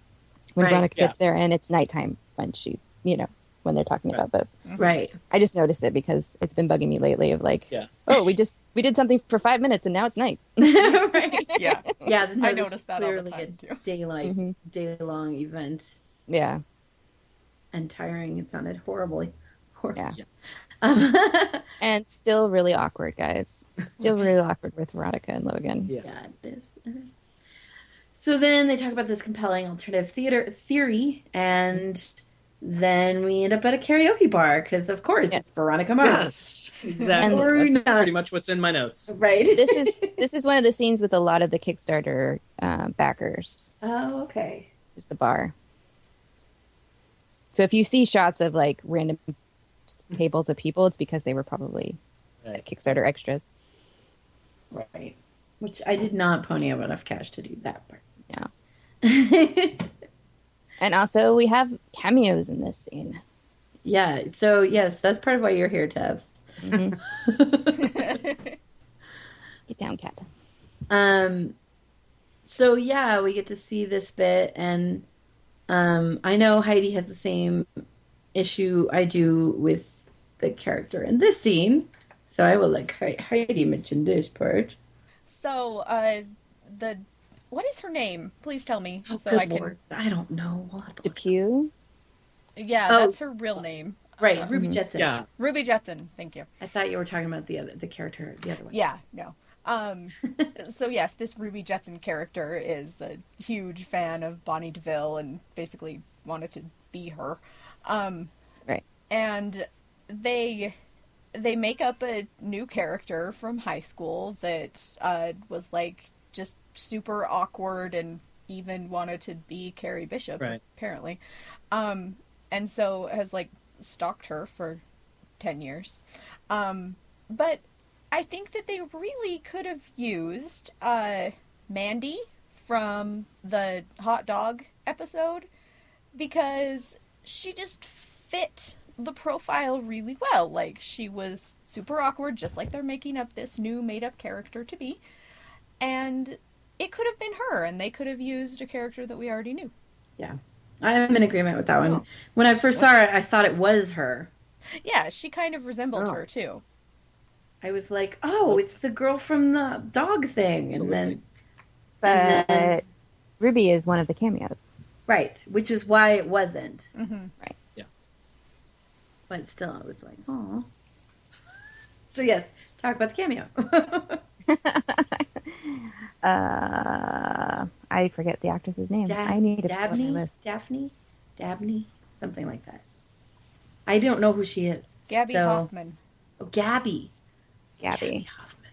Speaker 4: When
Speaker 2: Right,
Speaker 4: Veronica
Speaker 1: yeah.
Speaker 4: gets there and it's nighttime when she you know when they're talking
Speaker 1: Right.
Speaker 4: about this. [laughs]
Speaker 2: right, [laughs]
Speaker 4: I just noticed it because it's been bugging me lately of like,
Speaker 1: Yeah.
Speaker 4: oh, we just we did something for five minutes and now it's night.
Speaker 2: right,
Speaker 4: [laughs]
Speaker 3: Yeah.
Speaker 2: yeah. no,
Speaker 3: I
Speaker 2: this
Speaker 3: noticed
Speaker 2: was
Speaker 3: that all the
Speaker 2: clearly
Speaker 3: time,
Speaker 2: a
Speaker 3: too.
Speaker 2: daylight,
Speaker 4: Mhm.
Speaker 2: day long event
Speaker 4: Yeah,
Speaker 2: and tiring. It sounded horribly, horrible.
Speaker 4: Yeah.
Speaker 1: Yeah.
Speaker 2: [laughs] Um,
Speaker 4: and still really awkward, guys.
Speaker 1: [laughs]
Speaker 4: Still really awkward with Veronica and Logan.
Speaker 1: Yeah.
Speaker 2: Yeah, it is. So then they talk about this compelling alternative theater theory, and then we end up at a karaoke bar because, of course,
Speaker 4: Yes.
Speaker 2: it's Veronica Mars,
Speaker 1: Yes. Exactly.
Speaker 2: And-
Speaker 1: That's pretty much what's in my notes.
Speaker 2: right?
Speaker 4: This is this is one of the scenes with a lot of the Kickstarter uh, backers
Speaker 2: oh, okay.
Speaker 4: is the bar. So if you see shots of like random s- tables of people, it's because they were probably uh,
Speaker 1: Right.
Speaker 4: Kickstarter extras.
Speaker 2: Right. Which I did not pony up enough cash to do that part.
Speaker 4: Yeah.
Speaker 2: Yeah.
Speaker 4: And also, we have cameos in this scene.
Speaker 2: [laughs] Yeah. So yes, that's part of why you're here, Tevs.
Speaker 4: Mhm.
Speaker 3: [laughs]
Speaker 4: Get down, cat.
Speaker 2: Um, so yeah, we get to see this bit, and um, I know Heidi has the same issue I do with the character in this scene. So I will let Hei- Heidi mention this part.
Speaker 3: so, uh, the what is her name? Please tell me.
Speaker 4: Oh,
Speaker 3: so I can-
Speaker 2: I don't know. We'll have to look.
Speaker 4: Depew.
Speaker 3: Yeah,
Speaker 2: Oh.
Speaker 3: that's her real name.
Speaker 2: Right, Ruby
Speaker 4: Mhm.
Speaker 2: Jetson.
Speaker 1: Yeah,
Speaker 3: Ruby Jetson. Thank you.
Speaker 2: I thought you were talking about the other, the character, the other one.
Speaker 3: Yeah, no. Um, so yes, this Ruby Jetson character is a huge fan of Bonnie DeVille and basically wanted to be her. Um,
Speaker 4: Right.
Speaker 3: And they they make up a new character from high school that uh, was like just super awkward and even wanted to be Carrie Bishop
Speaker 1: Right.
Speaker 3: apparently, um, and so has like stalked her for ten years. Um, but I think that they really could have used uh, Mandy from the hot dog episode because she just fit the profile really well. Like, she was super awkward, just like they're making up this new made up character to be. And it could have been her, and they could have used a character that we already knew.
Speaker 2: I'm in agreement with that one. When I first saw her, I thought it was her.
Speaker 3: Yeah, she kind of resembled
Speaker 1: Oh.
Speaker 3: her, too.
Speaker 2: I was like, oh, it's the girl from the dog thing. And then, And then-
Speaker 4: But Ruby is one of the cameos.
Speaker 2: right, which is why it wasn't.
Speaker 3: hmm
Speaker 2: But still, I was like, oh. So, yes, talk about the cameo.
Speaker 4: [laughs] Uh, I forget the actress's name.
Speaker 2: Dab-
Speaker 4: I need to put it on
Speaker 2: Dabney?
Speaker 4: my list.
Speaker 2: Daphne? Dabney? Something like that. I don't know who she is.
Speaker 3: Gabby
Speaker 2: so,
Speaker 3: Hoffman.
Speaker 2: Oh, Gabby.
Speaker 4: Gabby.
Speaker 2: Hoffman.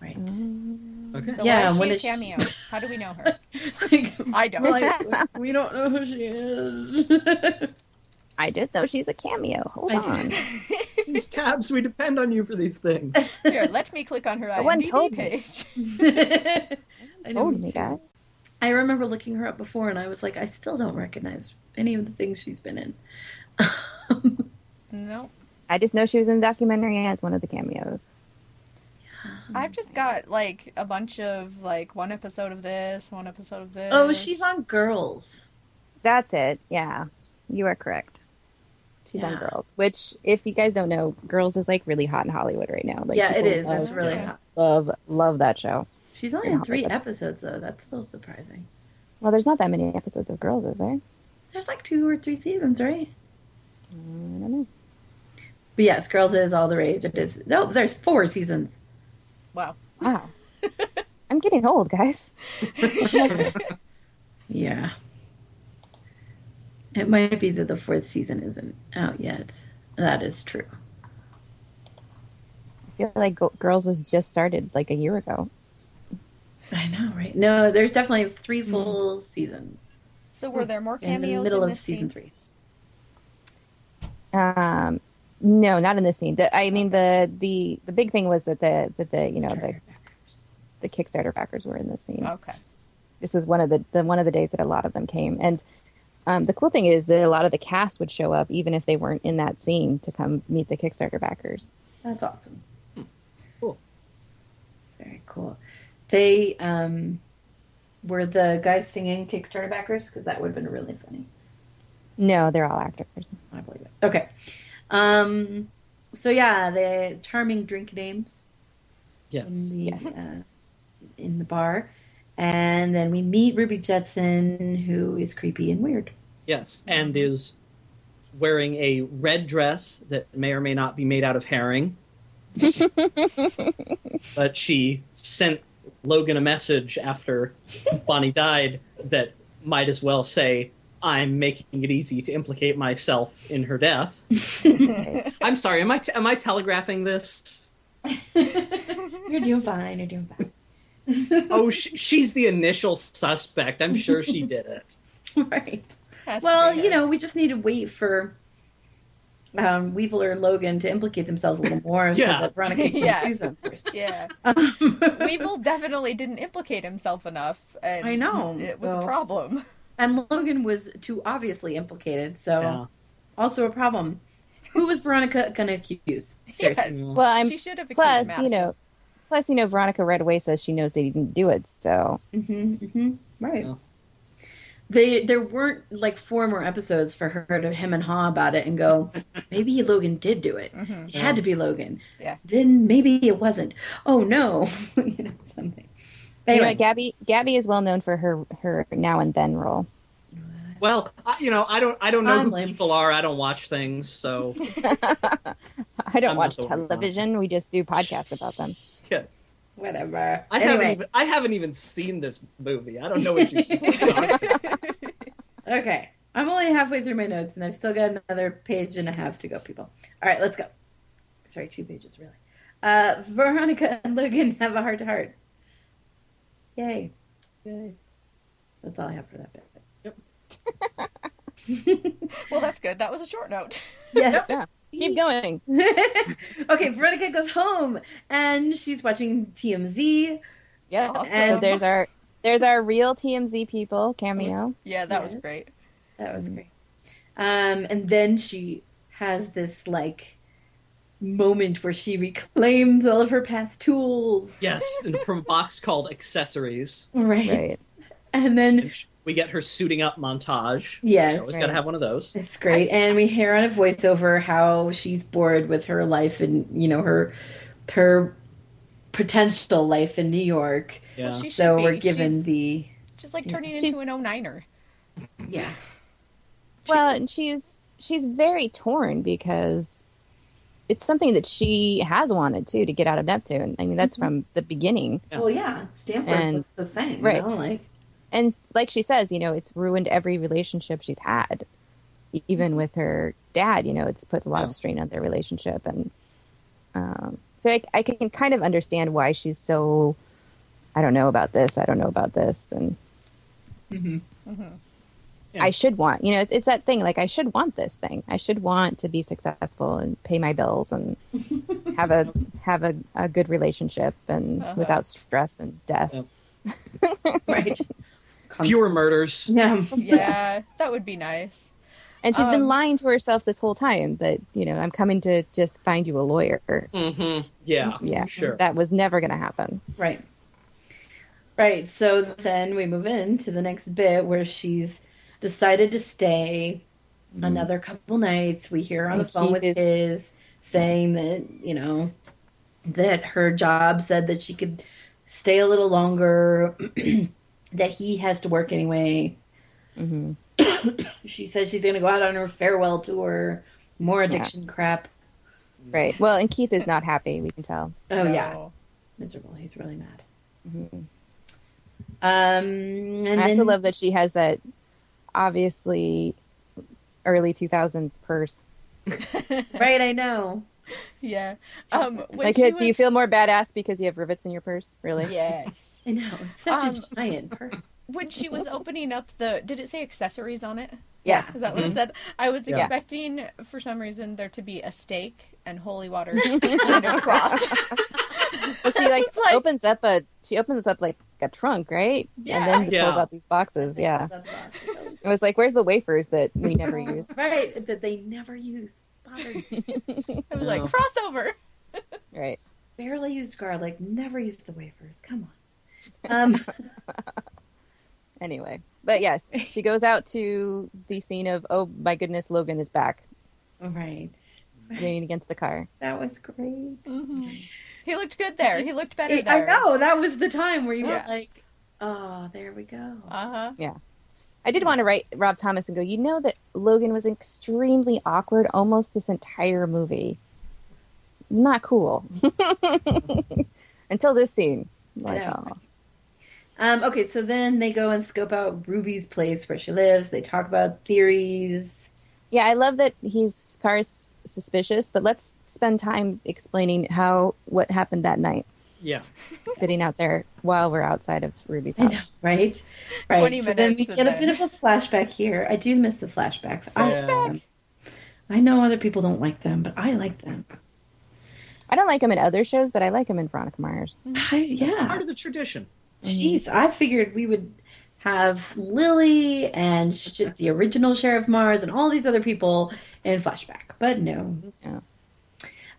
Speaker 2: Right.
Speaker 4: Mm.
Speaker 1: okay.
Speaker 3: So
Speaker 2: Yeah,
Speaker 3: why
Speaker 2: when
Speaker 3: is
Speaker 2: is
Speaker 3: she
Speaker 2: she-
Speaker 3: a cameo? How do we know
Speaker 2: [laughs]
Speaker 3: her?
Speaker 2: like,
Speaker 4: Mm-hmm.
Speaker 3: I don't.
Speaker 2: like, we don't
Speaker 4: [laughs]
Speaker 2: know who she is.
Speaker 4: I just know she's a cameo. Hold
Speaker 2: I do.
Speaker 4: on.
Speaker 1: these tabs, we depend on you for these things.
Speaker 3: [laughs] Here, let me click on her
Speaker 4: No
Speaker 3: IMDb
Speaker 4: one told me.
Speaker 3: page.
Speaker 2: [laughs]
Speaker 3: [laughs]
Speaker 4: [laughs]
Speaker 2: I know
Speaker 4: Told
Speaker 2: me
Speaker 4: me
Speaker 2: too.
Speaker 4: that.
Speaker 2: I remember looking her up before, and I was like, I still don't recognize any of the things she's been in.
Speaker 3: No,
Speaker 4: I just know she was in the documentary as one of the cameos.
Speaker 3: I've just got like a bunch of like one episode of this, one episode of this.
Speaker 2: oh, she's on Girls.
Speaker 4: That's it. Yeah, you are correct. She's on
Speaker 2: Yeah.
Speaker 4: Girls, which, if you guys don't know, Girls is like really hot in Hollywood right now. Like,
Speaker 2: yeah, it
Speaker 4: people
Speaker 2: is. That's
Speaker 4: love-
Speaker 2: really
Speaker 3: yeah.
Speaker 2: hot.
Speaker 4: love love that show.
Speaker 2: She's only
Speaker 4: Yeah,
Speaker 2: in three
Speaker 4: but-
Speaker 2: episodes, though. That's a little surprising.
Speaker 4: Well, there's not that many episodes of Girls, is there?
Speaker 2: There's like two or three seasons, right?
Speaker 4: I don't know.
Speaker 2: But yes, Girls is all the rage. It is. No, there's four seasons.
Speaker 3: Wow.
Speaker 4: Wow, [laughs] I'm getting old, guys.
Speaker 2: Yeah. It might be that the fourth season isn't out yet. That is true.
Speaker 4: I feel like Go- Girls was just started like a year ago.
Speaker 2: I know, right? No, there's definitely three full seasons.
Speaker 3: So were there more
Speaker 2: Hmm. in
Speaker 3: cameos
Speaker 2: the middle
Speaker 3: in
Speaker 2: of
Speaker 3: this
Speaker 2: season
Speaker 3: scene?
Speaker 2: three.
Speaker 4: Um, no, not in this scene. The, I mean the the the big thing was that the that the you know the,
Speaker 2: Sorry.
Speaker 4: the Kickstarter backers were in this scene.
Speaker 3: Okay.
Speaker 4: this was one of the, the one of the days that a lot of them came and um, the cool thing is that a lot of the cast would show up even if they weren't in that scene to come meet the kickstarter backers
Speaker 2: That's awesome.
Speaker 1: Cool.
Speaker 2: Very cool. They um, were the guys singing Kickstarter backers because that would have been really funny.
Speaker 4: no they're all actors
Speaker 2: I believe it. Okay. Um, so yeah, the charming drink names in
Speaker 1: Yes.
Speaker 2: the
Speaker 4: Yes.
Speaker 2: uh, in the bar, and then we meet Ruby Jetson, who is creepy
Speaker 1: [laughs]
Speaker 2: and weird.
Speaker 1: Yes, and is wearing a red dress that may or may not be made out of herring. but she sent Logan a message after Bonnie died that might as well say, I'm making it easy to implicate myself in her death.
Speaker 4: Right.
Speaker 1: I'm sorry, am I, t- am I telegraphing this?
Speaker 2: You're doing fine. You're doing fine.
Speaker 1: [laughs] Oh, sh- she's the initial suspect. I'm sure she did it.
Speaker 2: right.
Speaker 3: Has to
Speaker 2: Well,
Speaker 3: be
Speaker 2: you
Speaker 3: her.
Speaker 2: know, we just need to wait for um, Weevil or Logan to implicate themselves a little more
Speaker 1: [laughs] Yeah.
Speaker 2: so that Veronica can
Speaker 3: Yeah.
Speaker 2: accuse them first.
Speaker 3: Yeah.
Speaker 2: Um,
Speaker 3: Weevil definitely didn't implicate himself enough and
Speaker 2: I know,
Speaker 3: it was
Speaker 2: well-
Speaker 3: a problem. [laughs]
Speaker 2: and Logan was too obviously implicated, so
Speaker 1: Yeah.
Speaker 2: also a problem. Who was Veronica gonna accuse? Seriously.
Speaker 3: Yes.
Speaker 1: Yeah.
Speaker 4: Well, I'm
Speaker 3: she should have accused
Speaker 4: plus, you
Speaker 3: Madison.
Speaker 4: know, plus you know, Veronica right away says she knows they didn't do it. So
Speaker 2: hmm hmm Right.
Speaker 1: Yeah.
Speaker 2: They there weren't like four more episodes for her to him and haw about it and go. Maybe Logan did do it.
Speaker 3: Mhm.
Speaker 2: It had to be Logan.
Speaker 3: Yeah.
Speaker 2: Then maybe it wasn't. Oh no. [laughs] you know something.
Speaker 4: you know,
Speaker 2: Anyway,
Speaker 4: what, Gabby Gabby is well known for her her now and then role. [laughs]
Speaker 1: Well, I, you know, I don't, I don't know
Speaker 2: Oddly.
Speaker 1: who people are. I don't watch things, so
Speaker 4: I don't
Speaker 1: I'm not
Speaker 4: watch
Speaker 1: the one who
Speaker 4: television. We just do podcasts about them.
Speaker 1: [laughs] yes.
Speaker 2: whatever.
Speaker 1: I haven't
Speaker 2: anyway,
Speaker 1: even I haven't even seen this movie. I don't know
Speaker 4: [laughs]
Speaker 1: what you
Speaker 2: okay. I'm only halfway through my notes and I've still got another page and a half to go, people. All right, let's go. Sorry, two pages really. Uh, Veronica and Logan have a heart to heart. Yay.
Speaker 4: [laughs]
Speaker 2: That's all I have for that bit.
Speaker 3: well, that's good. That was a short note.
Speaker 2: Yes.
Speaker 4: Keep going.
Speaker 2: [laughs] okay, Veronica goes home and she's watching TMZ.
Speaker 4: Yeah.
Speaker 3: [laughs] Awesome.
Speaker 4: Uh, So there's our there's our real TMZ people cameo.
Speaker 3: Yeah, that was
Speaker 2: Yeah.
Speaker 3: great.
Speaker 2: That was
Speaker 4: Mm.
Speaker 2: great. Um, and then she has this like moment where she reclaims all of her past tools.
Speaker 1: Yes, and from a box called accessories.
Speaker 2: Right.
Speaker 4: Right.
Speaker 2: And then
Speaker 1: And sh- We get her suiting up montage.
Speaker 2: Yes.
Speaker 1: She always got to
Speaker 4: Right.
Speaker 1: have one of those.
Speaker 2: it's great. And we hear on a voiceover how she's bored with her life and you know her her potential life in New York.
Speaker 1: Yeah.
Speaker 3: Well, she should
Speaker 2: so
Speaker 3: be.
Speaker 2: we're given
Speaker 3: She's
Speaker 2: the
Speaker 3: just like turning
Speaker 4: She's-
Speaker 3: into an 09er.
Speaker 2: yeah.
Speaker 4: Well, and she's she's very torn because it's something that she has wanted too to get out of Neptune. I mean, that's from the beginning.
Speaker 1: Yeah.
Speaker 2: Well, yeah, Stanford
Speaker 4: And-
Speaker 2: was the thing,
Speaker 4: right.
Speaker 2: You know? Like,
Speaker 4: And like she says, you know, it's ruined every relationship she's had. E- Even with her dad, you know, it's put a lot
Speaker 1: Yeah.
Speaker 4: of strain on their relationship and um so I, I can kind of understand why she's so I don't know about this, I don't know about this and [laughs]
Speaker 3: hmm
Speaker 1: Yeah.
Speaker 4: I should want. You know, it's it's that thing. Like I should want this thing. I should want to be successful and pay my bills
Speaker 3: [laughs]
Speaker 4: and have a have a, a good relationship and
Speaker 3: Uh-huh.
Speaker 4: without stress and death.
Speaker 1: Yep.
Speaker 2: right?
Speaker 1: Fewer murders.
Speaker 2: Yeah.
Speaker 3: Yeah, that would be nice.
Speaker 4: And she's
Speaker 3: Um,
Speaker 4: been lying to herself this whole time that you know I'm coming to just find you a lawyer.
Speaker 1: Mm-hmm. Yeah.
Speaker 4: Yeah,
Speaker 1: Sure.
Speaker 4: That was never going to happen.
Speaker 2: Right. Right. So then we move into the next bit where she's decided to stay another couple nights. We hear her on the
Speaker 4: Mm-hmm.
Speaker 2: phone
Speaker 4: And he
Speaker 2: with
Speaker 4: is-
Speaker 2: his saying that, you know, that her job said that she could stay a little longer, [clears throat] that he has to work anyway. Mm-hmm.
Speaker 4: hmm
Speaker 2: She says she's going to go out on her farewell tour, more addiction crap.
Speaker 4: Right. Well, and Keith is not happy. We can tell.
Speaker 2: Oh, yeah.
Speaker 3: So,
Speaker 2: Miserable. He's really mad.
Speaker 4: hmm
Speaker 2: Um, and
Speaker 4: I also
Speaker 2: then-
Speaker 4: love that she has that obviously early 2000s purse.
Speaker 2: Right, I know.
Speaker 3: Yeah. Um, when
Speaker 4: like,
Speaker 3: she
Speaker 4: do you
Speaker 3: was-
Speaker 4: feel more badass because you have rivets in your purse? Really?
Speaker 3: Yes.
Speaker 2: I know. It's such
Speaker 3: Um,
Speaker 2: a giant purse.
Speaker 4: [laughs]
Speaker 3: When she was opening up the, did it say accessories on it?
Speaker 4: Yes.
Speaker 3: Is that what
Speaker 2: Mm-hmm.
Speaker 3: it said? I was
Speaker 1: Yeah.
Speaker 3: expecting, for some reason, there to be a steak and holy water
Speaker 2: [laughs]
Speaker 3: and [laughs] a cross.
Speaker 4: Well, Mm-hmm. she like,
Speaker 3: It's like-
Speaker 4: opens up a she opens up like a trunk, right?
Speaker 3: Yeah.
Speaker 4: And then
Speaker 1: Yeah.
Speaker 4: pulls out these boxes. Yeah. It was like, where's the wafers that
Speaker 3: [laughs]
Speaker 2: [laughs]
Speaker 4: we [laughs] never use?
Speaker 2: Right, that they never use. Bothered.
Speaker 4: [laughs]
Speaker 3: I was like,
Speaker 1: No.
Speaker 3: crossover.
Speaker 4: Right.
Speaker 2: Barely used garlic, never used the wafers. Come
Speaker 4: [laughs]
Speaker 2: on. Um,
Speaker 4: Anyway, but yes, she goes out to the scene of oh my goodness, Logan is back
Speaker 2: right.
Speaker 4: leaning against the car.
Speaker 2: That was great.
Speaker 1: Mm-hmm.
Speaker 3: Mhm. He looked good there. He looked better
Speaker 2: It- I
Speaker 3: there.
Speaker 2: know. That was the time where you
Speaker 3: Yeah.
Speaker 2: were like, oh, there we go.
Speaker 3: Uh huh.
Speaker 4: I did want to write Rob Thomas and go, you know that Logan was extremely awkward almost this entire movie.
Speaker 3: [laughs]
Speaker 4: Not cool. [laughs] Until this scene. Like,
Speaker 2: I know.
Speaker 4: oh.
Speaker 2: Um, okay, so then they go and scope out Ruby's place where she lives. They talk about theories.
Speaker 4: Yeah, I love that he's Car's suspicious, but let's spend time explaining how what happened that night,
Speaker 1: Yeah.
Speaker 4: sitting out there while we're outside of Ruby's
Speaker 2: I
Speaker 4: house.
Speaker 2: know, right? Right.
Speaker 3: 20
Speaker 2: so then
Speaker 3: minutes
Speaker 2: we
Speaker 3: and
Speaker 2: get a
Speaker 3: then-
Speaker 2: bit of a flashback here. I do miss the flashbacks. I,
Speaker 1: Flashback.
Speaker 2: I know other people don't like them, but I like them.
Speaker 4: I don't like him in other shows, but I like him in Veronica Mars.
Speaker 2: I,
Speaker 1: That's
Speaker 2: yeah.
Speaker 1: part of the tradition.
Speaker 2: Jeez, I figured we would have Lily and sh- the original Sheriff Mars and all these other people and flashback, but no.
Speaker 4: No.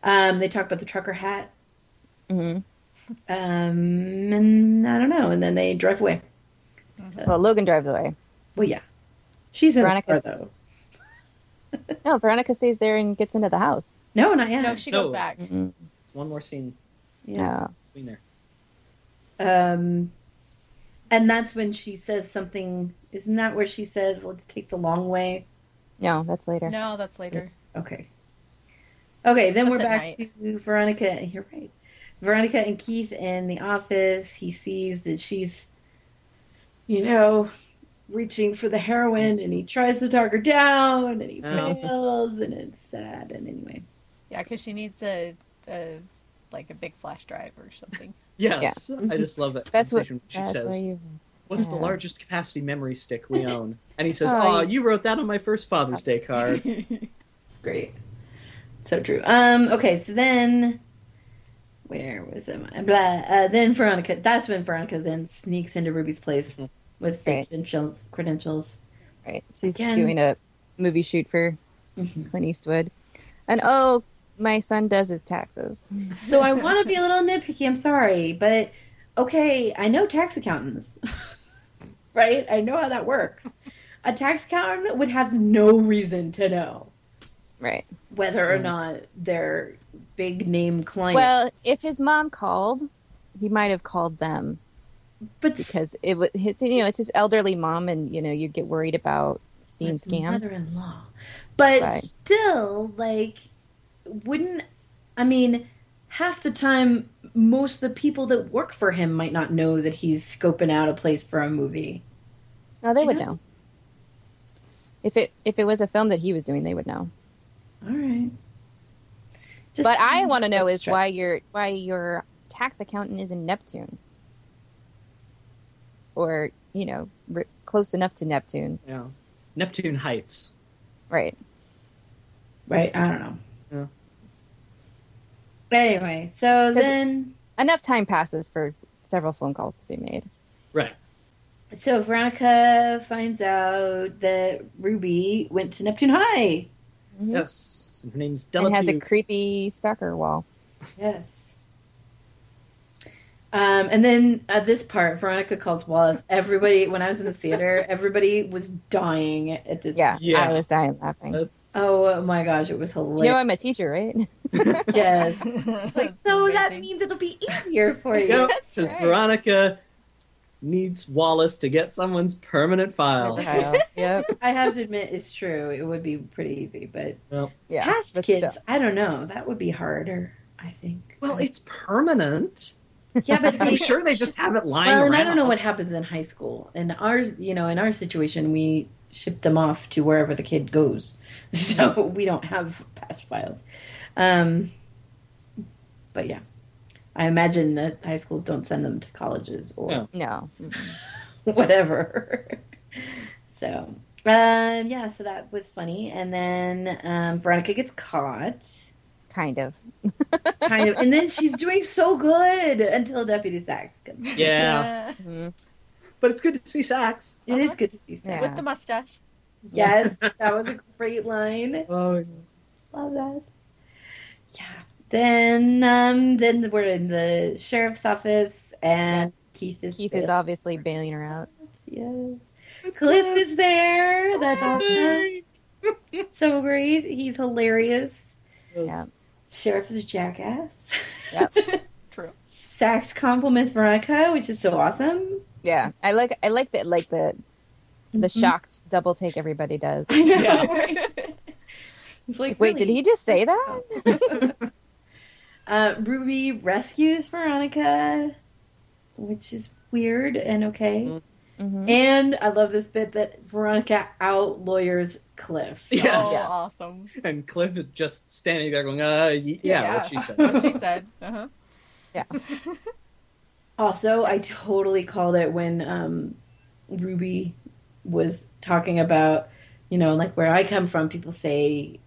Speaker 2: Um, they talk about the trucker hat,
Speaker 4: hmm
Speaker 2: um, and I don't know, and then they drive away.
Speaker 4: Well, Logan drives away.
Speaker 2: Well, yeah, she's in
Speaker 4: Veronica's-
Speaker 2: the car though.
Speaker 4: No, Veronica stays there and gets into the house.
Speaker 2: No, not yet.
Speaker 3: No, she
Speaker 1: No.
Speaker 3: goes back.
Speaker 4: mm
Speaker 1: One more scene
Speaker 4: Yeah.
Speaker 1: between there.
Speaker 2: Um, and that's when she says something. Isn't that where she says, "Let's take the long way"?
Speaker 4: No, that's later.
Speaker 3: No, that's later.
Speaker 2: Okay. Okay, then we're
Speaker 3: That's
Speaker 2: back
Speaker 3: at
Speaker 2: to Veronica. and You're right. Veronica and Keith in the office. He sees that she's, you know, reaching for the heroin and he tries to talk her down and he
Speaker 1: Oh.
Speaker 2: fails and it's sad. And anyway,
Speaker 3: Yeah, because she needs a, a like a big flash drive or something.
Speaker 1: Yes, I just love that.
Speaker 4: That's what-
Speaker 1: conversation she
Speaker 4: That's
Speaker 1: says.
Speaker 4: why you.
Speaker 1: What's the
Speaker 4: Yeah.
Speaker 1: largest capacity memory stick we
Speaker 4: [laughs]
Speaker 1: own? And he says,
Speaker 4: Oh,
Speaker 1: "Oh,
Speaker 4: yeah.
Speaker 1: you wrote that on my first Father's Day card."
Speaker 2: [laughs]
Speaker 4: [laughs]
Speaker 2: it's great. So true. Um. Okay, so then. Where was it? Blah. Uh, then Veronica. That's when Veronica then sneaks into Ruby's place
Speaker 1: Mhm.
Speaker 2: with fake
Speaker 4: Right.
Speaker 2: credentials. Credentials.
Speaker 4: Right. She's
Speaker 2: Again.
Speaker 4: doing a movie shoot for
Speaker 2: hmm
Speaker 4: Clint Eastwood, and oh, my son does his taxes.
Speaker 2: So I want to be a little nitpicky. I'm sorry, but okay, I know tax accountants, [laughs] right? I know how that works. A tax accountant would have no reason to know
Speaker 4: Right.
Speaker 2: whether or
Speaker 1: Mm.
Speaker 2: not their big name client.
Speaker 4: Well, if his mom called, he might have called them
Speaker 2: but
Speaker 4: because it would. It's you know, it's his elderly mom, and you know, you get worried about being
Speaker 2: his
Speaker 4: scammed.
Speaker 2: Mother-in-law, but
Speaker 4: Right.
Speaker 2: still, like, wouldn't I mean? Half the time, most of the people that work for him might not know that he's scoping out a place for a movie.
Speaker 4: No, they
Speaker 2: You
Speaker 4: would
Speaker 2: know?
Speaker 4: know. If it if it was a film that he was doing, they would know.
Speaker 2: All right. Just
Speaker 4: but I want to know is why your why your tax accountant is in Neptune, or you know, r- close enough to Neptune,
Speaker 1: Yeah, Neptune Heights.
Speaker 4: right?
Speaker 2: Right. I don't know.
Speaker 1: Yeah.
Speaker 2: Anyway, so
Speaker 4: 'Cause-
Speaker 2: then,
Speaker 4: Enough time passes for several phone calls to be made.
Speaker 1: Right.
Speaker 2: so Veronica finds out that Ruby went to Neptune High.
Speaker 1: Mm-hmm. Yes, and her name's
Speaker 4: And has a
Speaker 1: Delapue.
Speaker 4: creepy stalker wall.
Speaker 2: Yes. Um, and then at this part, Veronica calls Wallace. Everybody, when I was in the theater, everybody was dying at this.
Speaker 4: Yeah,
Speaker 1: Yeah.
Speaker 4: I was dying laughing.
Speaker 1: That's-
Speaker 2: Oh my gosh, it was
Speaker 4: you know,
Speaker 2: hilarious.
Speaker 4: I'm a teacher, right? [laughs]
Speaker 2: yes.
Speaker 3: She's
Speaker 1: [laughs]
Speaker 2: It's like, so that means it'll be easier for you.
Speaker 1: Yep,
Speaker 2: [laughs]
Speaker 3: That's
Speaker 1: because
Speaker 3: right.
Speaker 1: Veronica needs Wallace to get someone's permanent
Speaker 4: [laughs]
Speaker 1: file.
Speaker 4: Kyle. yep.
Speaker 2: I have to admit, it's true. It would be pretty easy, but
Speaker 4: Yeah.
Speaker 2: past
Speaker 4: but
Speaker 2: kids,
Speaker 4: still.
Speaker 2: I don't know. That would be harder. I think.
Speaker 1: Well, it's permanent.
Speaker 2: yeah, but
Speaker 1: I'm
Speaker 2: they-
Speaker 1: sure they just have it lying
Speaker 2: Well,
Speaker 1: around.
Speaker 2: and I don't know what happens in high school. In ours, you know, in our situation, we ship them off to wherever the kid goes, [laughs] so we don't have past files. Um, but yeah, I imagine that high schools don't send them to colleges or
Speaker 1: No.
Speaker 4: No.
Speaker 2: [laughs]
Speaker 4: mm,
Speaker 2: whatever. [laughs] so, um, yeah, so that was funny. And then um, Veronica gets caught,
Speaker 4: Kind of.
Speaker 2: kind of, and then she's doing so good until Deputy Sax comes.
Speaker 1: [laughs] Yeah,
Speaker 2: Mm-hmm.
Speaker 4: Mhm.
Speaker 1: but it's good to see Sax.
Speaker 2: It is good to see Sax.
Speaker 3: [laughs]
Speaker 4: Yeah.
Speaker 3: With the mustache.
Speaker 4: [laughs]
Speaker 2: Yes, that was a great line.
Speaker 1: Oh,
Speaker 2: Love that. Yeah. Then, um, then we're in the sheriff's office, and Keith is
Speaker 4: Keith is
Speaker 2: there.
Speaker 4: obviously bailing her out.
Speaker 2: Yes. Cliff is there. That's awesome. so great. He's hilarious.
Speaker 4: Yeah.
Speaker 2: Sheriff is a jackass. [laughs]
Speaker 3: True.
Speaker 2: Sax compliments Veronica, which is so awesome.
Speaker 4: Yeah, I like I like that like the the
Speaker 2: Mhm.
Speaker 4: shocked double take everybody does.
Speaker 2: I know.
Speaker 3: [laughs] Oh,
Speaker 1: Yeah.
Speaker 2: It's like,
Speaker 4: Wait, did
Speaker 2: really?
Speaker 4: he just say that?
Speaker 2: Uh, Ruby rescues Veronica, which is weird and okay.
Speaker 1: Mhm.
Speaker 4: Mhm.
Speaker 2: And I love this bit that Veronica out lawyers Cliff.
Speaker 1: Yes.
Speaker 3: Oh, awesome.
Speaker 1: And Cliff is just standing there going, uh, y- yeah, what she said.
Speaker 3: What she said. Uh-huh.
Speaker 2: Also, I totally called it when um, Ruby was talking about, you know, like where I come from, people say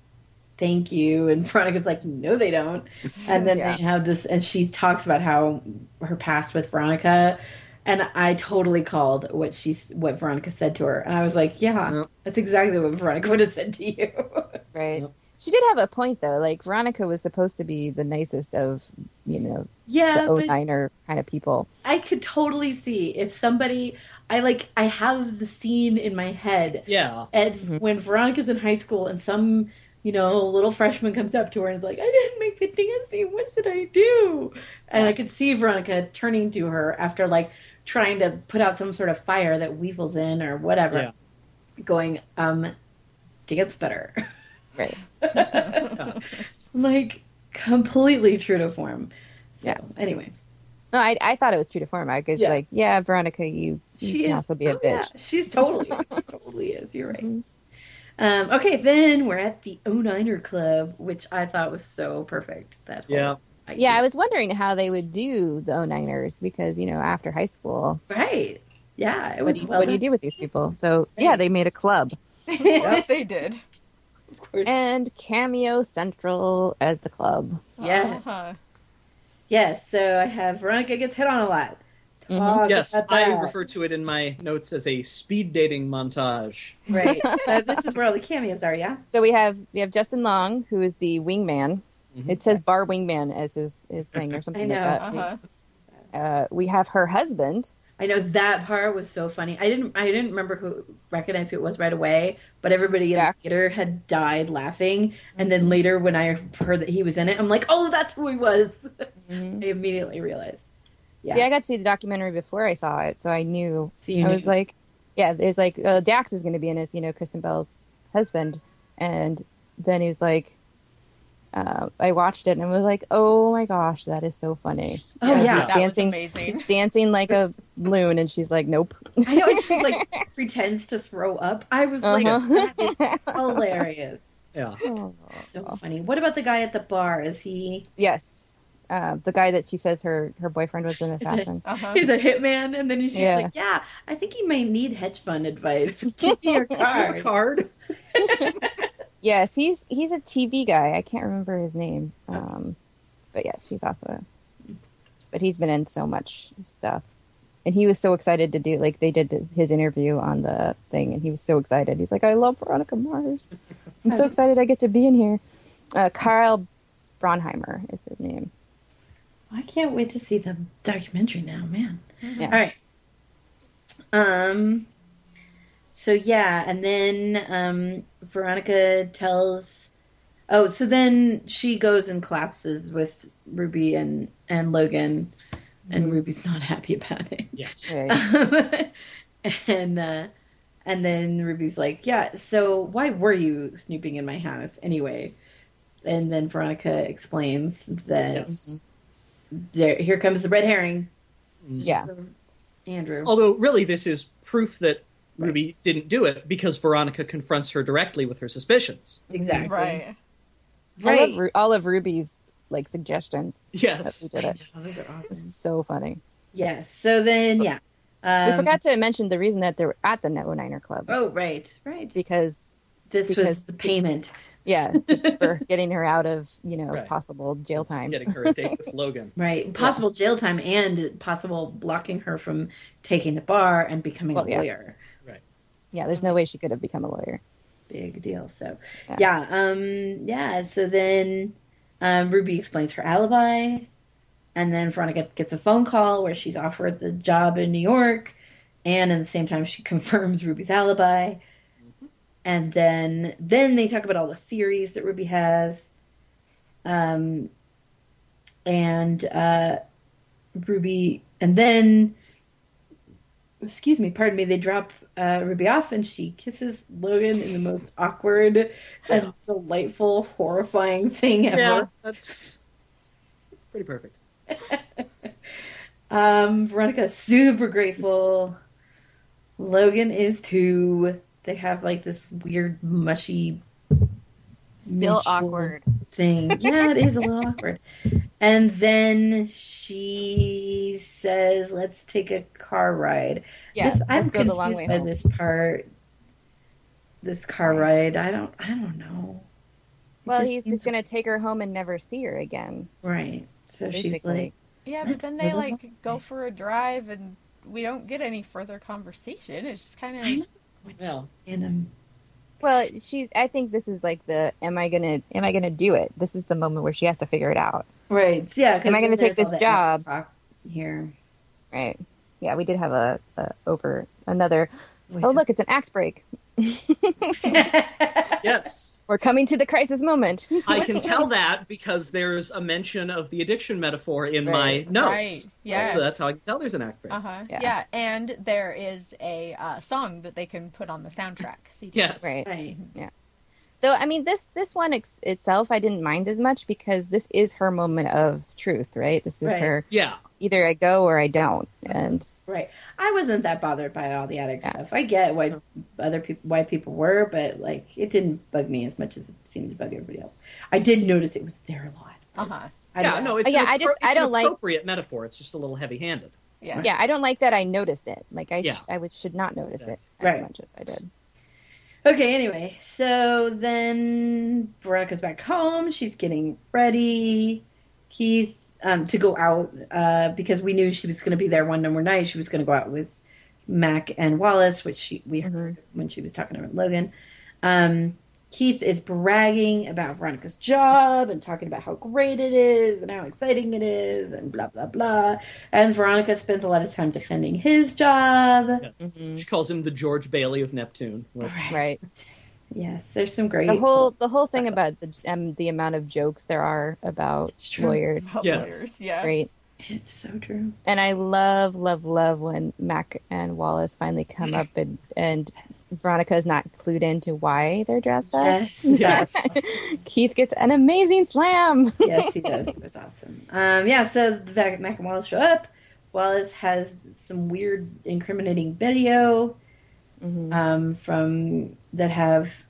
Speaker 2: thank you, and [laughs] Veronica's like, no, they don't. And then
Speaker 4: Yeah.
Speaker 2: they have this, and she talks about how her past with Veronica, and I totally called what she what Veronica said to her, and I was like, yeah,
Speaker 1: Yep.
Speaker 2: [laughs] that's exactly what Veronica would have said to you.
Speaker 4: right?
Speaker 1: Yep.
Speaker 4: She did have a point though. Like Veronica was supposed to be the nicest of, you know,
Speaker 2: Yeah,
Speaker 4: the
Speaker 2: but
Speaker 4: 09er kind of people.
Speaker 2: I could totally see if somebody I like I have the scene in my head
Speaker 1: Yeah.
Speaker 2: and
Speaker 4: Mhm.
Speaker 2: when Veronica's in high school and some you know little freshman comes up to her and is like, "I didn't make the dancing. What should I do?" And I could see Veronica turning to her after like trying to put out some sort of fire that Weevil's in or whatever, going, um, "Dance better." [laughs]
Speaker 4: Right.
Speaker 3: [laughs]
Speaker 2: like completely true to form. So,
Speaker 4: Yeah.
Speaker 2: Anyway,
Speaker 4: No, I, I thought it was true to form. I was
Speaker 2: Yeah.
Speaker 4: like, yeah, Veronica, you, you
Speaker 2: She
Speaker 4: can
Speaker 2: is-
Speaker 4: also be a
Speaker 2: oh,
Speaker 4: bitch.
Speaker 2: yeah, she's totally, totally is. You're right.
Speaker 4: Mhm.
Speaker 2: Um, okay, then we're at the 09er Club, which I thought was so perfect. That whole
Speaker 1: Yeah.
Speaker 2: idea.
Speaker 4: Yeah, I was wondering how they would do the 09ers because, you know, after high school,
Speaker 2: right. Yeah, it
Speaker 4: what
Speaker 2: was.
Speaker 4: do, you,
Speaker 2: well
Speaker 4: what do you do with these people? So, yeah, they made a club
Speaker 3: Yes, they did.
Speaker 2: Of course.
Speaker 4: and Cameo Central at the club.
Speaker 2: Yeah.
Speaker 3: Uh-huh.
Speaker 2: Yes. So I have Veronica gets hit on a lot.
Speaker 4: Mhm.
Speaker 2: Talk
Speaker 1: Yes,
Speaker 2: about
Speaker 1: I
Speaker 2: that.
Speaker 1: refer to it in my notes as a speed dating montage.
Speaker 2: Right. so this is where all the cameos are. Yeah.
Speaker 4: So we have we have Justin Long, who is the wingman.
Speaker 2: Mm-hmm.
Speaker 1: Mhm.
Speaker 4: It says bar wingman as his, his
Speaker 2: [laughs]
Speaker 4: thing or something
Speaker 2: know.
Speaker 4: like that.
Speaker 3: Uh-huh.
Speaker 4: Uh, we have her husband.
Speaker 2: I know that part was so funny. I didn't. I didn't remember who recognized who it was right away, but everybody in
Speaker 4: Jax. Mm-hmm.
Speaker 2: the theater had died laughing. And then later, when I heard that he was in it, I'm like, "Oh, that's who he was!" I immediately realized. Mm-hmm. Yeah.
Speaker 4: See, I got to see the documentary before I saw it, so I knew
Speaker 2: So you
Speaker 4: I
Speaker 2: knew.
Speaker 4: was like, yeah, there's like uh, Dax is going to be in as you know Kristen Bell's husband, and then he was like, uh, I watched it and I was like, oh my gosh, that is so funny.
Speaker 2: "Oh
Speaker 4: He's
Speaker 2: yeah,
Speaker 3: That was
Speaker 4: dancing,
Speaker 3: amazing.
Speaker 4: he's dancing like a loon, and she's like, nope.
Speaker 2: I know." And she [laughs] like pretends to throw up. I was
Speaker 4: Uh-huh.
Speaker 2: like, "That is [laughs] hilarious."
Speaker 1: Yeah.
Speaker 4: Oh.
Speaker 2: So funny. What about the guy at the bar? Is he
Speaker 4: Yes, uh, the guy that she says her her boyfriend
Speaker 3: [laughs]
Speaker 4: was an assassin.
Speaker 2: [laughs]
Speaker 3: Uh-huh.
Speaker 2: he's a hitman? And then he's just
Speaker 4: Yeah.
Speaker 2: like, "Yeah, I think he may need hedge fund advice. [laughs] Give me your
Speaker 1: Have a
Speaker 2: card."
Speaker 1: card.
Speaker 4: Yes, he's he's a TV guy. I can't remember his name, um, but yes, he's also. A, but he's been in so much stuff, and he was so excited to do like they did the, his interview on the thing, and he was so excited. He's like, "I love Veronica Mars.
Speaker 3: [laughs]
Speaker 4: I'm so excited I get to be in here." Uh, Carl Bronheimer is his name.
Speaker 2: I can't wait to see the documentary now, man.
Speaker 3: Mhm.
Speaker 4: Yeah.
Speaker 2: All right. Um so yeah, and then um Veronica tells Oh, so then she goes and collapses with Ruby and and Logan and Ruby's not happy about it. [laughs]
Speaker 4: Right.
Speaker 2: and uh and then Ruby's like, "Yeah, so why were you snooping in my house anyway?" And then Veronica explains that
Speaker 1: Yes. Mm-hmm.
Speaker 2: there here comes the red herring.
Speaker 4: Yeah.
Speaker 2: Andrew.
Speaker 1: Although, really, this is proof that Ruby didn't do it because Veronica confronts her directly with her suspicions.
Speaker 2: Exactly.
Speaker 3: Right.
Speaker 4: I
Speaker 2: Right.
Speaker 4: love Ru- all of Ruby's like suggestions. That we
Speaker 1: Yes.
Speaker 4: did it.
Speaker 2: Oh, those are
Speaker 4: It was
Speaker 2: awesome.
Speaker 4: so funny.
Speaker 2: Yes. So then, yeah. Um,
Speaker 4: Oh, we forgot to mention the reason that they were at the Netwo Niner Club
Speaker 2: Oh, right, right.
Speaker 4: because
Speaker 2: This
Speaker 4: because-
Speaker 2: was the payment.
Speaker 4: Yeah, for getting her out of you know
Speaker 1: Right.
Speaker 4: possible jail
Speaker 1: It's
Speaker 4: time.
Speaker 1: Getting her a date with
Speaker 4: [laughs]
Speaker 1: Logan.
Speaker 2: Right. Possible jail time and possible blocking her from taking the bar and becoming
Speaker 4: Well,
Speaker 2: a
Speaker 4: yeah.
Speaker 2: lawyer.
Speaker 4: Yeah, there's no way she could have become a lawyer.
Speaker 2: Big deal. So,
Speaker 4: Yeah.
Speaker 2: yeah. Um, yeah. So then um, Ruby explains her alibi. And then Veronica gets a phone call where she's offered the job in New York. And at the same time, she [laughs] confirms Ruby's alibi. and then then they talk about all the theories that Ruby has, um, and uh, Ruby, and then excuse me, pardon me, they drop uh, Ruby off, and she kisses Logan in the most awkward and delightful, horrifying thing ever.
Speaker 1: That's, that's pretty perfect.
Speaker 2: Um, Veronica's super grateful. Logan is too. They have like this weird mushy Still awkward. thing.
Speaker 4: [laughs]
Speaker 2: Yeah, it is a little awkward. And then she says, "Let's take a car ride."
Speaker 4: Yeah,
Speaker 2: this, I'm
Speaker 4: let's go the long way
Speaker 2: confused by
Speaker 4: home.
Speaker 2: this part. This car ride, I don't, I don't know. It
Speaker 4: Well,
Speaker 2: just
Speaker 4: he's
Speaker 2: seems-
Speaker 4: just gonna take her home and never see her again.
Speaker 2: right. So she's
Speaker 4: basically.
Speaker 2: like,
Speaker 3: Yeah, but
Speaker 2: That's
Speaker 3: then they
Speaker 2: the-
Speaker 3: like go for a drive and we don't get any further conversation. It's just kind
Speaker 2: I know.
Speaker 3: of
Speaker 2: "What's
Speaker 1: Yeah.
Speaker 2: random?"
Speaker 4: Well, she. I think this is like the. Am I gonna? Am I gonna do it? This is the moment where she has to figure it out.
Speaker 2: Right. Yeah. 'cause
Speaker 4: Am I gonna
Speaker 2: there's
Speaker 4: take
Speaker 2: all
Speaker 4: this
Speaker 2: the
Speaker 4: job?
Speaker 2: talk Here.
Speaker 4: Right. Yeah, we did have a, a over another.
Speaker 2: Wait
Speaker 4: Oh,
Speaker 2: a-
Speaker 4: look, it's an axe break.
Speaker 1: Yes.
Speaker 4: We're coming to the
Speaker 2: [laughs]
Speaker 4: crisis moment.
Speaker 1: I can tell that because there's a mention of the addiction metaphor in my
Speaker 4: Right. Uh-huh.
Speaker 1: notes.
Speaker 3: Right, yeah.
Speaker 1: So that's how I can tell there's an act break.
Speaker 3: Uh huh.
Speaker 4: Yeah.
Speaker 3: Yeah. and there is a uh, song that they can put on the soundtrack. See,
Speaker 1: Yes.
Speaker 4: Right.
Speaker 2: Right.
Speaker 4: Though I mean, this this one ex- itself, I didn't mind as much because this is her moment of truth, right? This is
Speaker 2: Right.
Speaker 4: her
Speaker 1: Yeah.
Speaker 4: either I go or I don't, and
Speaker 2: Right. I wasn't that bothered by all the addict
Speaker 4: Yeah.
Speaker 2: stuff. I get why other people why people were, but like it didn't bug me as much as it seemed to bug everybody else. I did notice it was there a lot.
Speaker 3: Uh huh.
Speaker 2: I
Speaker 1: yeah.
Speaker 2: don't know.
Speaker 1: No. It's
Speaker 4: Yeah,
Speaker 1: An
Speaker 4: I just-
Speaker 1: appro-
Speaker 4: I
Speaker 1: it's an
Speaker 4: don't like-
Speaker 1: appropriate metaphor. It's just a little heavy-handed.
Speaker 3: Yeah.
Speaker 4: yeah, I don't like that I noticed it. Like I,
Speaker 1: Yeah.
Speaker 4: sh- I would, should not notice it as
Speaker 2: Right.
Speaker 4: much as I did.
Speaker 2: Okay, anyway, so then Veronica's back home. She's getting ready, Keith, um, to go out uh, because we knew she was going to be there one number night. She was going to go out with Mac and Wallace, which she, we heard
Speaker 4: Mm-hmm.
Speaker 2: when she was talking about Logan. Um, Keith is bragging about Veronica's job and talking about how great it is and how exciting it is and blah, blah, blah. And Veronica spends a lot of time defending his job.
Speaker 4: Mm-hmm.
Speaker 1: She calls him the George Bailey of Neptune. Well,
Speaker 4: Right.
Speaker 2: Yes, there's some great.
Speaker 4: The whole the whole thing about the um, the amount of jokes there are about
Speaker 2: It's true. Oh,
Speaker 4: lawyers,
Speaker 3: About
Speaker 1: Yes.
Speaker 3: lawyers, Yeah.
Speaker 4: right?
Speaker 2: It's so true.
Speaker 4: And I love love love when Mac and Wallace finally come
Speaker 2: Mm-hmm.
Speaker 4: up and and Veronica is not clued into why they're dressed up.
Speaker 2: Yes, [laughs] yes,
Speaker 4: Keith gets an amazing slam.
Speaker 2: yes, he does. It was awesome. Um, yeah, so the Mac Mac and Wallace show up. Wallace has some weird incriminating video
Speaker 4: Mhm.
Speaker 2: um, from that have,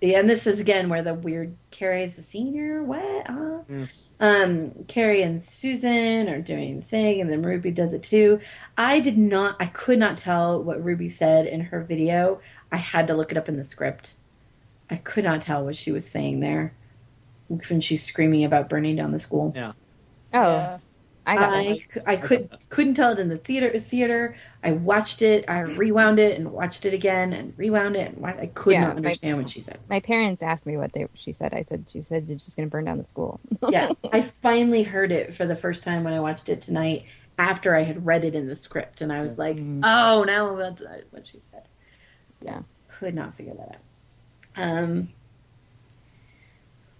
Speaker 2: yeah, and this is again where the weird Carrie is a senior. What? Huh?
Speaker 1: Mm.
Speaker 2: Um, Carrie and Susan are doing the thing, and then Ruby does it too. I did not. I could not tell what Ruby said in her video. I had to look it up in the script. I could not tell what she was saying there when she's screaming about burning down the school.
Speaker 4: Oh,
Speaker 3: Yeah.
Speaker 4: I got one.
Speaker 2: I, c- I could couldn't tell it in the theater theater. I watched it,
Speaker 4: [laughs]
Speaker 2: I rewound it and watched it again and rewound it and wa- I could
Speaker 4: Yeah,
Speaker 2: not
Speaker 4: my-
Speaker 2: understand what she
Speaker 4: [laughs]
Speaker 2: said.
Speaker 4: My parents asked me what they she said. I said she said that she's going to burn down the school.
Speaker 2: Yeah, I finally heard it for the first time when I watched it tonight after I had read it in the script and I was like,
Speaker 4: Mhm.
Speaker 2: "Oh, now that's what she said."
Speaker 4: Yeah.
Speaker 2: Could not figure that out. Um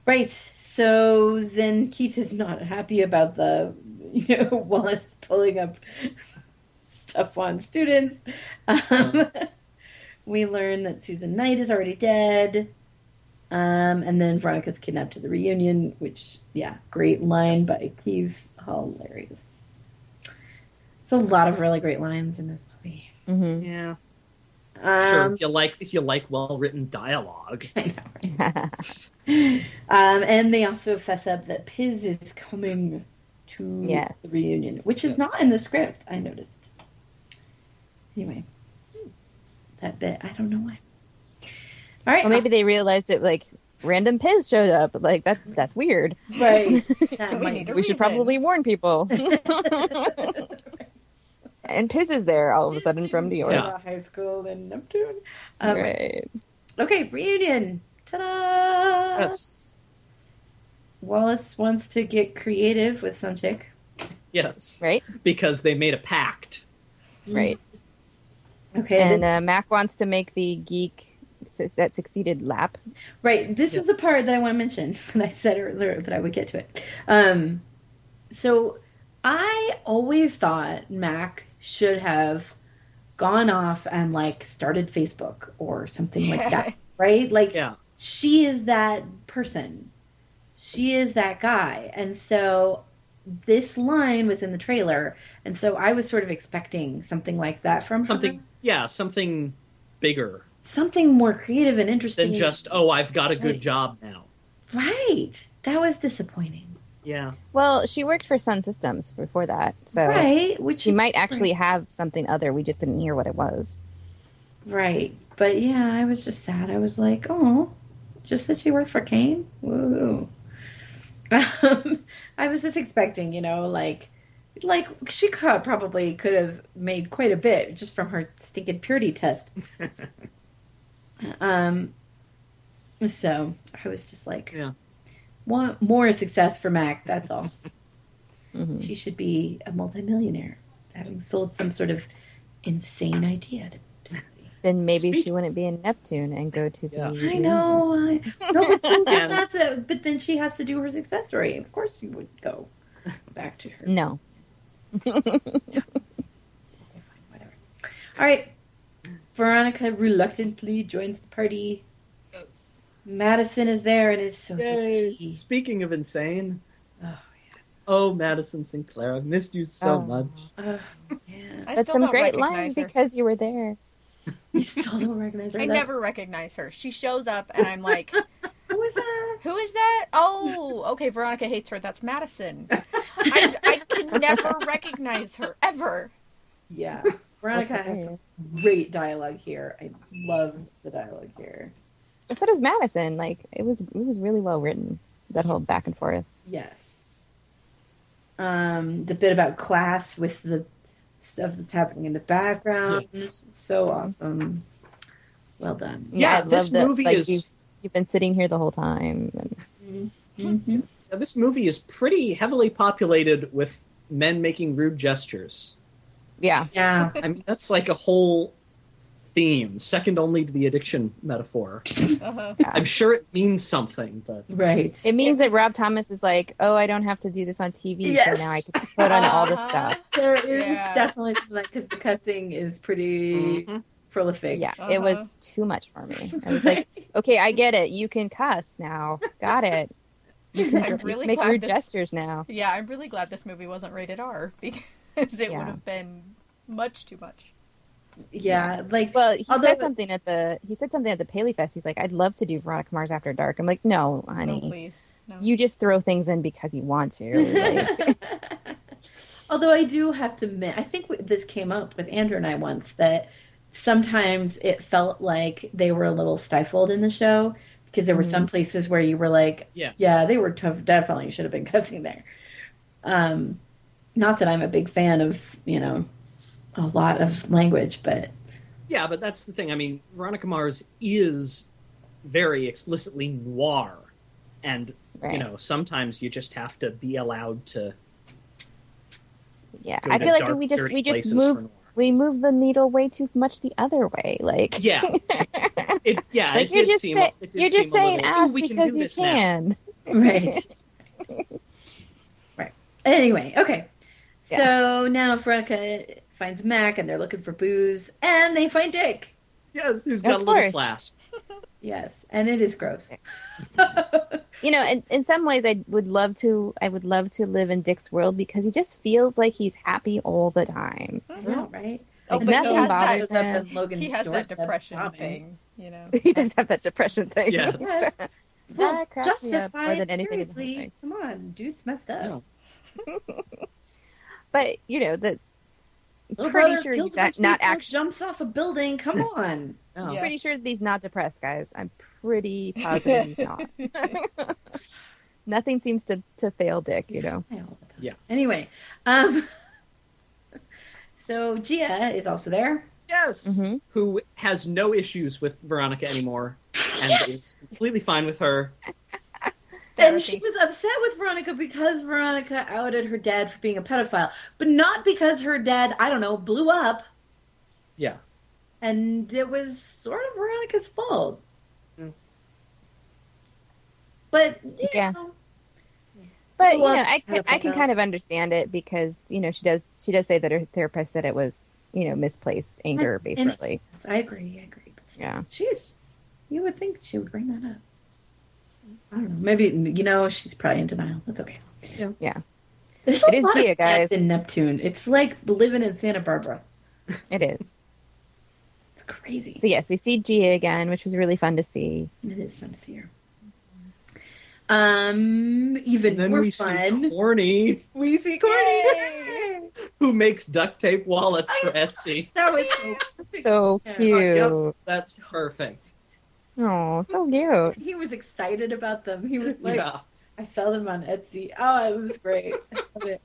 Speaker 2: Right. So then Keith is not happy about the, [laughs] you know, Wallace pulling up stuff on students. Um, [laughs] we learn that Susan Knight is already dead. Um, and then Veronica's kidnapped to the reunion, which, yeah, great line by Keith. Hilarious. It's a lot of really great lines in this movie.
Speaker 4: hmm [laughs]
Speaker 1: yeah. Sure.
Speaker 2: Um, [laughs]
Speaker 1: If you like, if you like well-written dialogue.
Speaker 2: I know, right? um, and they also fess up that Piz is coming to
Speaker 4: Yes.
Speaker 2: the reunion, which is
Speaker 1: Yes.
Speaker 2: not in the script. I noticed. Anyway, that bit I don't know why. All right,
Speaker 4: Well, maybe they realized that like random Piz showed up. Like that that's weird.
Speaker 2: I'll-
Speaker 3: [laughs]
Speaker 2: right. That
Speaker 3: We
Speaker 2: might-
Speaker 3: need a
Speaker 4: [laughs] we should
Speaker 3: reason.
Speaker 4: probably warn people. and Piz is there all of a sudden from New York.
Speaker 1: Yeah.
Speaker 2: High school in Neptune. Um,
Speaker 4: Right.
Speaker 2: Okay, reunion. Ta-da!
Speaker 1: Yes.
Speaker 2: Wallace wants to get creative with some chick.
Speaker 1: Yes.
Speaker 4: Right.
Speaker 1: Because they made a pact.
Speaker 4: Right.
Speaker 2: Okay, this-
Speaker 4: and uh, Mac wants to make the geek su- that succeeded lap.
Speaker 2: Right. This
Speaker 1: Yeah.
Speaker 2: is the part that I want to mention [laughs] that I said earlier that I would get to it. Um, so I always thought Mac should have gone off and like started Facebook or
Speaker 4: Oh
Speaker 2: something
Speaker 1: [laughs]
Speaker 2: like that, right? Like
Speaker 1: Yeah.
Speaker 2: she is that person. She is that guy. And so this line was in the trailer, and so I was sort of expecting something like that from her.
Speaker 1: Something. Yeah. Something bigger
Speaker 2: something more creative and interesting
Speaker 1: than just oh, I've got a good
Speaker 2: Right.
Speaker 1: job now.
Speaker 2: right. That was disappointing.
Speaker 1: Yeah.
Speaker 4: Well, she worked for Sun Systems before that, so
Speaker 2: right which
Speaker 4: she
Speaker 2: is-
Speaker 4: might actually have something other. We just didn't hear what it was.
Speaker 2: right but yeah i was just sad i was like oh just that she worked for kane woo [laughs] um, i was just expecting you know like like she could probably could have made quite
Speaker 4: [laughs]
Speaker 2: a bit just from her stinking purity test um So I was just like,
Speaker 1: Yeah.
Speaker 2: want more success for Mac. That's all.
Speaker 4: Mhm.
Speaker 2: she should be a multimillionaire, having sold some sort of insane idea to somebody.
Speaker 4: Then maybe
Speaker 1: Speak-
Speaker 4: she wouldn't be in Neptune and go to the.
Speaker 1: Yeah.
Speaker 2: I know. I, no, but
Speaker 3: [laughs]
Speaker 2: so
Speaker 1: Yeah.
Speaker 2: then that's a. But then she has to do her success story. Of course, you would
Speaker 3: [laughs]
Speaker 2: go back to her.
Speaker 4: No.
Speaker 2: Okay, fine, whatever. All right. Veronica reluctantly joins the party. Madison is there and is so
Speaker 1: Yay.
Speaker 2: sweet.
Speaker 1: Speaking of insane,
Speaker 2: Oh,
Speaker 1: oh Madison Sinclair, I've missed you so
Speaker 4: Oh.
Speaker 1: much.
Speaker 2: Oh, yeah.
Speaker 3: I
Speaker 4: But
Speaker 3: still
Speaker 4: some
Speaker 3: don't
Speaker 4: great
Speaker 3: recognize
Speaker 4: lines
Speaker 3: her.
Speaker 4: because you were there.
Speaker 2: [laughs] You still don't recognize her.
Speaker 3: I
Speaker 2: That's-
Speaker 3: never recognize her. She shows up and I'm like,
Speaker 2: Who is
Speaker 3: [laughs]
Speaker 2: that?
Speaker 3: who is that? Oh, okay, Veronica hates her. That's Madison. I, I can never recognize her ever.
Speaker 2: Yeah.
Speaker 4: That's
Speaker 2: Veronica has
Speaker 4: hilarious.
Speaker 2: great dialogue here. I love the dialogue here.
Speaker 4: So does Madison. Like it was, it was really well written. That whole back and forth.
Speaker 2: Yes. Um, the bit about class with the stuff that's happening in the background.
Speaker 1: Yes.
Speaker 2: So awesome. Well done.
Speaker 1: Yeah,
Speaker 4: I
Speaker 1: this
Speaker 4: love that,
Speaker 1: movie
Speaker 4: like,
Speaker 1: is-
Speaker 4: You've, you've been sitting here the whole time. And
Speaker 2: Mm-hmm.
Speaker 1: Now, this movie is pretty heavily populated with men making rude gestures.
Speaker 4: yeah,
Speaker 2: Yeah.
Speaker 1: I mean, that's like a whole theme, second only to the addiction metaphor.
Speaker 3: Uh-huh.
Speaker 1: I'm sure it means something, but
Speaker 2: [laughs] Right.
Speaker 4: it means that Rob Thomas is like, oh, I don't have to do this on TV,
Speaker 2: Yes.
Speaker 4: so now I can put on
Speaker 3: [laughs]
Speaker 4: all
Speaker 3: Uh-huh.
Speaker 4: this stuff.
Speaker 2: There is
Speaker 3: Yeah.
Speaker 2: definitely something like because the cussing is pretty prolific.
Speaker 4: Yeah,
Speaker 3: Uh-huh.
Speaker 4: it was too much
Speaker 3: [laughs]
Speaker 4: for me. I was like, okay, I get it. You can cuss now. Got
Speaker 3: [laughs]
Speaker 4: it. You
Speaker 2: [laughs]
Speaker 4: can
Speaker 3: I'm
Speaker 4: dr-
Speaker 3: really
Speaker 4: make
Speaker 3: glad
Speaker 4: weird
Speaker 3: this-
Speaker 4: gestures now.
Speaker 3: Yeah, I'm really glad this movie wasn't rated R [laughs] because it
Speaker 4: Yeah.
Speaker 3: would have been much too much.
Speaker 2: yeah. Like
Speaker 4: Well, he
Speaker 2: Although-
Speaker 4: said something at the he said something at the Paley Fest. He's like, I'd love to do Veronica Mars After Dark. I'm like, no,
Speaker 3: No,
Speaker 4: honey,
Speaker 3: please. No.
Speaker 4: you just throw things in because you want
Speaker 1: [laughs]
Speaker 4: to. Like,
Speaker 2: [laughs] Although I do have to admit, I think w- this came up with Andrew and I once that sometimes it felt like they were a little stifled in the show because there were some places where you were like,
Speaker 1: Yeah.
Speaker 2: yeah, they were tough, definitely should have been [laughs] cussing there. Um, not that I'm a big fan of you know a lot of language, but
Speaker 1: yeah, but that's the thing. I mean, Veronica Mars is very explicitly noir, and
Speaker 4: right.
Speaker 1: you know, sometimes you just have to be allowed to.
Speaker 4: yeah,
Speaker 1: go
Speaker 4: I
Speaker 1: to
Speaker 4: feel like
Speaker 1: dark,
Speaker 4: we just
Speaker 1: dirty
Speaker 4: we just
Speaker 1: places for
Speaker 4: moved
Speaker 1: noir.
Speaker 4: we moved the needle way too much the other way. Like [laughs]
Speaker 1: Yeah, it, yeah,
Speaker 4: Like,
Speaker 1: it
Speaker 4: you're
Speaker 1: did
Speaker 4: just
Speaker 1: seem.
Speaker 4: say-
Speaker 1: it did
Speaker 4: you're
Speaker 1: seem
Speaker 4: just
Speaker 1: a
Speaker 4: saying
Speaker 1: little, "Ooh,
Speaker 4: ass
Speaker 1: we can
Speaker 4: because
Speaker 1: do
Speaker 4: you
Speaker 1: this now."
Speaker 4: can.
Speaker 2: right, right. Anyway, okay. So now Veronica finds Mac, and they're looking for booze, and they find Dick.
Speaker 1: Yes, who's got
Speaker 4: Of
Speaker 1: a little
Speaker 4: course. [laughs]
Speaker 1: flask?
Speaker 2: Yes, and it is gross.
Speaker 4: you know in, in some ways i would love to i would love to live in dick's world because he just feels like he's happy all the time
Speaker 2: Yeah, right.
Speaker 3: Oh,
Speaker 4: Like,
Speaker 3: but he
Speaker 4: nothing
Speaker 3: has that-
Speaker 4: bothers
Speaker 2: shows up [laughs]
Speaker 4: him
Speaker 2: at Logan's
Speaker 3: he has that
Speaker 2: doorstep
Speaker 3: depression
Speaker 2: sobbing.
Speaker 3: thing, you know.
Speaker 4: [laughs] he does have that depression
Speaker 1: [laughs]
Speaker 4: thing
Speaker 1: Yes.
Speaker 2: Yes. Well,
Speaker 4: That cracks me up
Speaker 2: justified.
Speaker 4: more than anything in the whole
Speaker 2: seriously,
Speaker 4: thing.
Speaker 2: come on, dude's messed up.
Speaker 4: but you know the
Speaker 2: Little
Speaker 4: pretty
Speaker 2: brother
Speaker 4: sure
Speaker 2: kills
Speaker 4: he's
Speaker 2: a bunch
Speaker 4: not- not
Speaker 2: of people,
Speaker 4: actu-
Speaker 2: jumps off a building. Come on.
Speaker 1: Oh.
Speaker 3: Yeah.
Speaker 4: pretty sure that he's not depressed guys i'm pretty positive he's not [laughs] nothing seems to to fail dick you know
Speaker 2: I all the time.
Speaker 1: Yeah.
Speaker 2: Anyway, um, [laughs] so Gia is also there.
Speaker 1: Yes,
Speaker 4: Mhm.
Speaker 1: who has no issues with Veronica anymore, and
Speaker 2: Yes!
Speaker 1: is completely fine with her.
Speaker 2: And she
Speaker 3: Therapy.
Speaker 2: was upset with Veronica because Veronica outed her dad for being a pedophile, but not because her dad, I don't know, blew up.
Speaker 1: Yeah.
Speaker 2: And it was sort of Veronica's fault.
Speaker 1: Mm.
Speaker 2: But you
Speaker 4: Yeah.
Speaker 2: know,
Speaker 4: but you know
Speaker 2: Well,
Speaker 4: i can
Speaker 2: kind of
Speaker 4: i can
Speaker 2: like
Speaker 4: kind of understand it because you know she does she does say that her therapist said it was you know misplaced anger basically
Speaker 2: I agree, I agree. But
Speaker 4: yeah
Speaker 2: she's you would think she would bring that up. I don't know. Maybe you know, she's probably in denial. That's okay.
Speaker 1: Yeah.
Speaker 4: Yeah.
Speaker 2: There's a
Speaker 4: It is
Speaker 2: lot
Speaker 4: Gia,
Speaker 2: of death
Speaker 4: guys.
Speaker 2: in Neptune. It's like living in Santa Barbara.
Speaker 4: it is
Speaker 2: It's crazy.
Speaker 4: So yes, we see Gia again, which was really fun to see.
Speaker 2: It is fun to see her. Um, even
Speaker 1: And then
Speaker 2: more
Speaker 1: we
Speaker 2: fun.
Speaker 1: see Corny,
Speaker 2: we see Courtney.
Speaker 3: Yay!
Speaker 1: who makes duct tape wallets for Etsy.
Speaker 2: That was so
Speaker 4: So
Speaker 2: Yeah.
Speaker 4: cute.
Speaker 1: That's perfect.
Speaker 4: Oh, so cute.
Speaker 2: he was excited about them. He was like,
Speaker 1: yeah,
Speaker 2: I saw them on Etsy. Oh, it was great. I love it.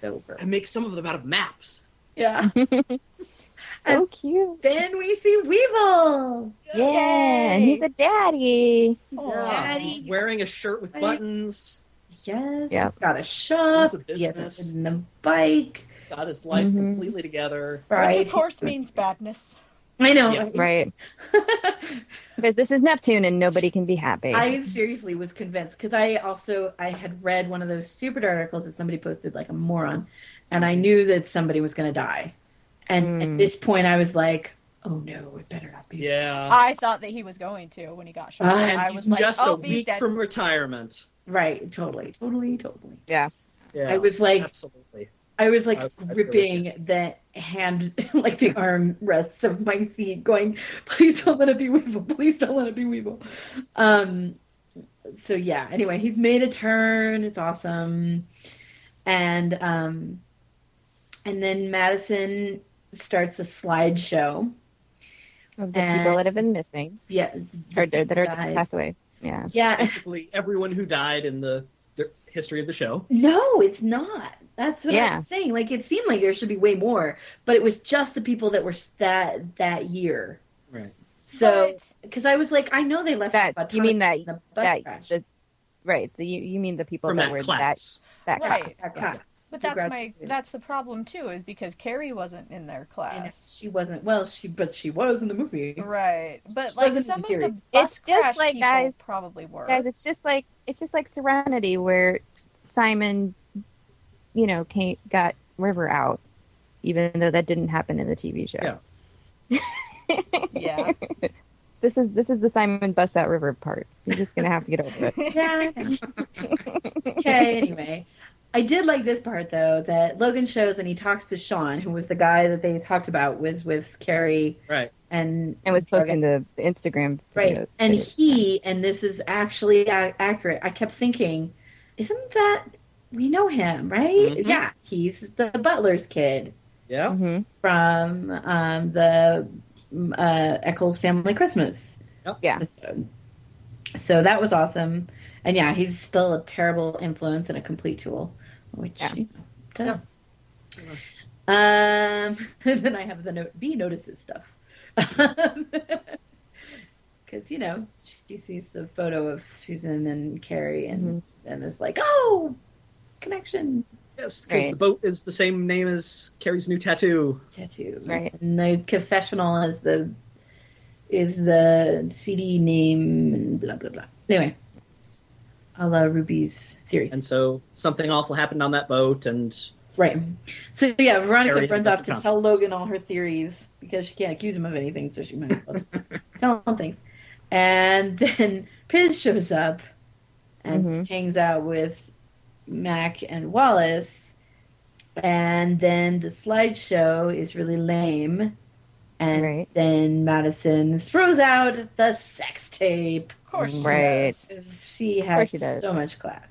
Speaker 2: So
Speaker 1: I make some of them out of maps.
Speaker 2: Yeah.
Speaker 4: so
Speaker 2: [laughs]
Speaker 4: cute.
Speaker 2: Then we see Weevil.
Speaker 4: Yeah, and he's a [laughs] daddy.
Speaker 3: Aw.
Speaker 2: Daddy.
Speaker 1: He's wearing a shirt with
Speaker 2: Daddy.
Speaker 1: buttons.
Speaker 2: Yes,
Speaker 4: Yeah.
Speaker 2: he's got a shop.
Speaker 1: Owns a
Speaker 2: He has
Speaker 1: business.
Speaker 2: a, and a bike.
Speaker 1: Got his life
Speaker 4: Mhm.
Speaker 1: completely together.
Speaker 2: Right.
Speaker 3: Which of course
Speaker 2: He's-
Speaker 3: means badness.
Speaker 2: I know.
Speaker 1: Yeah.
Speaker 4: Right. Because this is Neptune and nobody can be happy.
Speaker 2: I seriously was convinced because I also I had read one of those stupid articles that somebody posted like a moron, and I knew that somebody was going to die. And
Speaker 4: Mm.
Speaker 2: at this point, I was like, "Oh no, it better not be."
Speaker 1: Yeah.
Speaker 3: I thought that he was going to when he got shot.
Speaker 2: Ah,
Speaker 3: I
Speaker 1: Uh-huh. he's
Speaker 3: was like,
Speaker 1: just
Speaker 3: oh,
Speaker 1: a
Speaker 3: he's
Speaker 1: week
Speaker 3: dead.
Speaker 1: from retirement.
Speaker 2: Right. Totally. Totally. Totally.
Speaker 4: yeah.
Speaker 1: Yeah.
Speaker 2: I was like,
Speaker 1: absolutely.
Speaker 2: I was like
Speaker 1: I- I feel like
Speaker 2: gripping the hand, [laughs] like the arm rests of my feet, going, "Please don't let it be Weevil! Please don't let it be Weevil!" Um, so yeah. Anyway, he's made a turn. It's awesome, and um, and then Madison starts a slideshow.
Speaker 4: Of the
Speaker 2: And-
Speaker 4: people that have been missing
Speaker 2: Yeah,
Speaker 4: or that that are
Speaker 2: Right.
Speaker 4: passed away. Yeah.
Speaker 2: yeah. [laughs]
Speaker 1: Basically, everyone who died in the, the history of the show.
Speaker 2: No, it's not. That's what
Speaker 4: Yeah.
Speaker 2: I'm saying. Like it seemed like there should be way more, but it was just the people that were s- that that year.
Speaker 1: Right.
Speaker 2: So.
Speaker 3: But-
Speaker 2: Because I was like, I know they left.
Speaker 4: That-
Speaker 2: Butonic
Speaker 4: you mean that-
Speaker 2: in the bus
Speaker 4: That
Speaker 2: crash.
Speaker 4: the, right. The, you, you mean the people
Speaker 1: From
Speaker 4: that
Speaker 1: that
Speaker 4: were
Speaker 1: class.
Speaker 4: that that
Speaker 3: Right.
Speaker 4: class.
Speaker 2: That cop.
Speaker 3: But
Speaker 2: who
Speaker 3: that's my
Speaker 2: graduated.
Speaker 3: that's the problem too, is because Carrie wasn't in their
Speaker 2: And
Speaker 3: class.
Speaker 2: she wasn't. Well, she but she was in the
Speaker 4: [laughs]
Speaker 2: movie. [laughs]
Speaker 3: Right. But
Speaker 2: She wasn't
Speaker 3: like
Speaker 2: in
Speaker 3: some of
Speaker 2: theory.
Speaker 3: the bus
Speaker 4: It's just
Speaker 3: crash
Speaker 4: like,
Speaker 3: people
Speaker 4: guys-
Speaker 3: probably were.
Speaker 4: Guys, it's just like it's just like Serenity where Simon, you know, came, got River out, even though that didn't happen in the TV show.
Speaker 1: Yeah.
Speaker 4: [laughs]
Speaker 3: yeah.
Speaker 4: This is this is the Simon bust out River part. You're just gonna have to get over
Speaker 2: [laughs]
Speaker 4: it.
Speaker 2: Yeah. okay. Anyway, I did like this part though that Logan shows and he talks to Sean, who was the guy that they talked about was with Carrie
Speaker 1: Right.
Speaker 2: and
Speaker 4: And was
Speaker 2: Dragon.
Speaker 4: posting the, the Instagram.
Speaker 2: Right.
Speaker 4: videos.
Speaker 2: And he, and this is actually a- accurate, I kept thinking, isn't that, we know him, right?
Speaker 1: Mhm.
Speaker 2: Yeah, he's the butler's kid
Speaker 1: Yeah.
Speaker 4: hmm
Speaker 2: from um, the mm, uh, Eccles Family Christmas.
Speaker 1: Yep.
Speaker 4: Yeah.
Speaker 2: episode. So that was awesome. And yeah, he's still a terrible influence and a complete tool, which,
Speaker 4: Yeah.
Speaker 2: you know,
Speaker 1: Yeah.
Speaker 2: duh. Um, [laughs] then I have the note B notices stuff. [laughs] Because, you know, she sees the photo of Susan and Carrie and, and is like, oh, connection
Speaker 1: Yes, because
Speaker 4: Right.
Speaker 1: the boat is the same name as Carrie's new tattoo.
Speaker 2: tattoo.
Speaker 4: Right.
Speaker 2: And the confessional is the is the CD name and blah, blah, blah. Anyway, a la Ruby's theory.
Speaker 1: And so something awful happened on that boat, and
Speaker 2: Right. So yeah, Veronica
Speaker 1: Harry,
Speaker 2: runs
Speaker 1: that's
Speaker 2: off to
Speaker 1: a
Speaker 2: tell Logan all her theories because she can't accuse him of anything, so she might
Speaker 1: [laughs]
Speaker 2: as well just tell him things. And then Piz shows up and
Speaker 4: Mhm.
Speaker 2: hangs out with Mac and Wallace. And then the slideshow is really lame. And
Speaker 4: Right.
Speaker 2: then Madison throws out the sex tape.
Speaker 3: Of course. she
Speaker 4: Right.
Speaker 3: does.
Speaker 2: 'cause She
Speaker 4: course
Speaker 2: has
Speaker 4: she does.
Speaker 2: so much class.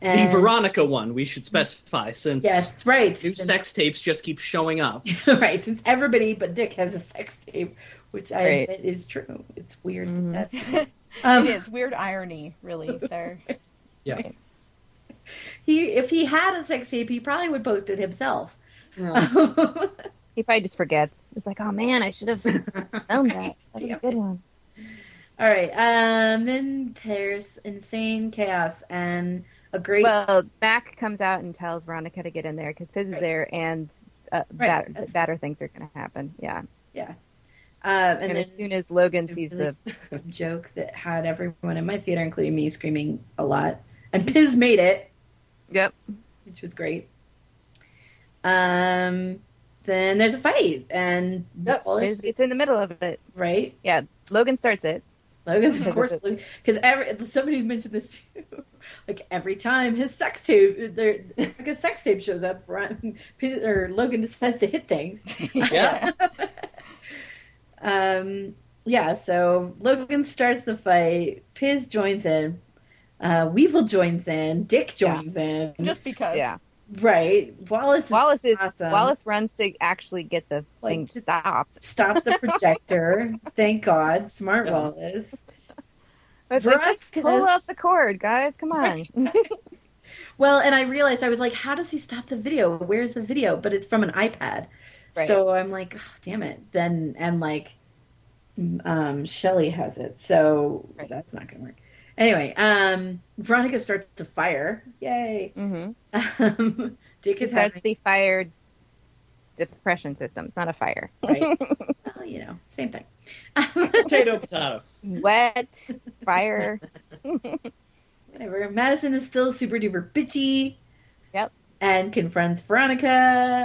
Speaker 1: the Veronica one we should specify since
Speaker 2: Yes, right.
Speaker 1: new sex tapes just keep showing up.
Speaker 2: [laughs] right, since everybody but Dick has a sex tape, which I
Speaker 4: Right.
Speaker 2: admit is true. It's weird. [laughs]
Speaker 4: Mhm.
Speaker 2: that That's
Speaker 3: it
Speaker 2: um,
Speaker 3: is weird irony, really. There.
Speaker 2: he if he had a sex tape, he probably would post it [laughs] himself.
Speaker 4: He probably just forgets. It's like, oh man, I
Speaker 2: [laughs]
Speaker 4: should have known that. That was a
Speaker 2: Damn
Speaker 4: good one.
Speaker 2: All right. Um, then there's insane chaos and a great
Speaker 4: Well, Mac comes out and tells Veronica to get in there because Piz
Speaker 2: Right.
Speaker 4: is there and uh,
Speaker 2: Right.
Speaker 4: bad, badder things are going to happen. Yeah.
Speaker 2: um,
Speaker 4: And,
Speaker 2: and,
Speaker 4: as
Speaker 2: there's
Speaker 4: soon as Logan
Speaker 2: [laughs]
Speaker 4: sees the.
Speaker 2: some joke that had everyone in my theater, including me, screaming a lot. And Piz made it.
Speaker 4: Yep.
Speaker 2: which was great. Um, then there's a fight, and
Speaker 1: Yes.
Speaker 2: Wallace-
Speaker 4: Piz gets in the middle of it.
Speaker 2: right,
Speaker 4: Yeah. Logan starts it.
Speaker 2: Logan's of
Speaker 4: Because
Speaker 2: course
Speaker 4: of
Speaker 2: because every somebody [laughs] mentioned this too. [laughs] Like every time his sex tape, there [laughs] like a sex tape shows up, [laughs] Ron, Piz- or Logan decides to hit things.
Speaker 3: [laughs]
Speaker 1: Yeah.
Speaker 2: Um, yeah, so Logan starts the fight. Piz joins in. Uh, Weevil joins in. Dick
Speaker 4: Yeah.
Speaker 2: joins in.
Speaker 3: Just because.
Speaker 4: Yeah.
Speaker 2: right. Wallace is
Speaker 4: Wallace is
Speaker 2: awesome.
Speaker 4: Wallace runs to actually get the
Speaker 2: Like,
Speaker 4: thing
Speaker 2: just-
Speaker 4: stopped.
Speaker 2: stop the projector. Thank God, smart
Speaker 1: Yeah.
Speaker 2: Wallace.
Speaker 4: It's like, just
Speaker 2: Veronica's-
Speaker 4: pull out the cord, guys. Come on.
Speaker 2: Well, and I realized I was like, how does he stop the video? Where's the video? But it's from an iPad.
Speaker 4: Right.
Speaker 2: So I'm like, oh, damn it. Then and like, um, Shelly has it, so
Speaker 4: Right.
Speaker 2: that's not gonna work. Anyway, um, Veronica starts to fire. Yay!
Speaker 4: Mm-hmm.
Speaker 2: Um, [laughs] Dick
Speaker 4: It
Speaker 2: is
Speaker 4: starts
Speaker 2: having,
Speaker 4: the fire depression system. It's not a fire.
Speaker 2: right.
Speaker 4: [laughs]
Speaker 2: well, you know, same thing.
Speaker 1: [laughs] Potato, potato.
Speaker 4: Wet fire.
Speaker 2: Whatever. Madison is still super duper bitchy.
Speaker 4: Yep.
Speaker 2: And confronts Veronica,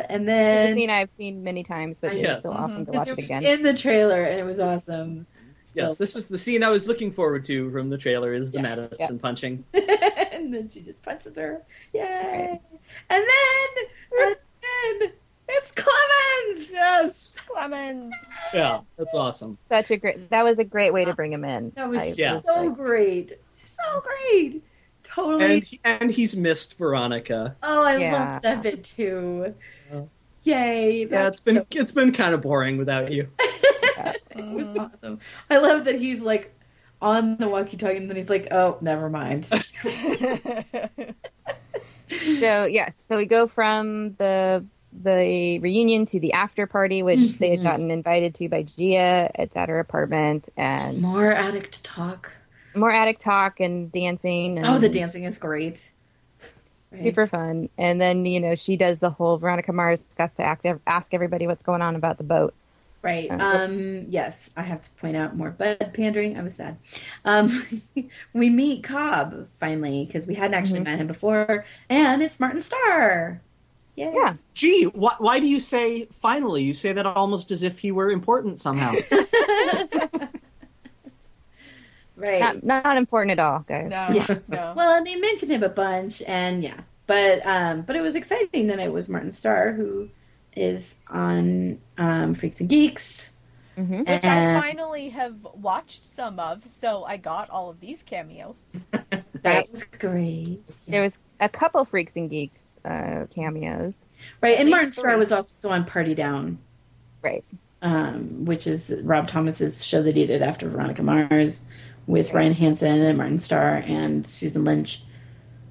Speaker 2: and
Speaker 4: It's a
Speaker 2: then
Speaker 4: scene I've seen many times, but
Speaker 1: Yes.
Speaker 4: it's still awesome to
Speaker 2: Mhm.
Speaker 4: watch
Speaker 2: It
Speaker 4: it
Speaker 2: was
Speaker 4: again.
Speaker 2: in the trailer, and it was awesome.
Speaker 1: Yes, this was the scene I was looking forward to from the trailer. Is the
Speaker 2: Yeah.
Speaker 1: Madison punching?
Speaker 2: [laughs] and then she just punches her. Yay! And then, and then it's Clemens. Yes,
Speaker 3: Clemens.
Speaker 1: Yeah, that's awesome.
Speaker 4: Such a great. That was a great way to bring him in.
Speaker 2: that was
Speaker 4: I
Speaker 1: Yeah.
Speaker 2: so
Speaker 4: like-
Speaker 2: great, so great. Totally.
Speaker 1: And and he's missed Veronica.
Speaker 2: oh, I
Speaker 4: Yeah.
Speaker 2: loved that bit too.
Speaker 1: Yeah.
Speaker 2: Yay!
Speaker 1: Yeah, it's
Speaker 2: That's
Speaker 1: been it's been kind of boring without you.
Speaker 2: it was
Speaker 3: Mm.
Speaker 2: awesome. I love that he's like on the walkie-talkie, and then he's like, "Oh, never
Speaker 4: [laughs]
Speaker 2: mind."
Speaker 4: so yes, so we go from the the reunion to the after party, which they had
Speaker 2: Mhm.
Speaker 4: gotten invited to by Gia. It's at her apartment, and more,
Speaker 2: More addict talk.
Speaker 4: attic talk and dancing. And
Speaker 2: Oh, the dancing is great. Right.
Speaker 4: super fun. And then you know she does the whole Veronica Mars has to act, ask everybody what's going on about the boat.
Speaker 2: Right.
Speaker 4: Uh,
Speaker 2: Um, yes, I have to point out more bud pandering. I was sad. Um, [laughs] we meet Cobb finally because we hadn't actually met him before, and it's Martin Starr. Yay.
Speaker 4: Yeah.
Speaker 1: Gee, why, why do you say finally? You say that almost as if he were important somehow.
Speaker 2: [laughs] Right.
Speaker 4: Not not important at all, guys.
Speaker 3: No,
Speaker 2: Yeah. [laughs]
Speaker 3: no.
Speaker 2: Well, they mentioned him a bunch, and yeah, but um, but it was exciting that it was Martin Starr who is on um, Freaks and Geeks. Mm-hmm.
Speaker 4: Mhm.
Speaker 3: Which I
Speaker 2: and
Speaker 3: finally have watched some of, so I got all of these cameos.
Speaker 2: that was great.
Speaker 4: There was a couple freaks and geeks uh, cameos.
Speaker 2: Right, and
Speaker 3: least
Speaker 2: Martin Starr
Speaker 3: three.
Speaker 2: was also on Party Down.
Speaker 4: Right.
Speaker 2: um, which is Rob Thomas's show that he did after Veronica Mars with Ryan Hansen and Martin Starr and Susan Lynch,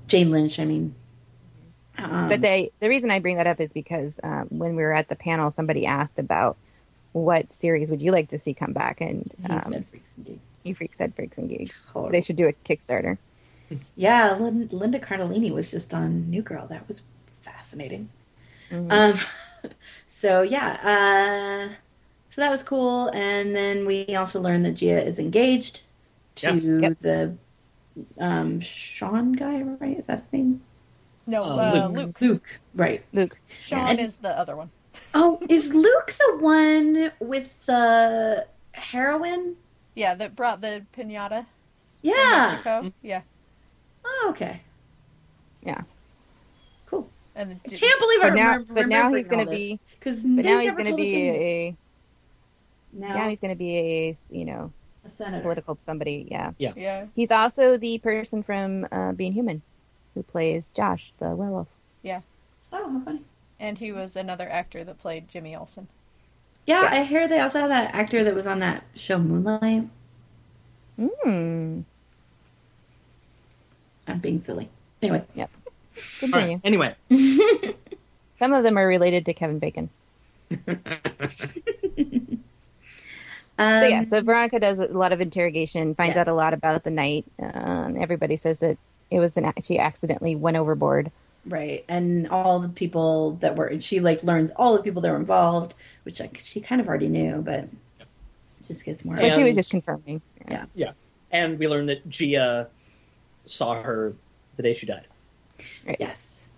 Speaker 2: Jane Lynch. I mean, um,
Speaker 4: but they the reason I bring that up is because um, when we were at the panel, somebody asked about what series would you like to see come back, and
Speaker 2: he
Speaker 4: um,
Speaker 2: said freaks and geeks.
Speaker 4: you freak said freaks and geeks.
Speaker 2: Horrible.
Speaker 4: They should do a Kickstarter.
Speaker 2: yeah, Lin- Linda Cardellini was just on New Girl. That was fascinating.
Speaker 4: Mhm.
Speaker 2: Um, [laughs] so yeah, uh, so that was cool. And then we also learned that Gia is engaged to
Speaker 1: Yes.
Speaker 4: Yep.
Speaker 2: the um, Sean guy, right? Is that his name?
Speaker 3: No,
Speaker 1: Oh,
Speaker 3: uh, Luke.
Speaker 1: Luke.
Speaker 2: Luke, right?
Speaker 4: Luke,
Speaker 3: Sean is the other one.
Speaker 2: [laughs] Oh, is Luke the one with the heroin?
Speaker 3: Yeah, that brought the pinata. from
Speaker 2: Yeah.
Speaker 3: Mexico. Yeah.
Speaker 2: Oh, okay.
Speaker 4: Yeah.
Speaker 2: Cool.
Speaker 3: And the
Speaker 2: I
Speaker 3: dude-
Speaker 2: can't believe I
Speaker 4: but now,
Speaker 2: remember.
Speaker 4: but now he's going to be,
Speaker 2: Because
Speaker 4: but now he's going to be a,
Speaker 2: now,
Speaker 4: now he's going to be a, you know,
Speaker 2: a senator.
Speaker 4: political somebody. Yeah,
Speaker 3: Yeah.
Speaker 4: he's also the person from uh, Being Human, who plays Josh the werewolf.
Speaker 2: Oh, how funny.
Speaker 3: And he was another actor that played Jimmy Olsen.
Speaker 2: Yeah,
Speaker 4: Yes.
Speaker 2: I hear they also have that actor that was on that show Moonlight.
Speaker 4: Hmm.
Speaker 2: I'm being silly. Anyway,
Speaker 1: All
Speaker 4: Continue.
Speaker 1: right, anyway,
Speaker 4: Some of them are related to Kevin Bacon.
Speaker 2: um,
Speaker 4: so yeah, so Veronica does a lot of interrogation, finds
Speaker 2: Yes.
Speaker 4: out a lot about the night. Um, everybody says that it was an she accidentally went overboard.
Speaker 2: right, and all the people that were she like learns all the people that were involved, which like she kind of already knew, but it just gets more.
Speaker 4: But Oh, she was
Speaker 1: And-
Speaker 4: just confirming.
Speaker 1: and we learned that Gia saw her the day she died.
Speaker 2: Yes.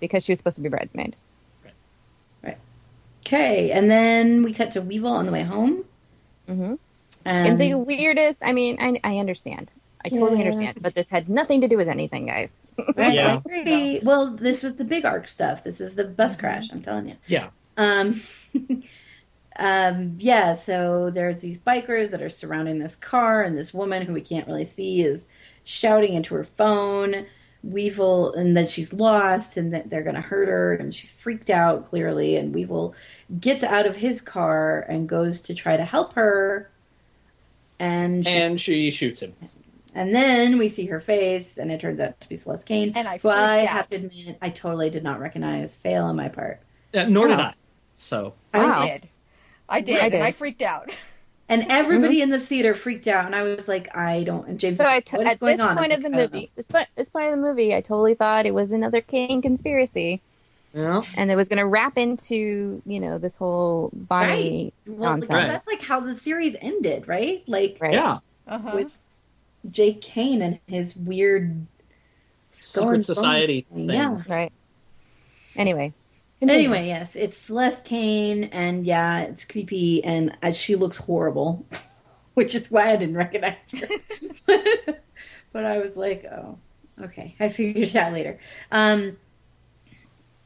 Speaker 4: Because she was supposed to be bridesmaid.
Speaker 2: Okay, and then we cut to Weevil on the way home. Um,
Speaker 4: hmm
Speaker 2: And,
Speaker 4: And the weirdest, I mean, I, I understand. I totally
Speaker 2: Yeah.
Speaker 4: understand. But this had nothing to do with anything, guys.
Speaker 2: right,
Speaker 1: Yeah. Mm-hmm.
Speaker 2: I agree. Well, this was the big arc stuff. This is the bus crash. I'm telling you.
Speaker 1: Yeah.
Speaker 2: Um, [laughs] um, yeah. So there's these bikers that are surrounding this car, and this woman who we can't really see is shouting into her phone. Weevil, and then she's lost, and that they're gonna hurt her, and she's freaked out clearly. And Weevil gets out of his car and goes to try to help her, and she's,
Speaker 1: And she shoots him.
Speaker 2: And then we see her face, and it turns out to be Celeste Kane,
Speaker 3: And I
Speaker 2: who I
Speaker 3: freaked out.
Speaker 2: have to admit I totally did not recognize. Fail on my part.
Speaker 1: Uh, nor did
Speaker 4: Oh.
Speaker 1: I. So
Speaker 4: Wow.
Speaker 3: I did. I did,
Speaker 4: I did.
Speaker 3: and I freaked out.
Speaker 2: And everybody in the theater freaked out, and I was like, I don't. And James,
Speaker 4: So I
Speaker 2: like,
Speaker 4: t-
Speaker 2: what is
Speaker 4: at
Speaker 2: going
Speaker 4: this
Speaker 2: on? I'm
Speaker 4: point of the
Speaker 2: like, I don't know.
Speaker 4: movie, this, po- this point of the movie, I totally thought it was another Kane conspiracy,
Speaker 1: yeah,
Speaker 4: and it was going to wrap into you know this whole Bonnie
Speaker 2: Well, because
Speaker 1: Nonsense.
Speaker 2: that's like how the series ended, right? Like
Speaker 4: right.
Speaker 1: yeah.
Speaker 3: Uh-huh.
Speaker 2: with Jake Kane and his weird.
Speaker 1: Secret
Speaker 2: and phone
Speaker 1: society
Speaker 2: thing,
Speaker 1: thing.
Speaker 2: yeah.
Speaker 4: right. Anyway, Continue.
Speaker 2: Anyway, yes, it's Celeste Kane, and yeah, it's creepy, and uh, she looks horrible, [laughs] which is why I didn't recognize her. [laughs] but I was like, oh, okay, I figured it out later. Um,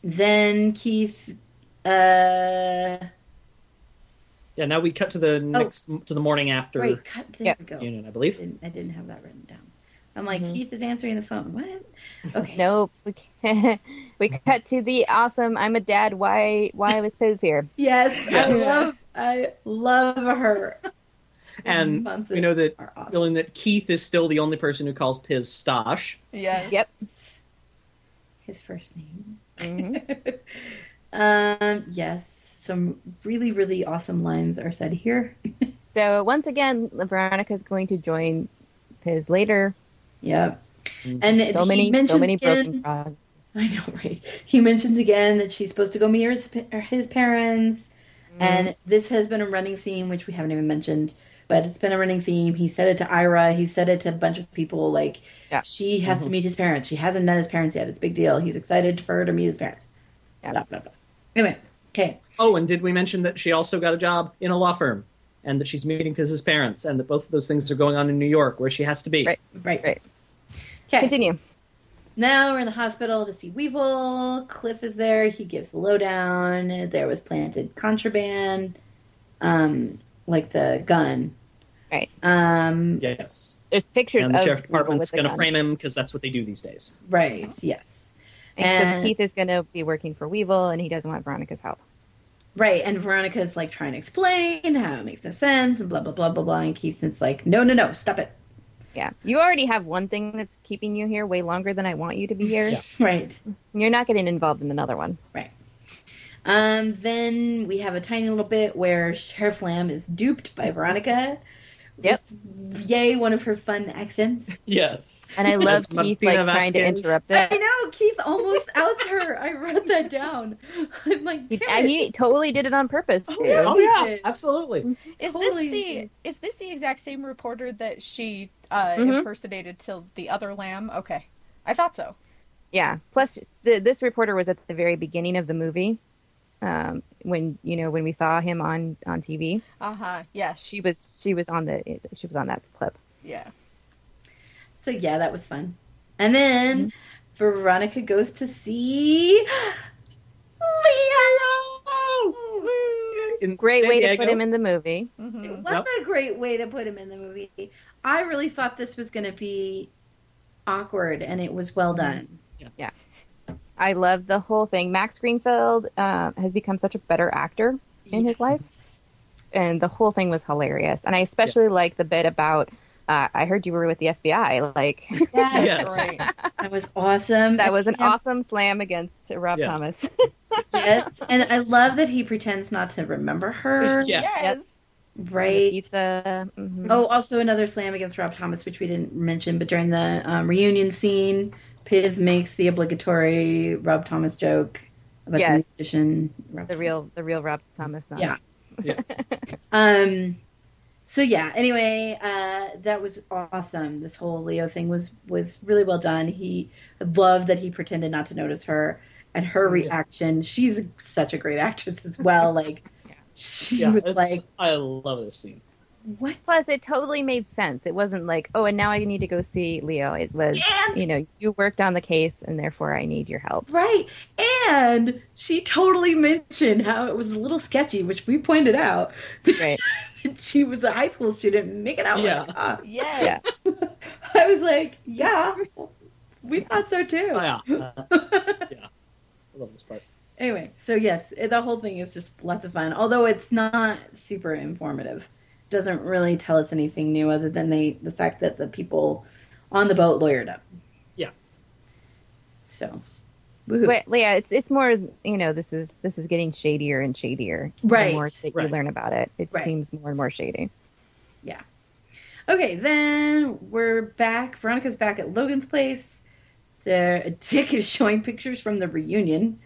Speaker 2: then Keith, uh,
Speaker 1: Yeah, now we cut to the next to the morning after
Speaker 2: wait, cut, there
Speaker 4: Yeah.
Speaker 2: we go.
Speaker 1: union, I believe.
Speaker 2: didn't, I didn't have that written down. I'm like,
Speaker 4: Mhm.
Speaker 2: Keith is answering the phone. What? Okay.
Speaker 4: [laughs] nope. We, can't- [laughs] we cut to the awesome. I'm a dad. Why? Why was Piz here?
Speaker 2: Yes,
Speaker 1: Yes.
Speaker 2: I love, I love her.
Speaker 1: And
Speaker 2: Monsters
Speaker 1: we know that
Speaker 2: are awesome.
Speaker 1: feeling that Keith is still the only person who calls Piz Stosh.
Speaker 3: Yes.
Speaker 4: Yep.
Speaker 2: His first name. Mm-hmm.
Speaker 4: Mhm.
Speaker 2: Um, yes, some really, really awesome lines are said here.
Speaker 4: [laughs] so once again, Veronica's going to join Piz later.
Speaker 2: Yep.
Speaker 1: Mhm.
Speaker 2: And
Speaker 4: So
Speaker 2: he
Speaker 4: many,
Speaker 2: mentions
Speaker 4: so many
Speaker 2: again-
Speaker 4: broken promises.
Speaker 2: I know, right? He mentions again that she's supposed to go meet her, his pa- his parents,
Speaker 4: Mm-hmm.
Speaker 2: And this has been a running theme, which we haven't even mentioned, but it's been a running theme. He said it to Ira. He said it to a bunch of people. Like,
Speaker 4: Yeah.
Speaker 2: she has to
Speaker 1: Mhm.
Speaker 2: meet his parents. She hasn't met his parents yet. It's a big deal. He's excited for her to meet his parents.
Speaker 4: Yeah.
Speaker 2: Blah, blah, blah. Anyway, okay.
Speaker 1: Oh, and did we mention that she also got a job in a law firm and that she's meeting Piz's parents and that both of those things are going on in New York where she has to be?
Speaker 4: Right.
Speaker 2: Right.
Speaker 4: Right.
Speaker 2: Okay.
Speaker 4: Continue.
Speaker 2: Now we're in the hospital to see Weevil. Cliff is there. He gives the lowdown. There was planted contraband, um, like the gun.
Speaker 4: Right.
Speaker 2: Um,
Speaker 1: Yes.
Speaker 4: There's pictures
Speaker 1: and the
Speaker 4: of
Speaker 1: sheriff
Speaker 4: people
Speaker 1: department's
Speaker 4: with the
Speaker 1: going to
Speaker 4: gun.
Speaker 1: frame him because that's what they do these days. [laughs]
Speaker 2: Right. Yes.
Speaker 4: And
Speaker 2: And-
Speaker 4: so Keith is going to be working for Weevil, and he doesn't want Veronica's help.
Speaker 2: Right, and Veronica's like trying to explain how it makes no sense and blah blah blah blah blah, and Keith is like, no no no, stop it.
Speaker 4: Yeah, you already have one thing that's keeping you here way longer than I want you to be here.
Speaker 1: Yeah.
Speaker 2: Right,
Speaker 4: You're not getting involved in another one.
Speaker 2: right. Um, then we have a tiny little bit where Sheriff Lamb is duped by Veronica.
Speaker 4: Yep.
Speaker 2: With, yay, one of her fun accents.
Speaker 1: Yes. [laughs]
Speaker 4: And I [laughs] love
Speaker 1: Yes,
Speaker 4: Keith like
Speaker 1: Martina
Speaker 4: trying to
Speaker 1: Vasquez.
Speaker 4: interrupt
Speaker 2: I
Speaker 4: it.
Speaker 2: know Keith almost outs her. I wrote that down. I'm like,
Speaker 4: He,
Speaker 2: damn
Speaker 4: and
Speaker 2: it.
Speaker 4: he totally did it on purpose
Speaker 2: Oh,
Speaker 4: too.
Speaker 2: yeah.
Speaker 1: Oh, yeah, absolutely.
Speaker 3: Is
Speaker 2: Holy-
Speaker 3: this the is this the exact same reporter that she uh,
Speaker 4: Mhm.
Speaker 3: impersonated till the other lamb? Okay, I thought so.
Speaker 4: Yeah. Plus, the, this reporter was at the very beginning of the movie um, when you know when we saw him on on TV.
Speaker 3: Uh
Speaker 4: Uh-huh.
Speaker 3: huh. Yes.
Speaker 4: She was she was on the she was on that clip.
Speaker 3: Yeah.
Speaker 2: So yeah, that was fun. And then
Speaker 4: Mm-hmm.
Speaker 2: Veronica goes to see Leo.
Speaker 1: In
Speaker 4: Great
Speaker 1: San
Speaker 4: way to
Speaker 1: Diego,
Speaker 4: put him in the movie.
Speaker 2: It
Speaker 4: [laughs]
Speaker 3: hmm
Speaker 2: was
Speaker 1: Yep.
Speaker 2: a great way to put him in the movie. I really thought this was going to be awkward, and it was well
Speaker 4: Mm-hmm.
Speaker 2: done.
Speaker 4: I loved the whole thing. Max Greenfield uh, has become such a better actor in his life. and the whole thing was hilarious. And I especially like the bit about uh, I heard you were with the FBI. [laughs] Like
Speaker 2: Yes,
Speaker 1: Yes.
Speaker 3: Right.
Speaker 2: that was awesome.
Speaker 4: that was an
Speaker 2: [laughs] Yeah.
Speaker 4: awesome slam against Rob
Speaker 1: Yeah.
Speaker 4: Thomas. [laughs]
Speaker 2: yes, and I love that he pretends not to remember
Speaker 4: [laughs]
Speaker 2: her.
Speaker 1: Yeah.
Speaker 3: Yes.
Speaker 2: Right.
Speaker 4: Pizza. mhm.
Speaker 2: Oh, also another slam against Rob Thomas, which we didn't mention, but during the um, reunion scene, Piz makes the obligatory Rob Thomas joke about
Speaker 4: Yes.
Speaker 2: the musician. Rob
Speaker 4: the
Speaker 2: Thomas.
Speaker 4: real the real Rob Thomas. Not
Speaker 2: Yeah.
Speaker 4: [laughs]
Speaker 1: Yes.
Speaker 2: Um. So yeah. Anyway, uh, that was awesome. This whole Leo thing was was really well done. He loved that he pretended not to notice her and her
Speaker 1: Oh, Yeah.
Speaker 2: reaction. She's such a great actress as well.
Speaker 4: [laughs]
Speaker 2: Like she
Speaker 1: Yeah,
Speaker 2: was
Speaker 1: it's-
Speaker 2: like,
Speaker 1: I love this scene.
Speaker 2: "What?"
Speaker 4: Plus, it totally made sense. It wasn't like, oh, and now I need to go see Leo. It was,
Speaker 2: And-
Speaker 4: you know, you worked on the case, and therefore I need your
Speaker 2: [laughs]
Speaker 4: help.
Speaker 2: Right. And she totally mentioned how it was a little sketchy, which we pointed out. [laughs]
Speaker 4: Right?
Speaker 2: she was a high school student making out
Speaker 1: Yeah.
Speaker 2: with a cop. [laughs]
Speaker 3: Yes.
Speaker 4: Yeah.
Speaker 2: I was like, yeah, we thought so too.
Speaker 1: Oh, [laughs] yeah. Uh, yeah. I love this part.
Speaker 2: Anyway, so yes, it- the whole thing is just lots of fun. Although it's not super informative, doesn't really tell us anything new other than they the fact that the people on the boat lawyered up.
Speaker 1: Yeah.
Speaker 2: So, Woohoo.
Speaker 4: But yeah, it's it's more you know this is this is getting shadier and shadier.
Speaker 2: Right,
Speaker 4: The more that
Speaker 2: right.
Speaker 4: you learn about it, it
Speaker 2: Right.
Speaker 4: seems more and more shady.
Speaker 2: Okay, then we're back. Veronica's back at Logan's place. The Dick is showing pictures from the reunion,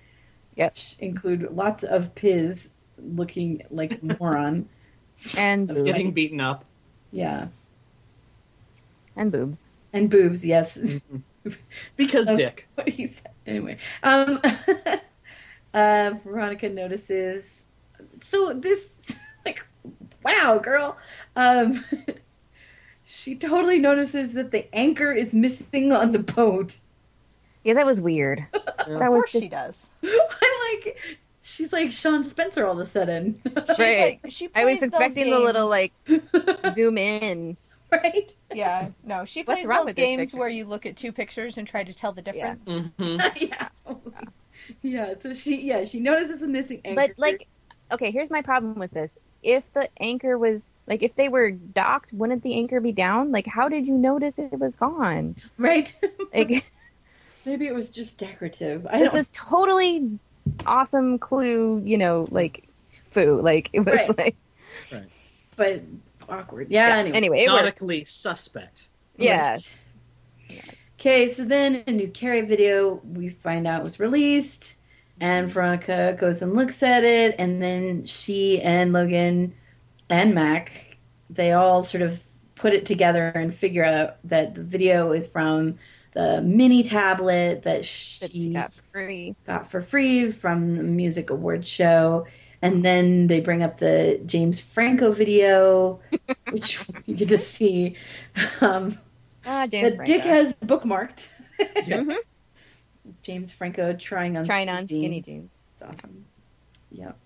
Speaker 4: Yep.
Speaker 2: which include lots of Piz looking like a moron.
Speaker 4: And
Speaker 2: Of
Speaker 4: boobs.
Speaker 2: getting-
Speaker 1: Getting beaten [laughs] up.
Speaker 2: Yeah.
Speaker 4: and boobs.
Speaker 2: And boobs, yes.
Speaker 1: Mm. Because
Speaker 2: Okay.
Speaker 1: Dick.
Speaker 2: what he said. Anyway, um, [laughs] uh, Veronica notices. So this, [laughs] like, wow, girl. Um, [laughs] she totally notices that the anchor is missing on the boat.
Speaker 4: Yeah, that
Speaker 2: [laughs]
Speaker 4: was weird.
Speaker 1: Yeah.
Speaker 4: That
Speaker 3: Of
Speaker 4: was
Speaker 3: course she
Speaker 4: just.
Speaker 3: does.
Speaker 2: I like. She's like Sean Spencer all of a sudden, [laughs]
Speaker 3: She's
Speaker 4: Right.
Speaker 3: like- she
Speaker 4: I was
Speaker 3: plays those
Speaker 4: expecting the
Speaker 3: games-
Speaker 4: little like zoom in.
Speaker 2: right? [laughs]
Speaker 3: Yeah, no, she
Speaker 4: What's
Speaker 3: plays
Speaker 4: wrong
Speaker 3: those
Speaker 4: with this
Speaker 3: games
Speaker 4: picture?
Speaker 3: where you look at two pictures and try to tell the difference.
Speaker 1: Mhm.
Speaker 2: yeah, totally. yeah. So she, yeah, she notices a missing anchor.
Speaker 4: But like, okay, here's my problem with this. If the anchor was like, if they were docked, wouldn't the anchor be down? Like, how did you notice it was
Speaker 2: [laughs]
Speaker 4: gone?
Speaker 2: right?
Speaker 4: Like,
Speaker 2: Maybe it was just decorative. I
Speaker 4: this
Speaker 2: don't.
Speaker 4: was totally awesome clue. You know, like foo. Like it was
Speaker 2: Right.
Speaker 4: like
Speaker 2: but awkward. Yeah.
Speaker 4: yeah,
Speaker 2: anyway.
Speaker 4: it worked.
Speaker 1: Nautically suspect.
Speaker 4: Yes.
Speaker 2: Okay, so then a new Carrie video we find out was released, and Veronica goes and looks at it, and then she and Logan and Mac, they all sort of put it together and figure out that the video is from the mini tablet that
Speaker 4: That
Speaker 2: she
Speaker 4: she got free.
Speaker 2: got for free from the music awards show. And then they bring up the James Franco video, which you get to see. Um,
Speaker 4: Ah, James.
Speaker 2: that Dick
Speaker 4: Franco.
Speaker 2: has bookmarked.
Speaker 1: [laughs] Yeah.
Speaker 4: Mhm.
Speaker 2: James Franco trying on
Speaker 4: trying on
Speaker 2: skinny
Speaker 4: skinny jeans.
Speaker 2: It's awesome. Yep.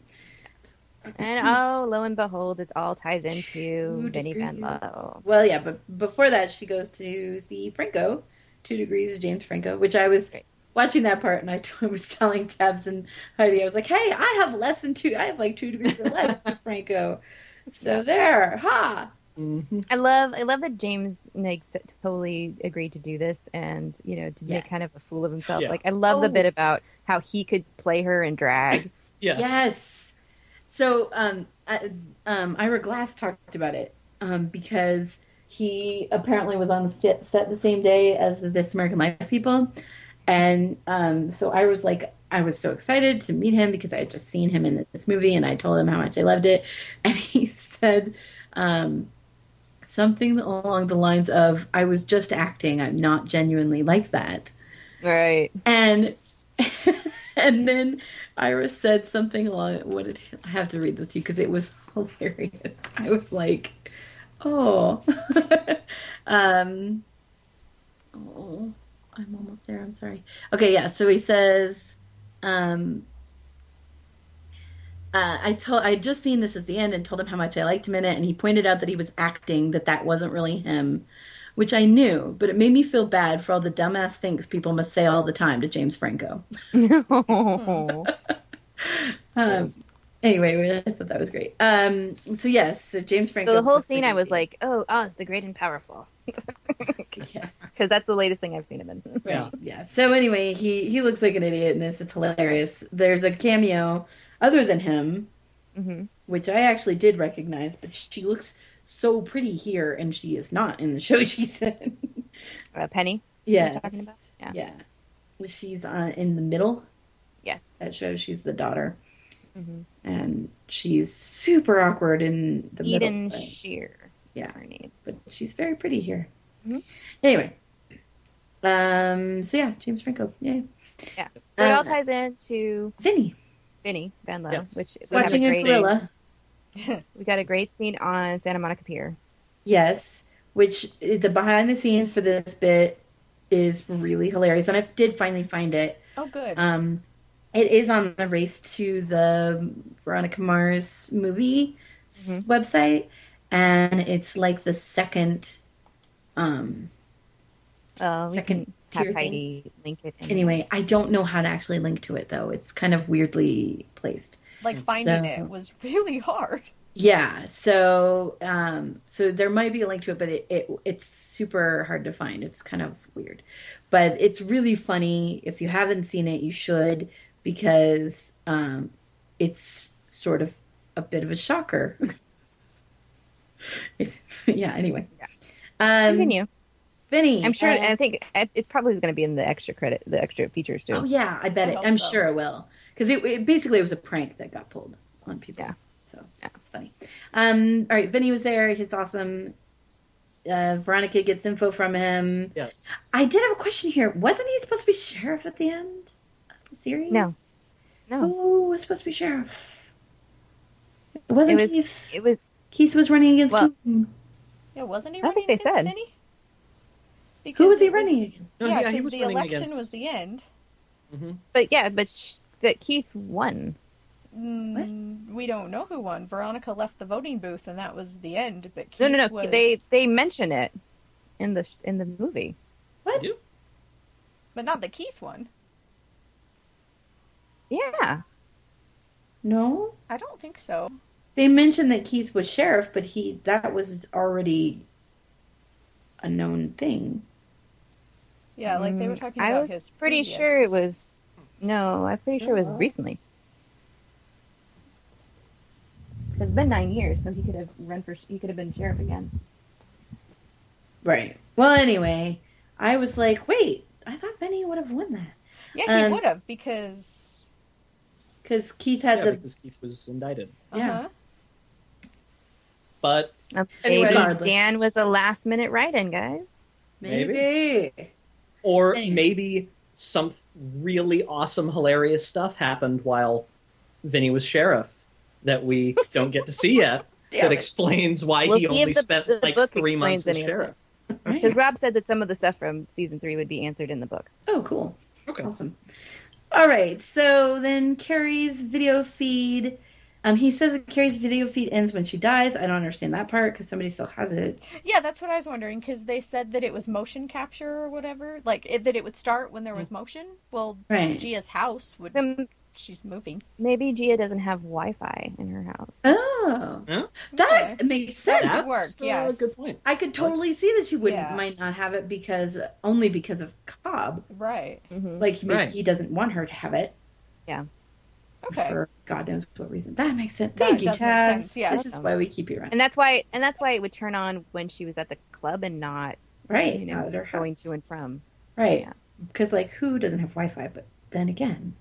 Speaker 4: And oh, lo and behold, it all ties into
Speaker 2: Two
Speaker 4: Benny Van
Speaker 2: degrees.
Speaker 4: Lowe.
Speaker 2: Well, yeah, but before that, she goes to see Franco, Two Degrees of James Franco, which I was
Speaker 4: Great.
Speaker 2: watching that part, and I [laughs] t- was telling Tabs and Heidi, I was like, "Hey, I have less than two. I have like two degrees or less
Speaker 4: [laughs]
Speaker 2: than Franco." So there, ha.
Speaker 1: Mhm.
Speaker 4: I love, I love that James like s- totally agreed to do this, and you know, to
Speaker 2: Yes.
Speaker 4: make kind of a fool of himself.
Speaker 1: Yeah.
Speaker 4: Like I love the
Speaker 1: Oh.
Speaker 4: bit about how he could play her
Speaker 2: [laughs]
Speaker 4: and drag.
Speaker 1: Yes.
Speaker 2: Yes. So um, I, um, Ira Glass talked about it um, because he apparently was on the set, set the same day as the This American Life people. And um, so I was like, I was so excited to meet him because I had just seen him in this movie and I told him how much I loved it. [laughs] And he said um, something along the lines of, I was just acting. I'm not genuinely like that
Speaker 4: [laughs] right.
Speaker 2: and [laughs] and then Ira said something along. What did he, I have to read this to you because it was hilarious. I was like, oh, [laughs] um, oh, I'm almost there. I'm sorry. Okay, yeah. So he says, um. Uh, I told I had just seen this as the end and told him how much I liked him in it, and he pointed out that he was acting, that that wasn't really him which I knew, but it made me feel bad for all the dumbass things people must say all the time to James Franco. Um, anyway, I thought that was great. Um, so yes, so James Franco.
Speaker 4: so the whole scene, I was like, "Oh, Oz the Great and Powerful,"
Speaker 2: [laughs] yes,
Speaker 4: because that's the latest thing I've seen him [laughs] in.
Speaker 2: right,
Speaker 1: Yeah.
Speaker 2: yeah. So anyway, he he looks like an idiot in this. It's hilarious. There's a cameo other than him,
Speaker 4: hmm
Speaker 2: which I actually did recognize, but she looks so pretty here, and she is not in the [laughs] show she's in.
Speaker 4: Uh, Penny. you're
Speaker 2: yeah,
Speaker 4: Talking about. Yeah.
Speaker 2: yeah. She's on in the middle.
Speaker 4: Yes.
Speaker 2: That shows she's the daughter. Mm-hmm.
Speaker 4: hmm
Speaker 2: and she's super awkward in the
Speaker 4: Eden
Speaker 2: middle,
Speaker 4: Sheer.
Speaker 2: Yeah.
Speaker 4: Is her name.
Speaker 2: but, but she's very pretty here.
Speaker 4: Mhm.
Speaker 2: Anyway, um, so yeah, James Franco, yay,
Speaker 4: So it all
Speaker 2: Uh,
Speaker 4: ties into
Speaker 2: Vinny
Speaker 4: Vinny Van Lowe,
Speaker 1: Yes.
Speaker 4: which we have a
Speaker 2: watching a
Speaker 4: great,
Speaker 2: gorilla,
Speaker 4: we got a great scene on Santa Monica Pier.
Speaker 2: yes, which uh, the behind the scenes for this bit is really hilarious, and I did finally find it.
Speaker 3: Oh, good.
Speaker 2: Um, it is on the race to the Veronica Mars movie s-
Speaker 4: Mhm.
Speaker 2: website, and it's like the second, um,
Speaker 4: Uh, we
Speaker 2: second
Speaker 4: can have
Speaker 2: tier thing.
Speaker 4: Heidi link it. In.
Speaker 2: Anyway, I don't know how to actually link to it though. It's kind of weirdly placed.
Speaker 3: like finding
Speaker 2: so-
Speaker 3: it was really hard.
Speaker 2: Yeah, so um, so there might be a link to it, but it, it it's super hard to find. It's kind of weird, but it's really funny. If you haven't seen it, you should because um, it's sort of a bit of a shocker. [laughs] yeah. Anyway, um,
Speaker 4: Continue.
Speaker 2: Vinny,
Speaker 4: I'm sure.
Speaker 2: uh,
Speaker 4: I think it it probably is going to be in the extra credit, the extra features too.
Speaker 2: Oh yeah, I bet
Speaker 3: I
Speaker 2: it.
Speaker 3: hope
Speaker 2: I'm
Speaker 3: so.
Speaker 2: sure it will. Because it, it basically it was a prank that got pulled on people.
Speaker 4: Yeah.
Speaker 2: So
Speaker 4: Yeah.
Speaker 2: funny. Um. All right, Vinny was there. He's awesome. Uh, Veronica gets info from him.
Speaker 1: Yes.
Speaker 2: I did have a question here. Wasn't he supposed to be sheriff at the end of the series?
Speaker 4: No. No,
Speaker 2: Who was supposed to be sheriff? It wasn't
Speaker 4: It was-
Speaker 2: Keith.
Speaker 4: it was.
Speaker 2: Keith was running against
Speaker 4: Well,
Speaker 2: whom?
Speaker 3: Yeah, wasn't he?
Speaker 4: I don't think
Speaker 3: running
Speaker 4: they
Speaker 3: against
Speaker 4: said.
Speaker 3: Vinny?
Speaker 2: Who
Speaker 3: Because
Speaker 2: was he
Speaker 3: it
Speaker 2: running against?
Speaker 1: No,
Speaker 3: yeah,
Speaker 1: yeah, he
Speaker 3: 'cause
Speaker 1: was
Speaker 3: the
Speaker 1: running
Speaker 3: election
Speaker 1: against- Mm-hmm.
Speaker 3: was the end.
Speaker 4: But yeah, but sh- that Keith won.
Speaker 3: Mm, we don't know who won. Veronica left the voting booth, and that was the end. But Keith
Speaker 4: No, no, no.
Speaker 3: was...
Speaker 4: They they mention it in the sh- in the movie.
Speaker 2: What?
Speaker 1: You?
Speaker 3: but not the Keith one.
Speaker 4: Yeah,
Speaker 2: No.
Speaker 3: I don't think so.
Speaker 2: They mentioned that Keith was sheriff, but he that was already a known thing.
Speaker 3: Yeah, like they were
Speaker 4: Mm,
Speaker 3: talking.
Speaker 4: I
Speaker 3: about
Speaker 4: was
Speaker 3: his
Speaker 4: pretty
Speaker 3: previous-
Speaker 4: sure it was. No, I'm pretty sure it was
Speaker 2: Oh.
Speaker 4: recently. It's been nine years, so he could have run for. He could have been sheriff again.
Speaker 2: Right. Well, anyway, I was like, wait, I thought Vinny would have won that
Speaker 3: Yeah, he
Speaker 2: Um,
Speaker 3: would have because.
Speaker 2: because Keith
Speaker 1: Yeah,
Speaker 2: had the
Speaker 1: because Keith was indicted.
Speaker 2: Yeah.
Speaker 3: uh-huh.
Speaker 1: But
Speaker 4: Uh,
Speaker 2: Anyway,
Speaker 4: Maybe
Speaker 2: regardless.
Speaker 4: Dan was a last minute write-in, guys.
Speaker 2: maybe.
Speaker 1: or
Speaker 2: Thanks.
Speaker 1: maybe some really awesome, hilarious stuff happened while Vinny was sheriff that we don't get to see yet.
Speaker 2: Damn
Speaker 1: that
Speaker 2: it.
Speaker 1: explains why
Speaker 4: We'll
Speaker 1: he
Speaker 4: see if
Speaker 1: only
Speaker 4: the-
Speaker 1: spent
Speaker 4: the
Speaker 1: like
Speaker 4: book
Speaker 1: three months as
Speaker 4: explains any of it.
Speaker 1: sheriff.
Speaker 2: Right.
Speaker 4: Because Rob said that some of the stuff from season three would be answered in the book.
Speaker 2: Oh, cool.
Speaker 1: Okay.
Speaker 2: Awesome. All right. So then Carrie's video feed. Um, he says that Carrie's video feed ends when she dies. I don't understand that part because somebody still has it.
Speaker 3: Yeah, that's what I was wondering because they said that it was motion capture or whatever, like it, that it would start when
Speaker 4: Mm.
Speaker 3: there was motion. Well,
Speaker 2: Right.
Speaker 3: Gia's house would.
Speaker 4: So
Speaker 3: She's moving.
Speaker 4: maybe Gia doesn't have Wi-Fi in her house.
Speaker 2: Oh,
Speaker 1: Yeah.
Speaker 2: that
Speaker 3: Okay.
Speaker 2: makes sense.
Speaker 3: That worked,
Speaker 1: a
Speaker 3: yes.
Speaker 1: uh, good point.
Speaker 2: I could totally see that she wouldn't
Speaker 3: Yeah.
Speaker 2: might not have it because only because of Cobb.
Speaker 3: Right.
Speaker 4: Mhm.
Speaker 2: Like he,
Speaker 1: Right.
Speaker 2: he doesn't want her to have it
Speaker 3: Okay.
Speaker 2: for God knows what reason. That makes sense.
Speaker 3: That
Speaker 2: Thank you,
Speaker 3: does make sense,
Speaker 2: Chaz.
Speaker 3: yeah.
Speaker 2: this is why we keep you around.
Speaker 4: And that's why, and that's why it would turn on when she was at the club and not,
Speaker 2: Right.
Speaker 4: you
Speaker 2: now
Speaker 4: know,
Speaker 2: that her
Speaker 4: going
Speaker 2: house-
Speaker 4: to and from.
Speaker 2: Right.
Speaker 4: Yeah.
Speaker 2: Because like who doesn't have Wi-Fi? But then again,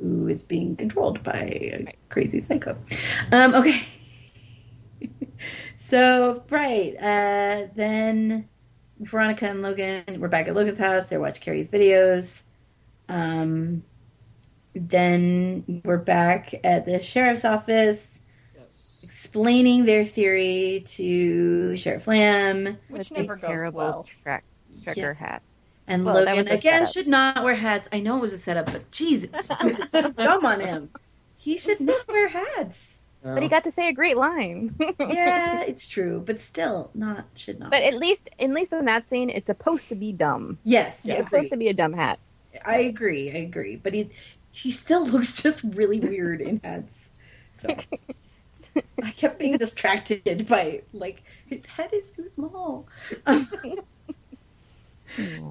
Speaker 2: who is being controlled by a
Speaker 4: Right.
Speaker 2: crazy psycho? Um, okay. [laughs] so right uh, then, Veronica and Logan. We're back at Logan's house. They watch Carrie's videos. Um, then we're back at the sheriff's office
Speaker 1: Yes.
Speaker 2: explaining their theory to Sheriff Lamb.
Speaker 3: Which
Speaker 4: with
Speaker 3: never
Speaker 4: a
Speaker 3: goes
Speaker 4: terrible [laughs]
Speaker 3: well.
Speaker 4: trek, trekker hat.
Speaker 2: And
Speaker 4: Well, that
Speaker 2: Logan
Speaker 4: was a
Speaker 2: again
Speaker 4: setup.
Speaker 2: should not wear hats. I know it was a setup, but Jesus, it's so dumb on him. He should not wear hats.
Speaker 4: But
Speaker 1: Oh.
Speaker 4: he got to say a great line. [laughs]
Speaker 2: Yeah, it's true, but still, not should not.
Speaker 4: but at least, at least in that scene, it's supposed to be dumb.
Speaker 2: yes,
Speaker 4: It's
Speaker 1: Yeah.
Speaker 2: agreed.
Speaker 4: supposed to be a dumb hat.
Speaker 2: I agree. I agree. But he he still [laughs] looks just really weird in hats. So I kept being distracted by like his head is too small. Um,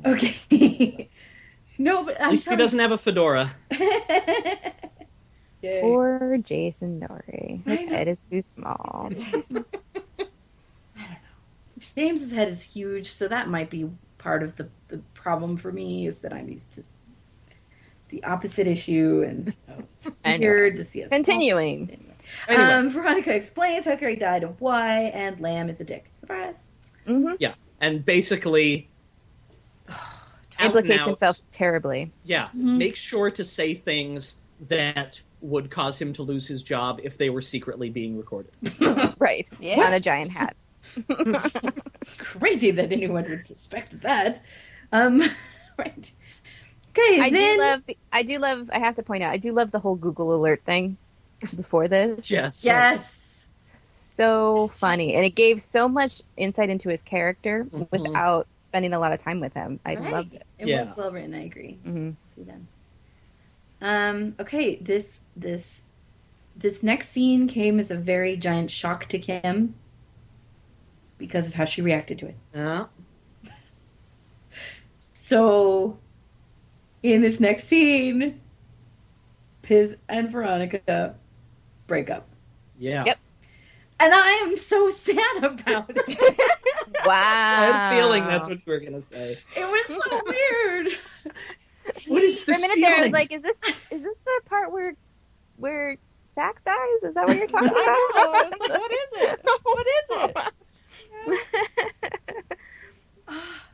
Speaker 2: okay. [laughs] no, but
Speaker 1: At
Speaker 2: I'm
Speaker 1: least he doesn't have a fedora.
Speaker 4: Um,
Speaker 2: doesn't. [laughs] Yay.
Speaker 4: Or Jason Dory.
Speaker 2: I
Speaker 4: His
Speaker 2: know.
Speaker 4: head is too small.
Speaker 2: [laughs] James's head is huge, so that might be part of the, the problem for me is that I'm used to the opposite issue, and so
Speaker 4: I know.
Speaker 2: it's weird to see us.
Speaker 4: Continuing.
Speaker 1: Anyway,
Speaker 2: Um, Veronica explains how Carrie died and why, and Lamb is a dick. Surprise.
Speaker 4: hmm
Speaker 1: and basically out and
Speaker 4: Implicates
Speaker 1: out,
Speaker 4: himself terribly.
Speaker 1: Yeah,
Speaker 2: Mhm.
Speaker 1: make sure to say things that would cause him to lose his job if they were secretly being recorded.
Speaker 4: Right.
Speaker 3: Yeah.
Speaker 4: On a giant [laughs] hat.
Speaker 2: [laughs] Crazy that anyone would suspect that. Um, [laughs] right. Okay,
Speaker 4: I
Speaker 2: then
Speaker 4: do love. I do love. I have to point out. I do love the whole Google alert thing. [laughs] Before this,
Speaker 1: Yes.
Speaker 2: yes,
Speaker 4: so funny, and it gave so much insight into his character
Speaker 1: Mhm.
Speaker 4: without spending a lot of time with him. I
Speaker 2: Right.
Speaker 4: loved it.
Speaker 2: It
Speaker 1: Yeah.
Speaker 2: was well written.
Speaker 4: [laughs]
Speaker 2: I agree.
Speaker 4: Mhm.
Speaker 2: see them. Um, okay, this this this next scene came as a very giant shock to Kim because of how she reacted to it.
Speaker 1: Yeah.
Speaker 2: So, in this next scene, Piz and Veronica break up.
Speaker 1: Yeah.
Speaker 4: Yep.
Speaker 2: And I am so [laughs] sad about it.
Speaker 4: Wow.
Speaker 1: I had a feeling that's what you were gonna say.
Speaker 2: it was so weird.
Speaker 1: What is
Speaker 4: For a
Speaker 1: this
Speaker 4: minute
Speaker 1: feeling?
Speaker 4: there, I was like, is this is this the part where where Sax dies? Is that what you're [laughs] talking
Speaker 3: [laughs] I
Speaker 4: about?
Speaker 3: know. what is it? What is it?
Speaker 4: [laughs]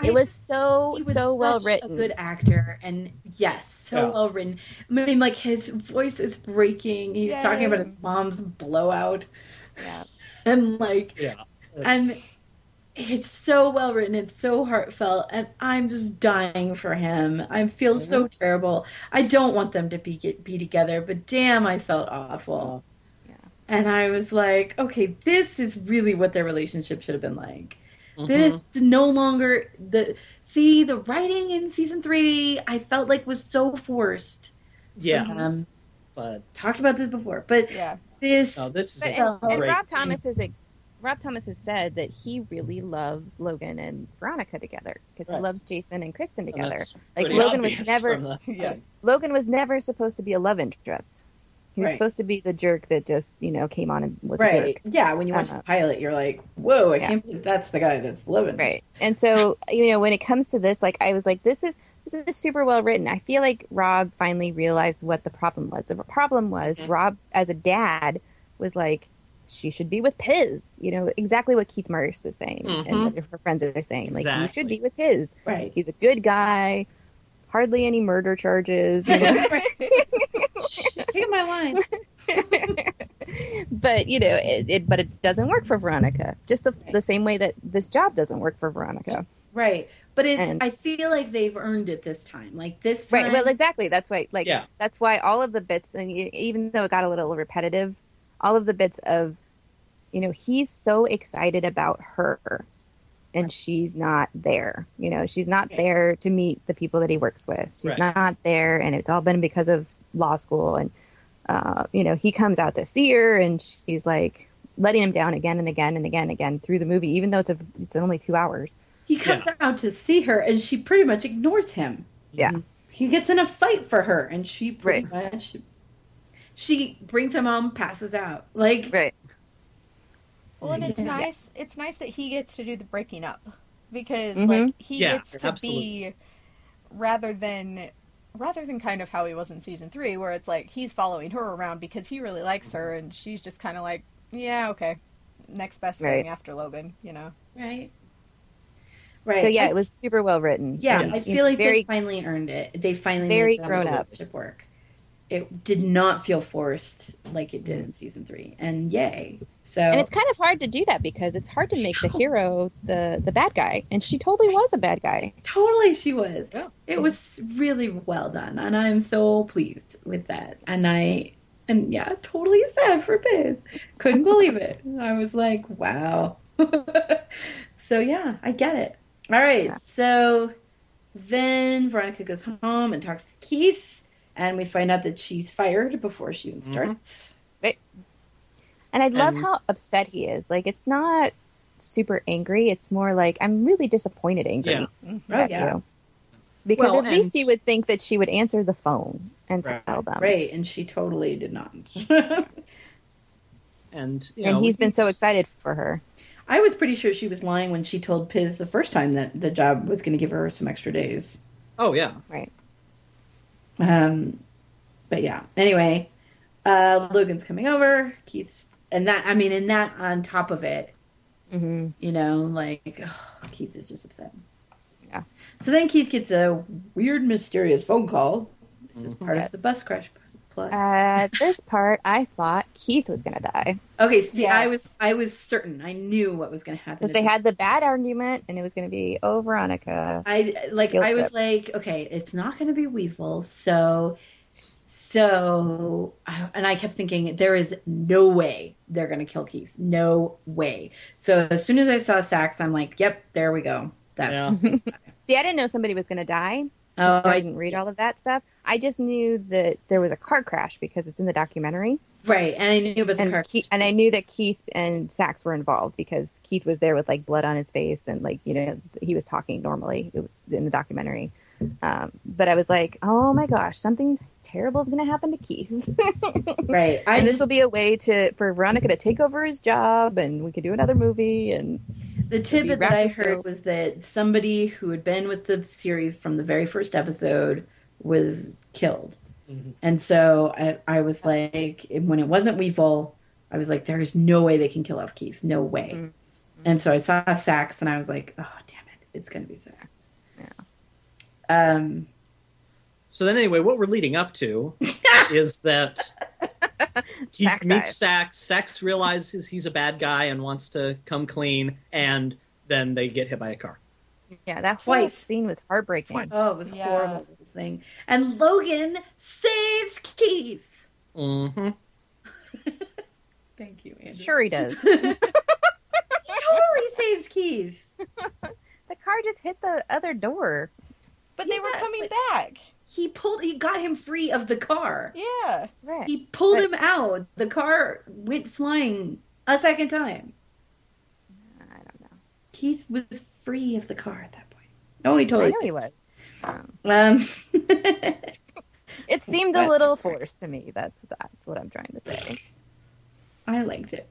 Speaker 2: I
Speaker 4: it was so
Speaker 2: he was
Speaker 4: so well
Speaker 2: such
Speaker 4: written.
Speaker 2: A good actor, and yes, so
Speaker 1: Yeah.
Speaker 2: well written. I mean, like his voice is breaking. He's
Speaker 3: Yay.
Speaker 2: talking about his mom's blowout,
Speaker 4: Yeah.
Speaker 2: and like
Speaker 1: yeah.
Speaker 2: and-
Speaker 1: It's-
Speaker 2: it's so well written. It's so heartfelt, and I'm just dying for him. I feel so terrible. I don't want them to be get, be together, but damn, I felt awful.
Speaker 4: Yeah.
Speaker 2: And I was like, okay, this is really what their relationship should have been like.
Speaker 1: mhm.
Speaker 2: this no longer the see the writing in season three i felt like was so forced
Speaker 1: Yeah,
Speaker 2: um
Speaker 1: but
Speaker 2: talked about this before but
Speaker 3: Yeah.
Speaker 2: this
Speaker 1: no, this is
Speaker 4: But,
Speaker 1: a
Speaker 4: and, and
Speaker 1: great
Speaker 4: Rob Thomas is a Rob Thomas has said that he really loves Logan and Veronica together because
Speaker 1: Right.
Speaker 4: he loves Jason and Kristen
Speaker 1: and
Speaker 4: together.
Speaker 1: that's
Speaker 4: Like,
Speaker 1: pretty
Speaker 4: Logan was
Speaker 1: obvious
Speaker 4: never-
Speaker 1: from the-
Speaker 2: uh,
Speaker 3: Yeah.
Speaker 4: Logan was never supposed to be a love interest. He was
Speaker 2: Right.
Speaker 4: supposed to be the jerk that just you know came on and was a jerk.
Speaker 2: right yeah when you watch
Speaker 4: Uh-huh.
Speaker 2: the pilot you're like whoa i
Speaker 4: Yeah.
Speaker 2: can't believe that's the guy that's living
Speaker 4: Right. And so, you know, when it comes to this, like I was like, this is this is super well written. I feel like Rob finally realized what the problem was. The problem was
Speaker 1: Mhm.
Speaker 4: Rob as a dad was like, she should be with Piz. You know, exactly what Keith Morris is saying
Speaker 1: Mhm.
Speaker 4: and other her friends are saying. Like you should
Speaker 1: Exactly.
Speaker 4: be with his.
Speaker 2: right
Speaker 4: [laughs] He's a good guy, hardly any murder charges. You
Speaker 3: [laughs]
Speaker 4: know?
Speaker 2: take my
Speaker 4: [laughs]
Speaker 2: line
Speaker 4: but you know, it, it but it doesn't work for Veronica. Just the
Speaker 2: Right.
Speaker 4: the same way that this job doesn't work for Veronica.
Speaker 2: right but it's
Speaker 4: And-
Speaker 2: i feel like they've earned it this time like this time
Speaker 4: Right. Well, exactly. That's why, like,
Speaker 1: Yeah.
Speaker 4: that's why all of the bits, and e- even though it got a little repetitive, all of the bits of, you know, he's so excited about her, and she's not there. You know, she's not
Speaker 2: Right.
Speaker 4: there to meet the people that he works with. She's
Speaker 1: Right.
Speaker 4: not there, and it's all been because of law school. And uh, you know, he comes out to see her, and she's like letting him down again and again and again and again through the movie, even though it's a, it's only two hours.
Speaker 2: he comes out to see her and she pretty much ignores him
Speaker 4: Yeah.
Speaker 2: he gets in a fight for her and she pretty much she brings him home passes out like
Speaker 4: Right.
Speaker 3: Well, and it's
Speaker 2: Yeah.
Speaker 3: nice. It's nice that he gets to do the breaking up because
Speaker 4: Mhm.
Speaker 3: like he
Speaker 1: Yeah,
Speaker 3: gets to be
Speaker 1: absolutely.
Speaker 3: rather than rather than kind of how he was in season three, where it's like he's following her around because he really likes her, and she's just kind of like, yeah, okay, next best
Speaker 4: Right.
Speaker 3: thing after Logan, you know.
Speaker 2: right right
Speaker 4: So yeah,
Speaker 2: I
Speaker 4: it was super well written.
Speaker 2: just- yeah
Speaker 4: And,
Speaker 2: i
Speaker 4: you know,
Speaker 2: feel like
Speaker 4: very
Speaker 2: they finally earned it they finally
Speaker 4: very
Speaker 2: made that
Speaker 4: grown up.
Speaker 2: relationship work it did not feel forced like it did in season three and yay so
Speaker 4: and it's kind of hard to do that because it's hard to make the hero the the bad guy and she totally was a bad guy
Speaker 2: totally she was
Speaker 1: Yeah.
Speaker 2: it was really well done and i'm so pleased with that and i and yeah totally sad for biz couldn't believe it i was like wow [laughs] so yeah i get it all right
Speaker 4: Yeah.
Speaker 2: so then veronica goes home and talks to keith and we find out that she's fired before she even
Speaker 1: Mhm.
Speaker 2: starts
Speaker 4: and i love
Speaker 2: And-
Speaker 4: how upset he is like it's not super angry it's more like i'm really disappointed angry
Speaker 1: Yeah.
Speaker 3: Mm-hmm.
Speaker 2: oh
Speaker 4: at
Speaker 2: yeah
Speaker 4: you because
Speaker 1: Well,
Speaker 4: at least
Speaker 1: and-
Speaker 4: you would think that she would answer the phone and
Speaker 1: Right.
Speaker 4: tell them
Speaker 2: right and she totally did not [laughs]
Speaker 1: and you
Speaker 4: and
Speaker 1: know,
Speaker 4: he's been so excited for her
Speaker 2: i was pretty sure she was lying when she told piz the first time that the job was going to give her some extra days
Speaker 1: Oh yeah,
Speaker 2: Um, but yeah. Anyway, uh, Logan's coming over. Keith's and that. I mean, and that on top of it,
Speaker 4: mm-hmm.
Speaker 2: you know, like ugh, Keith is just upset.
Speaker 4: Yeah.
Speaker 2: So then Keith gets a weird, mysterious phone call. This is part
Speaker 4: Mm-hmm. Yes. Uh,
Speaker 2: of the bus crash plot.
Speaker 4: at this part i thought keith was gonna die
Speaker 2: okay. See,
Speaker 3: Yeah.
Speaker 2: I was, I was certain. I knew what was going to happen.
Speaker 4: because they had the bad argument and it was gonna be oh veronica
Speaker 2: I like.
Speaker 4: Guilt
Speaker 2: I was
Speaker 4: trip.
Speaker 2: like, okay, it's not going to be Weevil, so. So, I- and I kept thinking, there is no way they're going to kill Keith. No way. So, as soon as I saw Sax, I'm like, yep, there we go. That's
Speaker 1: Yeah.
Speaker 4: see i didn't know somebody was gonna die
Speaker 2: Oh,
Speaker 4: I
Speaker 2: I-
Speaker 4: didn't read all of that stuff. I just knew that there was a car crash because it's in the documentary,
Speaker 2: Right, and I knew about the car.
Speaker 4: and Keith, and I knew that Keith and Sax were involved because Keith was there with like blood on his face and like you know he was talking normally in the documentary. Um, but I was like, oh my gosh, something terrible is going to happen to Keith.
Speaker 2: [laughs] right, I
Speaker 4: and this
Speaker 2: just
Speaker 4: will be a way to for Veronica to take over his job, and we could do another movie. And
Speaker 2: the tidbit that
Speaker 4: wrapped
Speaker 2: I
Speaker 4: up
Speaker 2: heard
Speaker 4: with-
Speaker 2: was that somebody who had been with the series from the very first episode was killed,
Speaker 4: Mm-hmm.
Speaker 1: Mhm.
Speaker 2: and so I, I was like, when it wasn't Weevil, I was like, there is no way they can kill off Keith, no way.
Speaker 4: Mhm.
Speaker 2: And so I saw Sax, and I was like, oh damn it, it's gonna be Sax.
Speaker 4: Yeah.
Speaker 2: Um.
Speaker 1: So then, anyway, what we're leading up to is that Keith
Speaker 4: Sax
Speaker 1: meets
Speaker 4: dies.
Speaker 1: Sax. Sax realizes he's a bad guy and wants to come clean, and then they get hit by a car.
Speaker 4: yeah, that whole
Speaker 2: Twice.
Speaker 4: scene was heartbreaking.
Speaker 1: Twice.
Speaker 2: Oh, it was
Speaker 3: Yeah.
Speaker 2: horrible the thing. And Logan saves Keith.
Speaker 1: hmm
Speaker 2: Thank you, Andrew.
Speaker 4: Sure,
Speaker 2: [laughs]
Speaker 4: he does.
Speaker 2: He totally saves Keith.
Speaker 4: the car just hit the other door.
Speaker 3: But they were
Speaker 2: Yeah,
Speaker 3: coming
Speaker 2: but-
Speaker 3: back.
Speaker 2: He pulled. He got him free of the car.
Speaker 3: Yeah.
Speaker 4: Right.
Speaker 2: He pulled him out. The car went flying a second time.
Speaker 4: I don't know.
Speaker 2: Keith was free of the car at that point. Oh, he
Speaker 4: I
Speaker 2: totally
Speaker 4: know he
Speaker 2: saves
Speaker 4: was. Um,
Speaker 2: Keith. Um, [laughs]
Speaker 4: it seemed a
Speaker 2: That's
Speaker 4: little forced to me. That's that's what I'm trying to say.
Speaker 2: I liked it.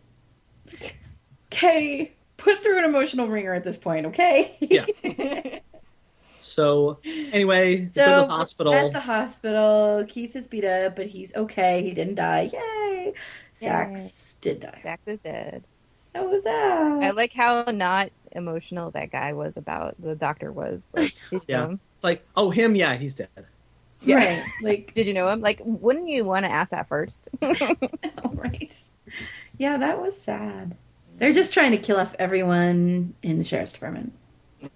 Speaker 2: Okay, put through an emotional ringer at this point. Okay.
Speaker 1: Yeah.
Speaker 2: [laughs]
Speaker 1: So anyway, they go to
Speaker 2: So,
Speaker 1: the hospital.
Speaker 2: At the hospital, Keith is beat up, but he's okay. He didn't die. Yay! Sax did die.
Speaker 4: Sax is dead.
Speaker 2: That was uh,
Speaker 4: I
Speaker 2: that.
Speaker 4: like how not emotional that guy was about the doctor was.
Speaker 2: [laughs]
Speaker 4: Like, did you
Speaker 1: Yeah.
Speaker 4: know him?
Speaker 1: it's like, oh, him, yeah, he's dead.
Speaker 4: yeah. [laughs]
Speaker 2: Right. Like,
Speaker 4: Did you know him? Like, wouldn't you want to ask
Speaker 2: [laughs]
Speaker 4: that first?
Speaker 2: all right. Yeah, that was sad. They're just trying to kill off everyone in the sheriff's department.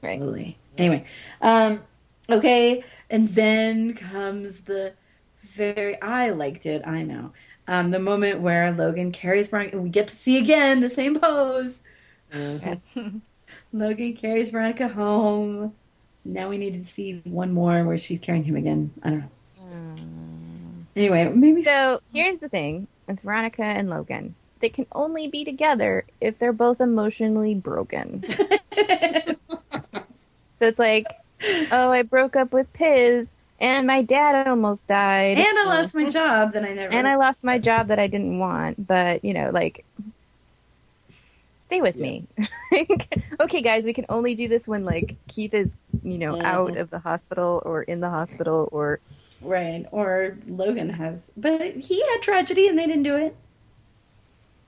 Speaker 4: Right.
Speaker 2: Slowly. Anyway, um, okay, and then comes the very. I liked it. I know. Um, the moment where Logan carries Veronica, and we get to see again the same pose. Logan carries Veronica home. Now we need to see one more where she's carrying him again. I don't know. Anyway, maybe [laughs]
Speaker 4: So here's the thing with Veronica and Logan. They can only be together if they're both emotionally broken. So
Speaker 2: [laughs]
Speaker 4: it's like, oh, I broke up with Piz and my dad almost died.
Speaker 2: and I lost
Speaker 4: [laughs]
Speaker 2: my job that I never.
Speaker 4: and I lost my job that I didn't want, but you know, like stay with me. [laughs] Like, okay guys, we can only do this when like Keith is, you know,
Speaker 1: Mm-hmm.
Speaker 4: out of the hospital or in the hospital or
Speaker 2: right or Logan has, but he had tragedy and they didn't do it.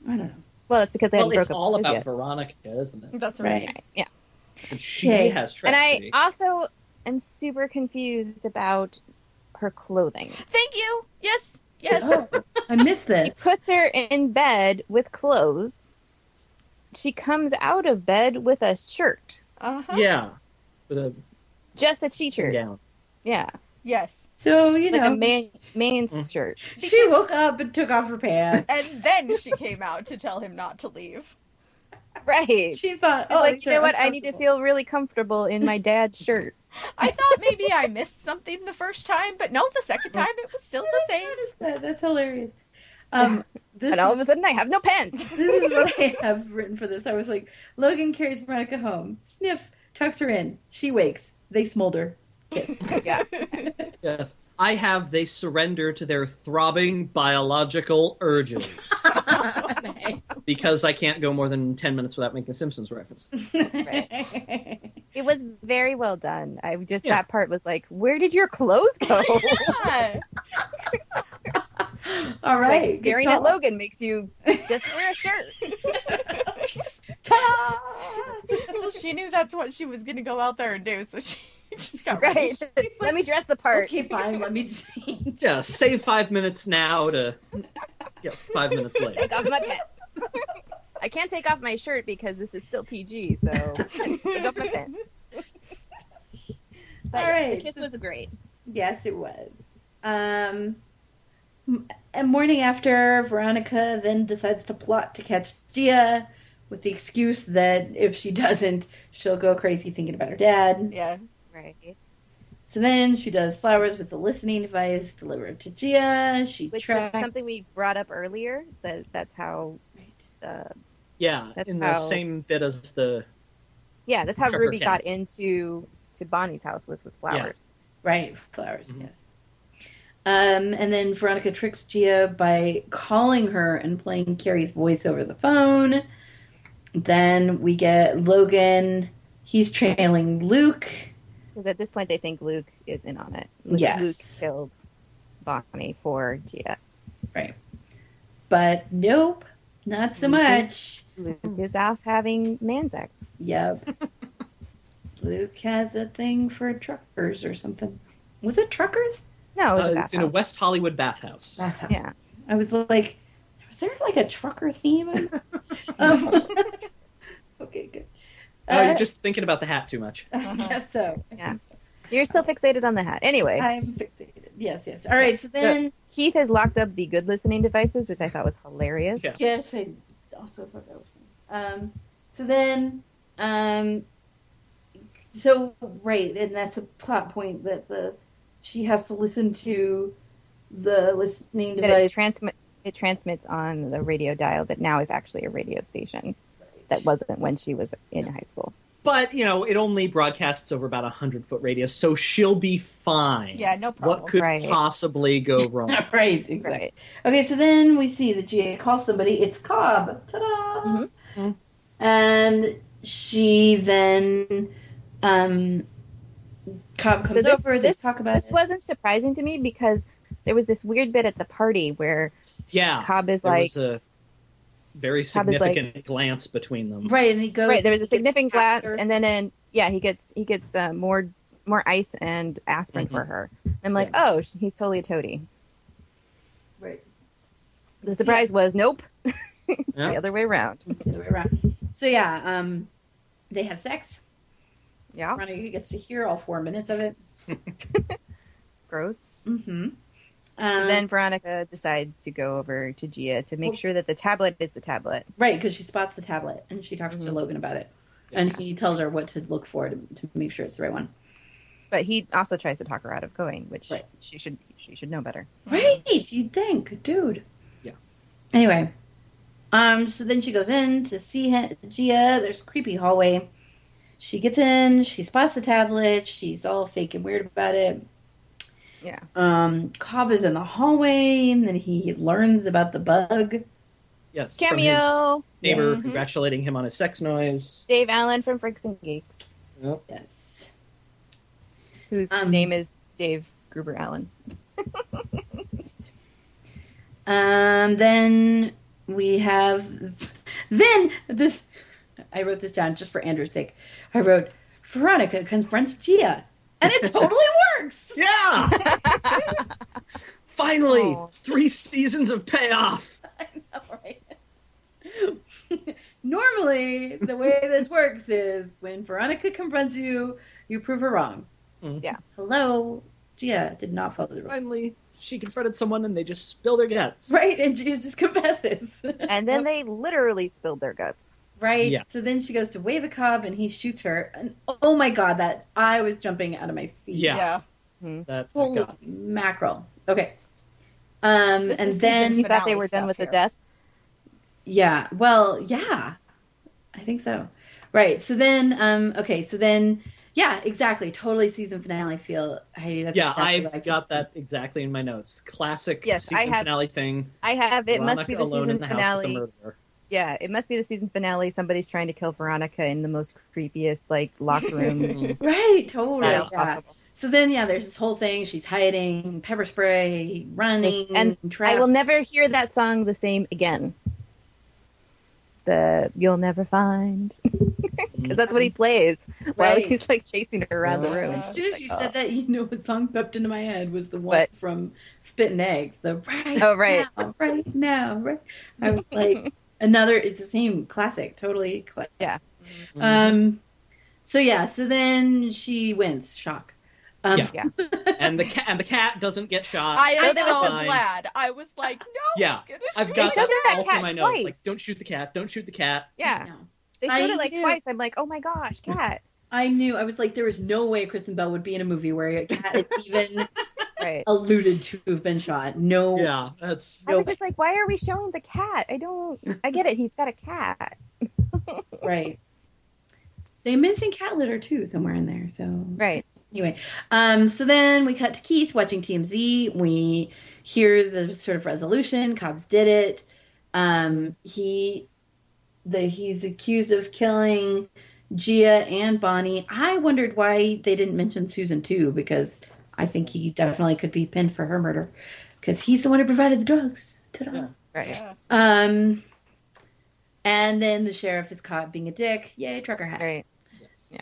Speaker 2: I don't know.
Speaker 4: well, it's because they
Speaker 1: well,
Speaker 4: haven't
Speaker 1: it's
Speaker 4: broke up
Speaker 1: all
Speaker 4: with Piz
Speaker 1: about
Speaker 4: yet.
Speaker 1: Veronica, isn't it?
Speaker 3: That's
Speaker 2: Right.
Speaker 4: Yeah.
Speaker 1: And she
Speaker 2: Okay.
Speaker 1: has
Speaker 4: And
Speaker 1: tragedy.
Speaker 4: I also am super confused about her clothing.
Speaker 3: Thank you. Yes. Yes.
Speaker 2: Oh, I
Speaker 4: [laughs]
Speaker 2: missed
Speaker 4: He
Speaker 2: this.
Speaker 4: puts her in bed with clothes. She comes out of bed with a shirt,
Speaker 3: Uh-huh.
Speaker 1: yeah, with a
Speaker 4: just a t-shirt.
Speaker 1: down.
Speaker 4: Yeah,
Speaker 3: Yes.
Speaker 2: So you
Speaker 4: like
Speaker 2: know,
Speaker 4: a man man's
Speaker 1: Mm.
Speaker 4: shirt.
Speaker 2: she woke up and took off her pants.
Speaker 3: And then she came out to tell him not to leave.
Speaker 2: [laughs]
Speaker 4: Right.
Speaker 2: she thought,
Speaker 4: It's
Speaker 2: "Oh,
Speaker 4: like,
Speaker 2: these
Speaker 4: you know
Speaker 2: are
Speaker 4: what? I need to
Speaker 2: uncomfortable."
Speaker 4: feel really comfortable in my dad's
Speaker 2: [laughs]
Speaker 4: shirt.
Speaker 3: I thought maybe I missed something the first time, but no, the second time it was still the
Speaker 2: I
Speaker 3: same.
Speaker 2: noticed that. That's hilarious. Um, this
Speaker 4: [laughs] And all
Speaker 2: is-
Speaker 4: of a sudden, I have no pants.
Speaker 2: [laughs] this is what I have written for this. I was like, Logan carries Veronica home. Sniff tucks her in. She wakes. They
Speaker 4: [laughs]
Speaker 2: smolder. [laughs] Kiss.
Speaker 4: yeah.
Speaker 1: Yes, I have. They surrender to their throbbing biological urges because I can't go more than ten minutes without making a Simpsons reference.
Speaker 4: It was very well done. I just,
Speaker 1: Yeah.
Speaker 4: that part was like, where did your
Speaker 2: [laughs]
Speaker 4: clothes go?
Speaker 3: Yeah.
Speaker 2: All
Speaker 4: It's
Speaker 2: right.
Speaker 4: Like
Speaker 2: good
Speaker 4: staring at
Speaker 2: call.
Speaker 4: Logan makes you just wear a shirt.
Speaker 2: [laughs] Ta-da!
Speaker 3: well, she knew that's what she was going to go out there and do, so she [laughs] just got ready.
Speaker 4: Right. [laughs] Let me dress the part.
Speaker 2: Okay, fine. Let me change.
Speaker 1: Yeah, save five minutes now to yeah, five minutes later.
Speaker 4: Take off
Speaker 2: [laughs]
Speaker 4: my pants. I can't take off my shirt because this is still PG, so [laughs] take off my pants. But
Speaker 2: All
Speaker 4: yeah,
Speaker 2: right.
Speaker 4: The kiss was great.
Speaker 2: Yes, it was. Um, m- and morning after, Veronica then decides to plot to catch Gia with the excuse [laughs] that if she doesn't, she'll go crazy thinking about her dad.
Speaker 3: Yeah.
Speaker 4: Right.
Speaker 2: So then she does flowers with the listening device delivered to Gia. She
Speaker 4: which was
Speaker 2: tracks.
Speaker 4: something we brought up earlier. That that's how. Uh,
Speaker 1: Yeah,
Speaker 4: That's
Speaker 1: in the
Speaker 4: how-
Speaker 1: same bit as the
Speaker 4: yeah, that's how
Speaker 1: Trucker
Speaker 4: Ruby
Speaker 1: Cat.
Speaker 4: got into to Bonnie's house was with flowers.
Speaker 2: Right, flowers,
Speaker 1: Mhm.
Speaker 2: yes. Um, and then Veronica tricks Gia by calling her and playing Carrie's voice over the phone. Then we get Logan. He's trailing Luke.
Speaker 4: Because at this point, they think Luke is in on it. Luke,
Speaker 2: Yes.
Speaker 4: Luke killed Bonnie for Gia.
Speaker 2: Right. But nope, not so
Speaker 4: Luke
Speaker 2: much.
Speaker 4: is- Luke is off having man sex.
Speaker 2: Yep. [laughs] Luke has a thing for truckers or something. Was it truckers?
Speaker 4: No, it was
Speaker 1: uh,
Speaker 4: a
Speaker 1: it's in a
Speaker 4: bathhouse. Uh,
Speaker 1: West Hollywood bathhouse.
Speaker 2: Bathhouse.
Speaker 4: Yeah.
Speaker 2: I was like, was there like a trucker theme? [laughs] in- um, okay, good.
Speaker 1: Oh,
Speaker 2: Uh,
Speaker 1: you're just thinking about the hat too much.
Speaker 2: [laughs] I guess so.
Speaker 4: Uh-huh. Yeah. You're still fixated on the hat. Anyway,
Speaker 2: I'm fixated. Yes, yes. All right. So then,
Speaker 4: Keith has locked up the good listening devices, which I thought was hilarious.
Speaker 1: Yeah.
Speaker 2: yes, I also thought that was. Funny. Um. So then, um. So right, and that's a plot point that the she has to listen to the listening
Speaker 4: That it
Speaker 2: device.
Speaker 4: transmit it transmits on the radio dial that now is actually a radio station
Speaker 2: [laughs]
Speaker 4: that wasn't when she was in high school.
Speaker 1: But, you know, it only broadcasts over about a 100 foot radius, so she'll be fine.
Speaker 3: Yeah, no problem.
Speaker 1: What could
Speaker 4: Right.
Speaker 1: possibly
Speaker 4: [laughs]
Speaker 1: go wrong?
Speaker 2: right. Exactly.
Speaker 4: Right.
Speaker 2: Okay, so then we see that GA calls somebody. It's Cobb. Ta da!
Speaker 4: Mhm.
Speaker 1: Mhm.
Speaker 2: And she then, um, Cobb comes
Speaker 4: So this
Speaker 2: over.
Speaker 4: this,
Speaker 2: they talk about
Speaker 4: this
Speaker 2: it.
Speaker 4: wasn't surprising to me because there was this weird bit at the party where
Speaker 1: Yeah,
Speaker 4: Cobb is
Speaker 1: There
Speaker 4: like
Speaker 1: was a very
Speaker 4: Cobb is like-
Speaker 1: significant glance between them.
Speaker 2: right, and he goes.
Speaker 4: right there was a
Speaker 2: gets
Speaker 4: significant glance
Speaker 2: after-
Speaker 4: and then in, yeah he gets he gets uh, more more ice and aspirin for
Speaker 1: Mhm.
Speaker 4: her and i'm like oh sh- he's totally a toady
Speaker 2: right,
Speaker 4: the surprise was nope [laughs] it's
Speaker 1: Yeah.
Speaker 4: the other way around
Speaker 2: the other way around. So yeah, um, they have sex.
Speaker 4: yeah
Speaker 2: Veronica gets to hear all four minutes of it.
Speaker 4: gross
Speaker 2: Mm-hmm.
Speaker 4: so
Speaker 2: Um,
Speaker 4: then veronica decides to go over to gia to make
Speaker 2: Well-
Speaker 4: sure that the tablet is the tablet
Speaker 2: Right, because she spots the tablet and she talks to
Speaker 4: Mhm.
Speaker 2: Logan about it,
Speaker 1: Yes.
Speaker 2: and he tells her what to look for to, to make sure it's the right one.
Speaker 4: but he also tries to talk her out of going which
Speaker 2: Right.
Speaker 4: she should she should know better
Speaker 2: Right, you'd think, dude.
Speaker 1: Yeah.
Speaker 2: Anyway, um, so then she goes in to see him, Gia. There's a creepy hallway. She gets in. She spots the tablet. She's all fake and weird about it.
Speaker 4: Yeah.
Speaker 2: Um, Cobb is in the hallway, and then he learns about the bug.
Speaker 1: Yes. from his
Speaker 4: cameo Mm-hmm.
Speaker 1: neighbor
Speaker 3: Mhm.
Speaker 1: congratulating him on his sex noise.
Speaker 4: dave allen from freaks and geeks
Speaker 1: Yep.
Speaker 2: Yes.
Speaker 4: whose
Speaker 2: Um,
Speaker 4: name is dave gruber allen
Speaker 2: Um, then we have. Then this. I wrote this down just for Andrew's sake. I wrote Veronica confronts Gia, and it totally works. [laughs]
Speaker 1: Yeah! [laughs] Finally,
Speaker 4: Oh.
Speaker 1: three seasons of payoff.
Speaker 2: Alright. Normally, the way this works is when Veronica confronts you, you prove her wrong.
Speaker 1: Mm.
Speaker 4: Yeah.
Speaker 2: Hello, Gia did not follow the rules.
Speaker 1: Finally, she confronted someone and they just spill their guts.
Speaker 2: Right, and Gia just [laughs] confesses.
Speaker 4: and then they literally spilled their guts
Speaker 2: right,
Speaker 1: Yeah.
Speaker 2: so then she goes to wave a cob and he shoots her. And oh my god, that I was jumping out of my seat.
Speaker 1: Yeah. Oh
Speaker 3: Yeah.
Speaker 1: That, that
Speaker 2: Holy
Speaker 1: got
Speaker 2: mackerel. Okay. Um,
Speaker 3: This
Speaker 2: and
Speaker 3: is
Speaker 2: then,
Speaker 4: you
Speaker 3: season
Speaker 4: thought they
Speaker 3: finale
Speaker 4: were done
Speaker 3: stuff
Speaker 4: with the
Speaker 3: here.
Speaker 4: deaths
Speaker 2: yeah, well, yeah, I think so. Right. So then, um, okay. So then, yeah, exactly. Totally season finale feel. I, that's
Speaker 1: yeah,
Speaker 2: exactly what I
Speaker 1: I've got that exactly in my notes. Classic
Speaker 4: Yes, I
Speaker 1: season
Speaker 4: have-
Speaker 1: finale thing.
Speaker 4: I have. It must be
Speaker 1: Veronica
Speaker 4: the
Speaker 1: alone in
Speaker 4: season
Speaker 1: the House
Speaker 4: finale.
Speaker 1: with the murderer. [laughs]
Speaker 4: yeah, it must be the season finale. Somebody's trying to kill Veronica in the most creepiest, like, locked [laughs] room
Speaker 1: Mm.
Speaker 2: Right. Totally.
Speaker 4: style
Speaker 2: Oh, Yeah.
Speaker 4: possible.
Speaker 2: So then, yeah, there's this whole thing. She's hiding, pepper spray, running,
Speaker 4: And
Speaker 2: trap.
Speaker 4: I will never hear that song the same again. The You'll Never Find.
Speaker 1: mm,
Speaker 4: [laughs] Because that's what he plays while
Speaker 2: Right.
Speaker 4: he's, like, chasing her around the
Speaker 1: Yeah.
Speaker 4: room.
Speaker 2: As soon as you
Speaker 4: Like, "Oh."
Speaker 2: said that, you know what song popped into my head was the one
Speaker 4: What?
Speaker 2: from Spitting Eggs. The right.
Speaker 4: Oh, right.
Speaker 2: Now, right now, right. I
Speaker 4: [laughs]
Speaker 2: was like, another. It's the same classic. Totally. Cla-
Speaker 4: Yeah. Mm-hmm.
Speaker 1: mm.
Speaker 2: Um. So yeah. So then she wins. Shock. Um,
Speaker 1: Yeah. and the cat and the cat doesn't get shot.
Speaker 3: I
Speaker 4: No,
Speaker 3: am
Speaker 4: there Oh, was
Speaker 3: so
Speaker 1: some-
Speaker 3: glad. I was like, no.
Speaker 1: Yeah.
Speaker 3: it's gonna
Speaker 1: I've
Speaker 3: shoot
Speaker 1: got
Speaker 4: showed
Speaker 1: that,
Speaker 4: that
Speaker 1: all through
Speaker 4: cat
Speaker 1: my notes. Like,
Speaker 4: twice.
Speaker 1: don't shoot the cat. Don't shoot the cat.
Speaker 4: Yeah,
Speaker 2: No.
Speaker 4: they
Speaker 2: I
Speaker 4: showed it, like,
Speaker 2: knew.
Speaker 4: [laughs] twice. I'm like, oh my gosh, cat.
Speaker 2: I knew. I was like, there was no way Kristen Bell would be in a movie where a cat is even [laughs]
Speaker 4: Right.
Speaker 2: alluded to have been shot. No.
Speaker 1: Yeah, that's
Speaker 4: I was just like, why are we showing the cat? I [laughs] don't. I get it. He's got a cat.
Speaker 2: Right. They mentioned cat litter too somewhere in there. So
Speaker 4: Right.
Speaker 2: Anyway, um, so then we cut to Keith watching TMZ. We hear the sort of resolution. Cobbs did it. Um, he, the he's accused of killing Gia and Bonnie. I wondered why they didn't mention Susan too, because I think he definitely could be pinned for her murder, because he's the one who provided the drugs. Ta-da.
Speaker 1: Yeah.
Speaker 4: Right.
Speaker 3: Yeah.
Speaker 2: Um, and then the sheriff is caught being a dick. Yay, trucker hat.
Speaker 4: Right.
Speaker 1: Yes.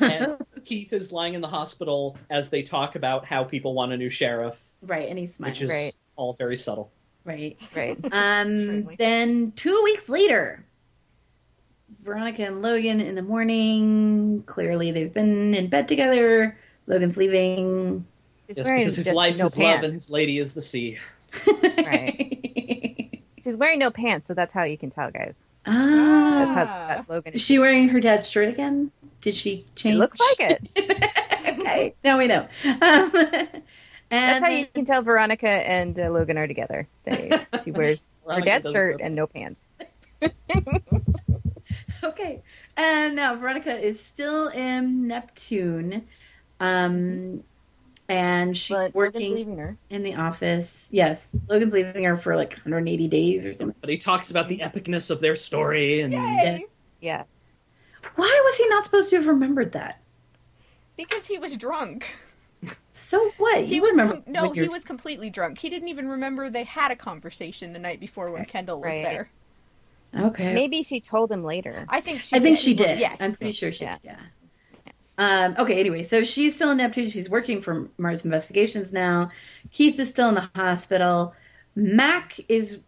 Speaker 1: And
Speaker 4: [laughs]
Speaker 1: Keith is lying in the hospital as they talk about how people want a new sheriff,
Speaker 2: right, and he's
Speaker 1: which
Speaker 2: smiling.
Speaker 1: is
Speaker 4: Right.
Speaker 1: all very subtle.
Speaker 2: Right.
Speaker 4: Right.
Speaker 2: Um,
Speaker 3: Extremely.
Speaker 2: then two weeks later, Veronica and Logan in the morning. Clearly, they've been in bed together. Logan's leaving.
Speaker 4: She's
Speaker 1: Yes,
Speaker 4: wearing
Speaker 1: because his
Speaker 4: just
Speaker 1: life
Speaker 4: no
Speaker 1: is love and
Speaker 4: pants.
Speaker 1: his lady is the sea.
Speaker 2: Right.
Speaker 4: She's wearing no pants, so that's how you can tell, guys.
Speaker 2: [laughs]
Speaker 4: That's
Speaker 2: ah,
Speaker 4: how
Speaker 3: Ah.
Speaker 4: that Logan.
Speaker 2: is she wearing her dad's shirt again? Did she
Speaker 4: She
Speaker 2: change?
Speaker 4: looks like
Speaker 2: [laughs]
Speaker 4: it.
Speaker 2: okay, now we know. Um, and
Speaker 4: [laughs] That's how you can tell Veronica and uh, Logan are together. They,
Speaker 1: [laughs]
Speaker 4: she wears her
Speaker 1: Veronica
Speaker 4: dad's
Speaker 1: doesn't
Speaker 4: shirt
Speaker 1: know.
Speaker 4: and no pants.
Speaker 2: [laughs] Okay. And now Veronica is still in Neptune. Um, and she's
Speaker 4: But Logan's
Speaker 2: working
Speaker 4: leaving her.
Speaker 2: in the office. Yes, Logan's leaving her for like 180 days or something.
Speaker 1: But he talks about the epicness of their story and
Speaker 3: Yay.
Speaker 2: Yes.
Speaker 4: Yeah.
Speaker 2: Why was he not supposed to have remembered that?
Speaker 3: Because he was drunk.
Speaker 2: So what?
Speaker 3: He
Speaker 2: You
Speaker 3: was
Speaker 2: remember?
Speaker 3: com- no,
Speaker 2: when you're-
Speaker 3: he was completely drunk. He didn't even remember they had a conversation the night before when Kendall was
Speaker 4: Right.
Speaker 3: there.
Speaker 2: Okay.
Speaker 4: Maybe she told him later.
Speaker 3: I think she.
Speaker 2: I think she did.
Speaker 3: Yes.
Speaker 2: I'm pretty sure she
Speaker 4: Yeah.
Speaker 2: did. Yeah. Um, okay, anyway, so she's still in Neptune. She's working for Mars Investigations now. Keith is still in the hospital. Mac is.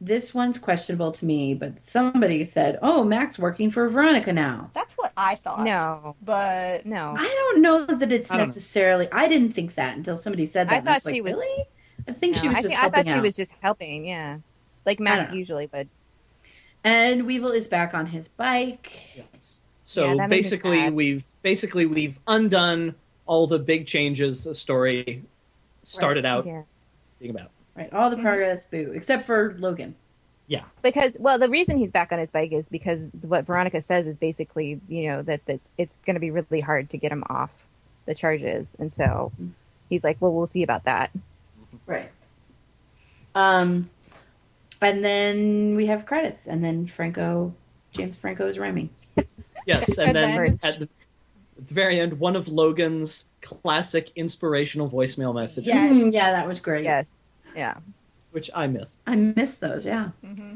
Speaker 2: This one's questionable to me, but somebody said, oh, Mac's working for Veronica now.
Speaker 3: That's what I
Speaker 4: Oh
Speaker 3: thought.
Speaker 4: No.
Speaker 3: But
Speaker 4: No.
Speaker 2: I don't know that it's
Speaker 1: I don't know.
Speaker 2: necessarily. I didn't think that until somebody said that.
Speaker 4: I
Speaker 2: and was
Speaker 4: thought she was-
Speaker 2: Really? I think she
Speaker 4: No,
Speaker 2: was
Speaker 4: I,
Speaker 2: just
Speaker 4: thi- I
Speaker 2: helping
Speaker 4: thought she
Speaker 2: out.
Speaker 4: was just helping. Yeah. Like
Speaker 2: don't
Speaker 4: Matt
Speaker 2: know.
Speaker 4: usually would.
Speaker 2: And Weevil is back on his bike.
Speaker 1: Yes. So
Speaker 4: Yeah, that made me
Speaker 1: basically,
Speaker 4: sad.
Speaker 1: we've basically we've undone all the big changes the story started out
Speaker 4: Yeah.
Speaker 1: being about.
Speaker 2: Right, all the
Speaker 4: Mm-hmm.
Speaker 3: Mhm.
Speaker 2: progress, boo, except for Logan.
Speaker 4: because well the reason he's back on his bike is because what veronica says is basically you know that that's it's going to be really hard to get him off the charges and so he's like well we'll see about that
Speaker 2: Right. Um, and then we have credits, and then Franco, James Franco is rhyming.
Speaker 4: [laughs]
Speaker 1: Yes, and,
Speaker 3: And
Speaker 1: then,
Speaker 4: then-
Speaker 1: at, the, at the very end, one of Logan's classic inspirational voicemail messages,
Speaker 3: Yes.
Speaker 2: Mm, yeah, that was great.
Speaker 4: yes yeah
Speaker 1: which I miss.
Speaker 2: I miss those. Yeah.
Speaker 3: hmm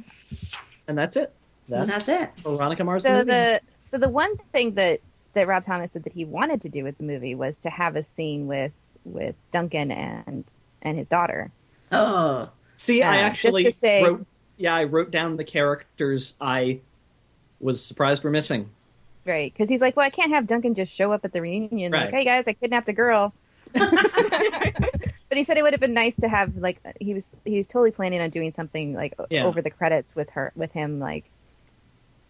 Speaker 1: And that's it.
Speaker 2: And
Speaker 1: That's,
Speaker 2: that's
Speaker 1: Veronica Mars.
Speaker 4: so
Speaker 1: movie.
Speaker 4: the so the one thing that that rob thomas said that he wanted to do with the movie was to have a scene with with duncan and and his daughter
Speaker 2: Oh,
Speaker 1: See, I
Speaker 4: uh, just
Speaker 1: actually
Speaker 4: to say-
Speaker 1: wrote. Yeah, I wrote down the characters I was surprised were missing.
Speaker 4: right because he's like well i can't have duncan just show up at the reunion like
Speaker 1: Right.
Speaker 4: hey guys i kidnapped a girl But he said it would have been nice to have like he was he was totally planning on doing something like o-
Speaker 1: Yeah.
Speaker 4: over the credits with her with him like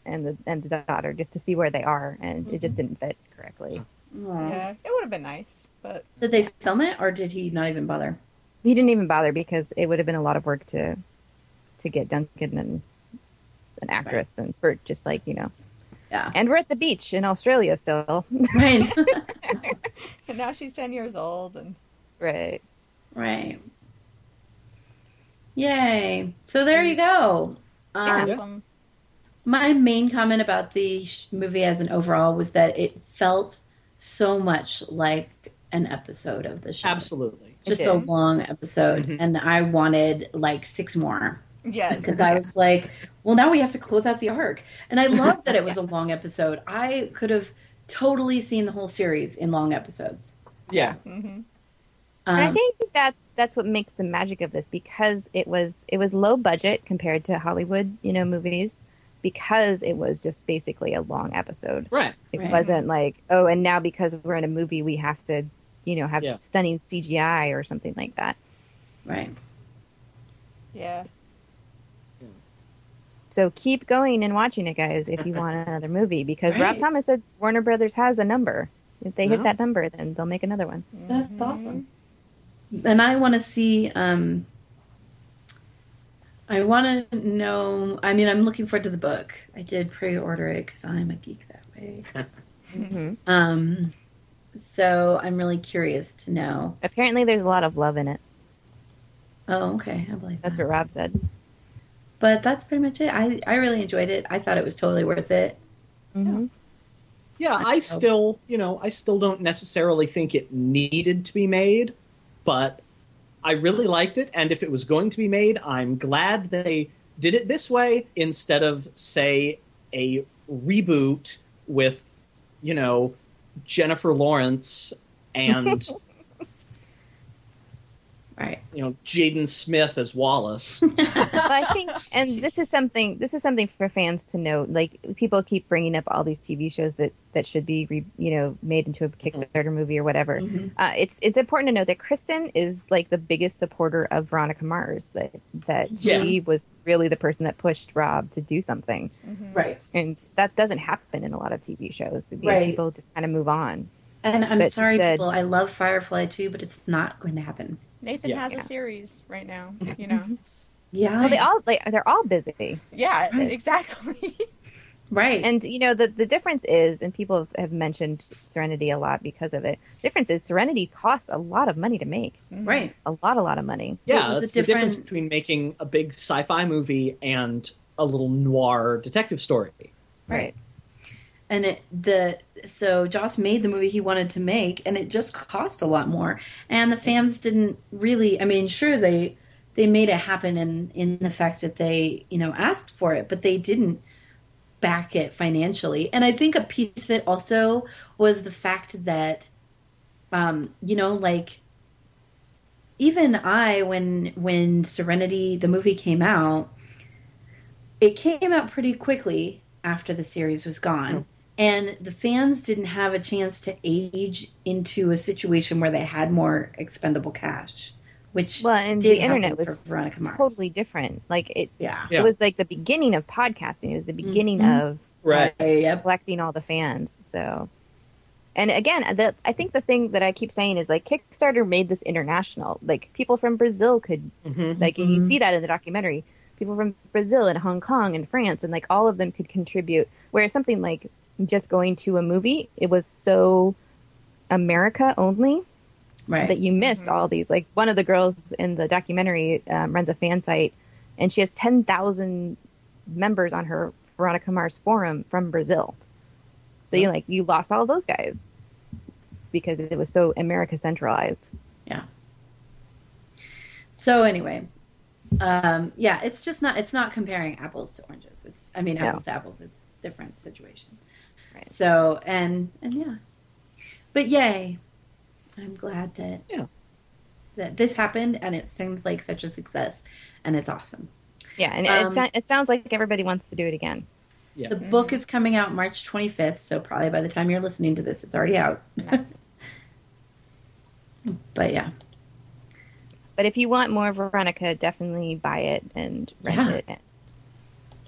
Speaker 4: and the and the daughter just to see where they are and it just didn't fit correctly.
Speaker 2: Aw.
Speaker 3: yeah, it would have been nice, but
Speaker 2: Did they film it, or did he not even bother? [laughs]
Speaker 4: He didn't even bother because it would have been a lot of work to to get Duncan and an actress and for just like, you know.
Speaker 2: Yeah.
Speaker 4: And we're at the beach in Australia still.
Speaker 2: Right.
Speaker 3: and now she's ten years old, and
Speaker 4: right.
Speaker 2: right. Yay! So there you go. Um,
Speaker 1: Yeah.
Speaker 3: awesome.
Speaker 2: My main comment about the sh- movie as an overall was that it felt so much like an episode of the show.
Speaker 1: Absolutely.
Speaker 2: Just
Speaker 4: It
Speaker 2: a
Speaker 4: did.
Speaker 2: long episode.
Speaker 1: Mhm.
Speaker 2: And I wanted like six more
Speaker 3: Yes.
Speaker 2: because I was like, well, now we have to close out the arc. And I love that it was a long episode. I could have totally seen the whole series in long episodes.
Speaker 1: Yeah.
Speaker 3: hmm
Speaker 2: Um,
Speaker 4: and I think that that's what makes the magic of this because it was it was low budget compared to Hollywood, you know, movies because it was just basically a long episode.
Speaker 1: Right.
Speaker 4: It
Speaker 2: Right.
Speaker 4: wasn't like, oh, and now because we're in a movie we have to, you know, have
Speaker 1: Yeah.
Speaker 4: stunning CGI or something like that.
Speaker 2: right.
Speaker 3: Yeah.
Speaker 4: So keep going and watching it, guys, if you want another movie, because Rob
Speaker 2: Right.
Speaker 4: Thomas said Warner Brothers has a number. If they hit
Speaker 1: Wow.
Speaker 4: that number, then they'll make another one.
Speaker 2: That's
Speaker 3: mm-hmm. [laughs]
Speaker 2: awesome. And I want to see. Um, I want to know. I mean, I'm looking forward to the book. I did pre-order it because I'm a geek that way.
Speaker 4: [laughs] Mhm.
Speaker 2: Um, so I'm really curious to know.
Speaker 4: Apparently, there's a lot of love in it.
Speaker 2: Oh, okay, I believe
Speaker 4: That's
Speaker 2: that.
Speaker 4: what Rob said.
Speaker 2: But that's pretty much it. I I really enjoyed it. I thought it was totally worth it.
Speaker 4: Mhm.
Speaker 1: Yeah, I still, you know, I still don't necessarily think it needed to be made, but I really liked it. And if it was going to be made, I'm glad they did it this way instead of, say, a reboot with, you know, Jennifer Lawrence
Speaker 2: [laughs]
Speaker 1: and,
Speaker 2: Right.
Speaker 1: you know, Jaden Smith as Wallace.
Speaker 4: Well, I think, and this is something. This is something for fans to note. Like people keep bringing up all these TV shows that that should be, re, you know, made into a Kickstarter movie or whatever.
Speaker 2: Mhm.
Speaker 4: uh, it's it's important to note that Kristen is like the biggest supporter of Veronica Mars. That that
Speaker 1: Yeah.
Speaker 4: she was really the person that pushed Rob to do something,
Speaker 3: Mhm.
Speaker 2: Right.
Speaker 4: and that doesn't happen in a lot of TV shows. You know,
Speaker 2: Right.
Speaker 4: People just kind of move on.
Speaker 2: And I'm
Speaker 4: But she
Speaker 2: sorry,
Speaker 4: said-
Speaker 2: people. I love Firefly too, but it's not going to happen.
Speaker 3: Nathan
Speaker 1: Yeah.
Speaker 3: has
Speaker 4: Yeah.
Speaker 3: a series
Speaker 2: [laughs]
Speaker 3: right now, you know.
Speaker 2: Yeah.
Speaker 4: Well, they all like they're all busy,
Speaker 3: yeah, e-,
Speaker 2: Right.
Speaker 3: exactly.
Speaker 2: right.
Speaker 4: and you know the the difference is, and people have- have mentioned Serenity a lot because of it. difference is Serenity costs a lot of money to make,
Speaker 3: Mm-hmm.
Speaker 2: right.
Speaker 4: a lot, a lot of money.
Speaker 1: Yeah,
Speaker 2: was a
Speaker 1: that's the difference
Speaker 2: different-
Speaker 1: between making a big sci fi movie and a little noir detective story.
Speaker 2: Right. and it the so Joss made the movie he wanted to make, and it just cost a lot more. And the fans didn't really. I mean, sure they they made it happen in in the fact that they you know asked for it, but they didn't back it financially. And I think a piece of it also was the fact that um, you know like even I when when Serenity the movie came out it came out pretty quickly after the series was gone and the fans didn't have a chance to age into a situation where they had more expendable cash which
Speaker 4: Well, and
Speaker 2: did
Speaker 4: the
Speaker 2: happen
Speaker 4: internet
Speaker 2: for
Speaker 4: was
Speaker 2: Veronica Mars.
Speaker 4: totally different. Like it,
Speaker 2: yeah
Speaker 1: Yeah.
Speaker 4: it was like the beginning of podcasting. It was the beginning
Speaker 2: Mhm.
Speaker 4: of
Speaker 2: yep
Speaker 4: collecting all the fans. So, and again, the, I think the thing that I keep saying is like Kickstarter made this international. Like people from Brazil could
Speaker 1: hmm
Speaker 4: like, and you
Speaker 2: Mhm.
Speaker 4: see that in the documentary. People from Brazil and Hong Kong and France and like all of them could contribute. Whereas something like just going to a movie, it was so America only
Speaker 2: right
Speaker 4: that you missed
Speaker 3: Mhm.
Speaker 2: Mm-hmm.
Speaker 4: all these. Like one of the girls in the documentary um, runs a fan site, and she has ten thousand members on her Veronica Mars forum from Brazil. So you like you lost all those guys because it was so America centralized.
Speaker 2: so anyway um yeah it's just not it's not comparing apples to oranges it's i mean
Speaker 4: No.
Speaker 2: apples to apples it's different situation
Speaker 4: Right.
Speaker 2: so and and yeah but yay i'm glad that
Speaker 1: Yeah.
Speaker 2: that this happened and it seems like such a success and it's awesome
Speaker 4: Yeah, and
Speaker 2: Um,
Speaker 4: it, so- it sounds like everybody wants to do it again.
Speaker 1: Yeah.
Speaker 2: The book is coming out March 25th, so probably by the time you're listening to this, it's already out. [laughs] but yeah,
Speaker 4: But if you want more Veronica, definitely buy it and rent
Speaker 2: Yeah.
Speaker 4: it and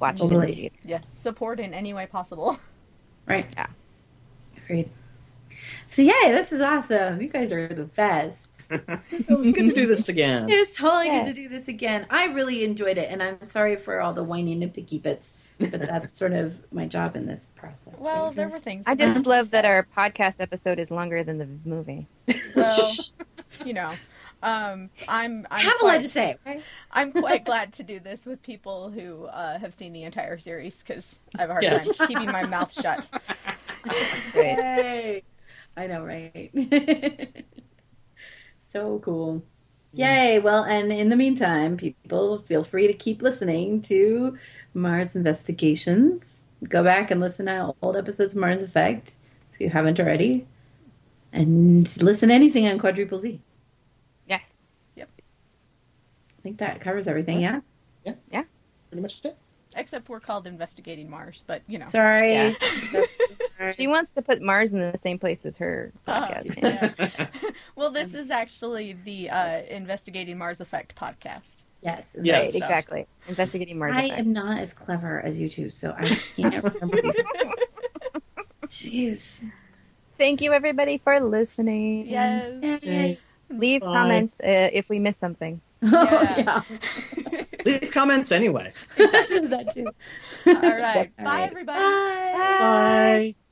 Speaker 4: watch it.
Speaker 2: Totally.
Speaker 4: in the theater.
Speaker 3: Yes, support in any way possible.
Speaker 2: right.
Speaker 4: Yeah.
Speaker 2: Agreed. So yay, this is awesome. You guys are the best.
Speaker 1: It was good to do this again.
Speaker 2: [laughs] It was totally
Speaker 4: Yeah.
Speaker 2: good to do this again. I really enjoyed it, and I'm sorry for all the whiny nitpicky bits, but [laughs] that's sort of my job in this process.
Speaker 3: Well,
Speaker 2: right?
Speaker 3: there were things.
Speaker 4: I just love that our podcast episode is longer than the movie.
Speaker 2: [laughs]
Speaker 3: Well, you know, um, I'm. I'm
Speaker 2: have a lot
Speaker 3: quite,
Speaker 2: to say. right? [laughs]
Speaker 3: I'm quite glad to do this with people who uh, have seen the entire series because I have a hard
Speaker 1: Yes.
Speaker 3: time keeping my mouth shut.
Speaker 4: Right.
Speaker 2: Yay. I know, right? [laughs] so cool. Yay. Well, and in the meantime, people feel free to keep listening to Mars Investigations. Go back and listen to old episodes of Mars Effect if you haven't already. And listen to anything on Quadruple Z.
Speaker 4: Yes.
Speaker 2: I think that covers everything, yeah?
Speaker 1: Pretty much it.
Speaker 3: Except we're called investigating Mars, but you know.
Speaker 2: Sorry.
Speaker 4: Yeah. She wants to put Mars in the same place as her
Speaker 2: [laughs]
Speaker 3: Oh,
Speaker 4: podcast. [laughs]
Speaker 3: [laughs] yeah. well, this is actually the uh, investigating Mars effect podcast.
Speaker 2: Yes.
Speaker 1: Yeah,
Speaker 4: right,
Speaker 1: so-
Speaker 4: exactly. Investigating Mars.
Speaker 2: I
Speaker 4: effect.
Speaker 2: am not as clever as you two, so I can't remember
Speaker 4: [laughs]
Speaker 2: these. Jeez.
Speaker 4: Thank you, everybody, for listening.
Speaker 2: [laughs]
Speaker 3: Yes.
Speaker 2: Yay.
Speaker 4: Leave
Speaker 1: Bye.
Speaker 4: comments uh, if we miss something.
Speaker 2: [laughs] Oh,
Speaker 1: Leave comments anyway.
Speaker 2: yeah. that too.
Speaker 3: All right.
Speaker 2: All
Speaker 3: Bye,
Speaker 2: right.
Speaker 3: everybody.
Speaker 2: Bye.
Speaker 1: Bye.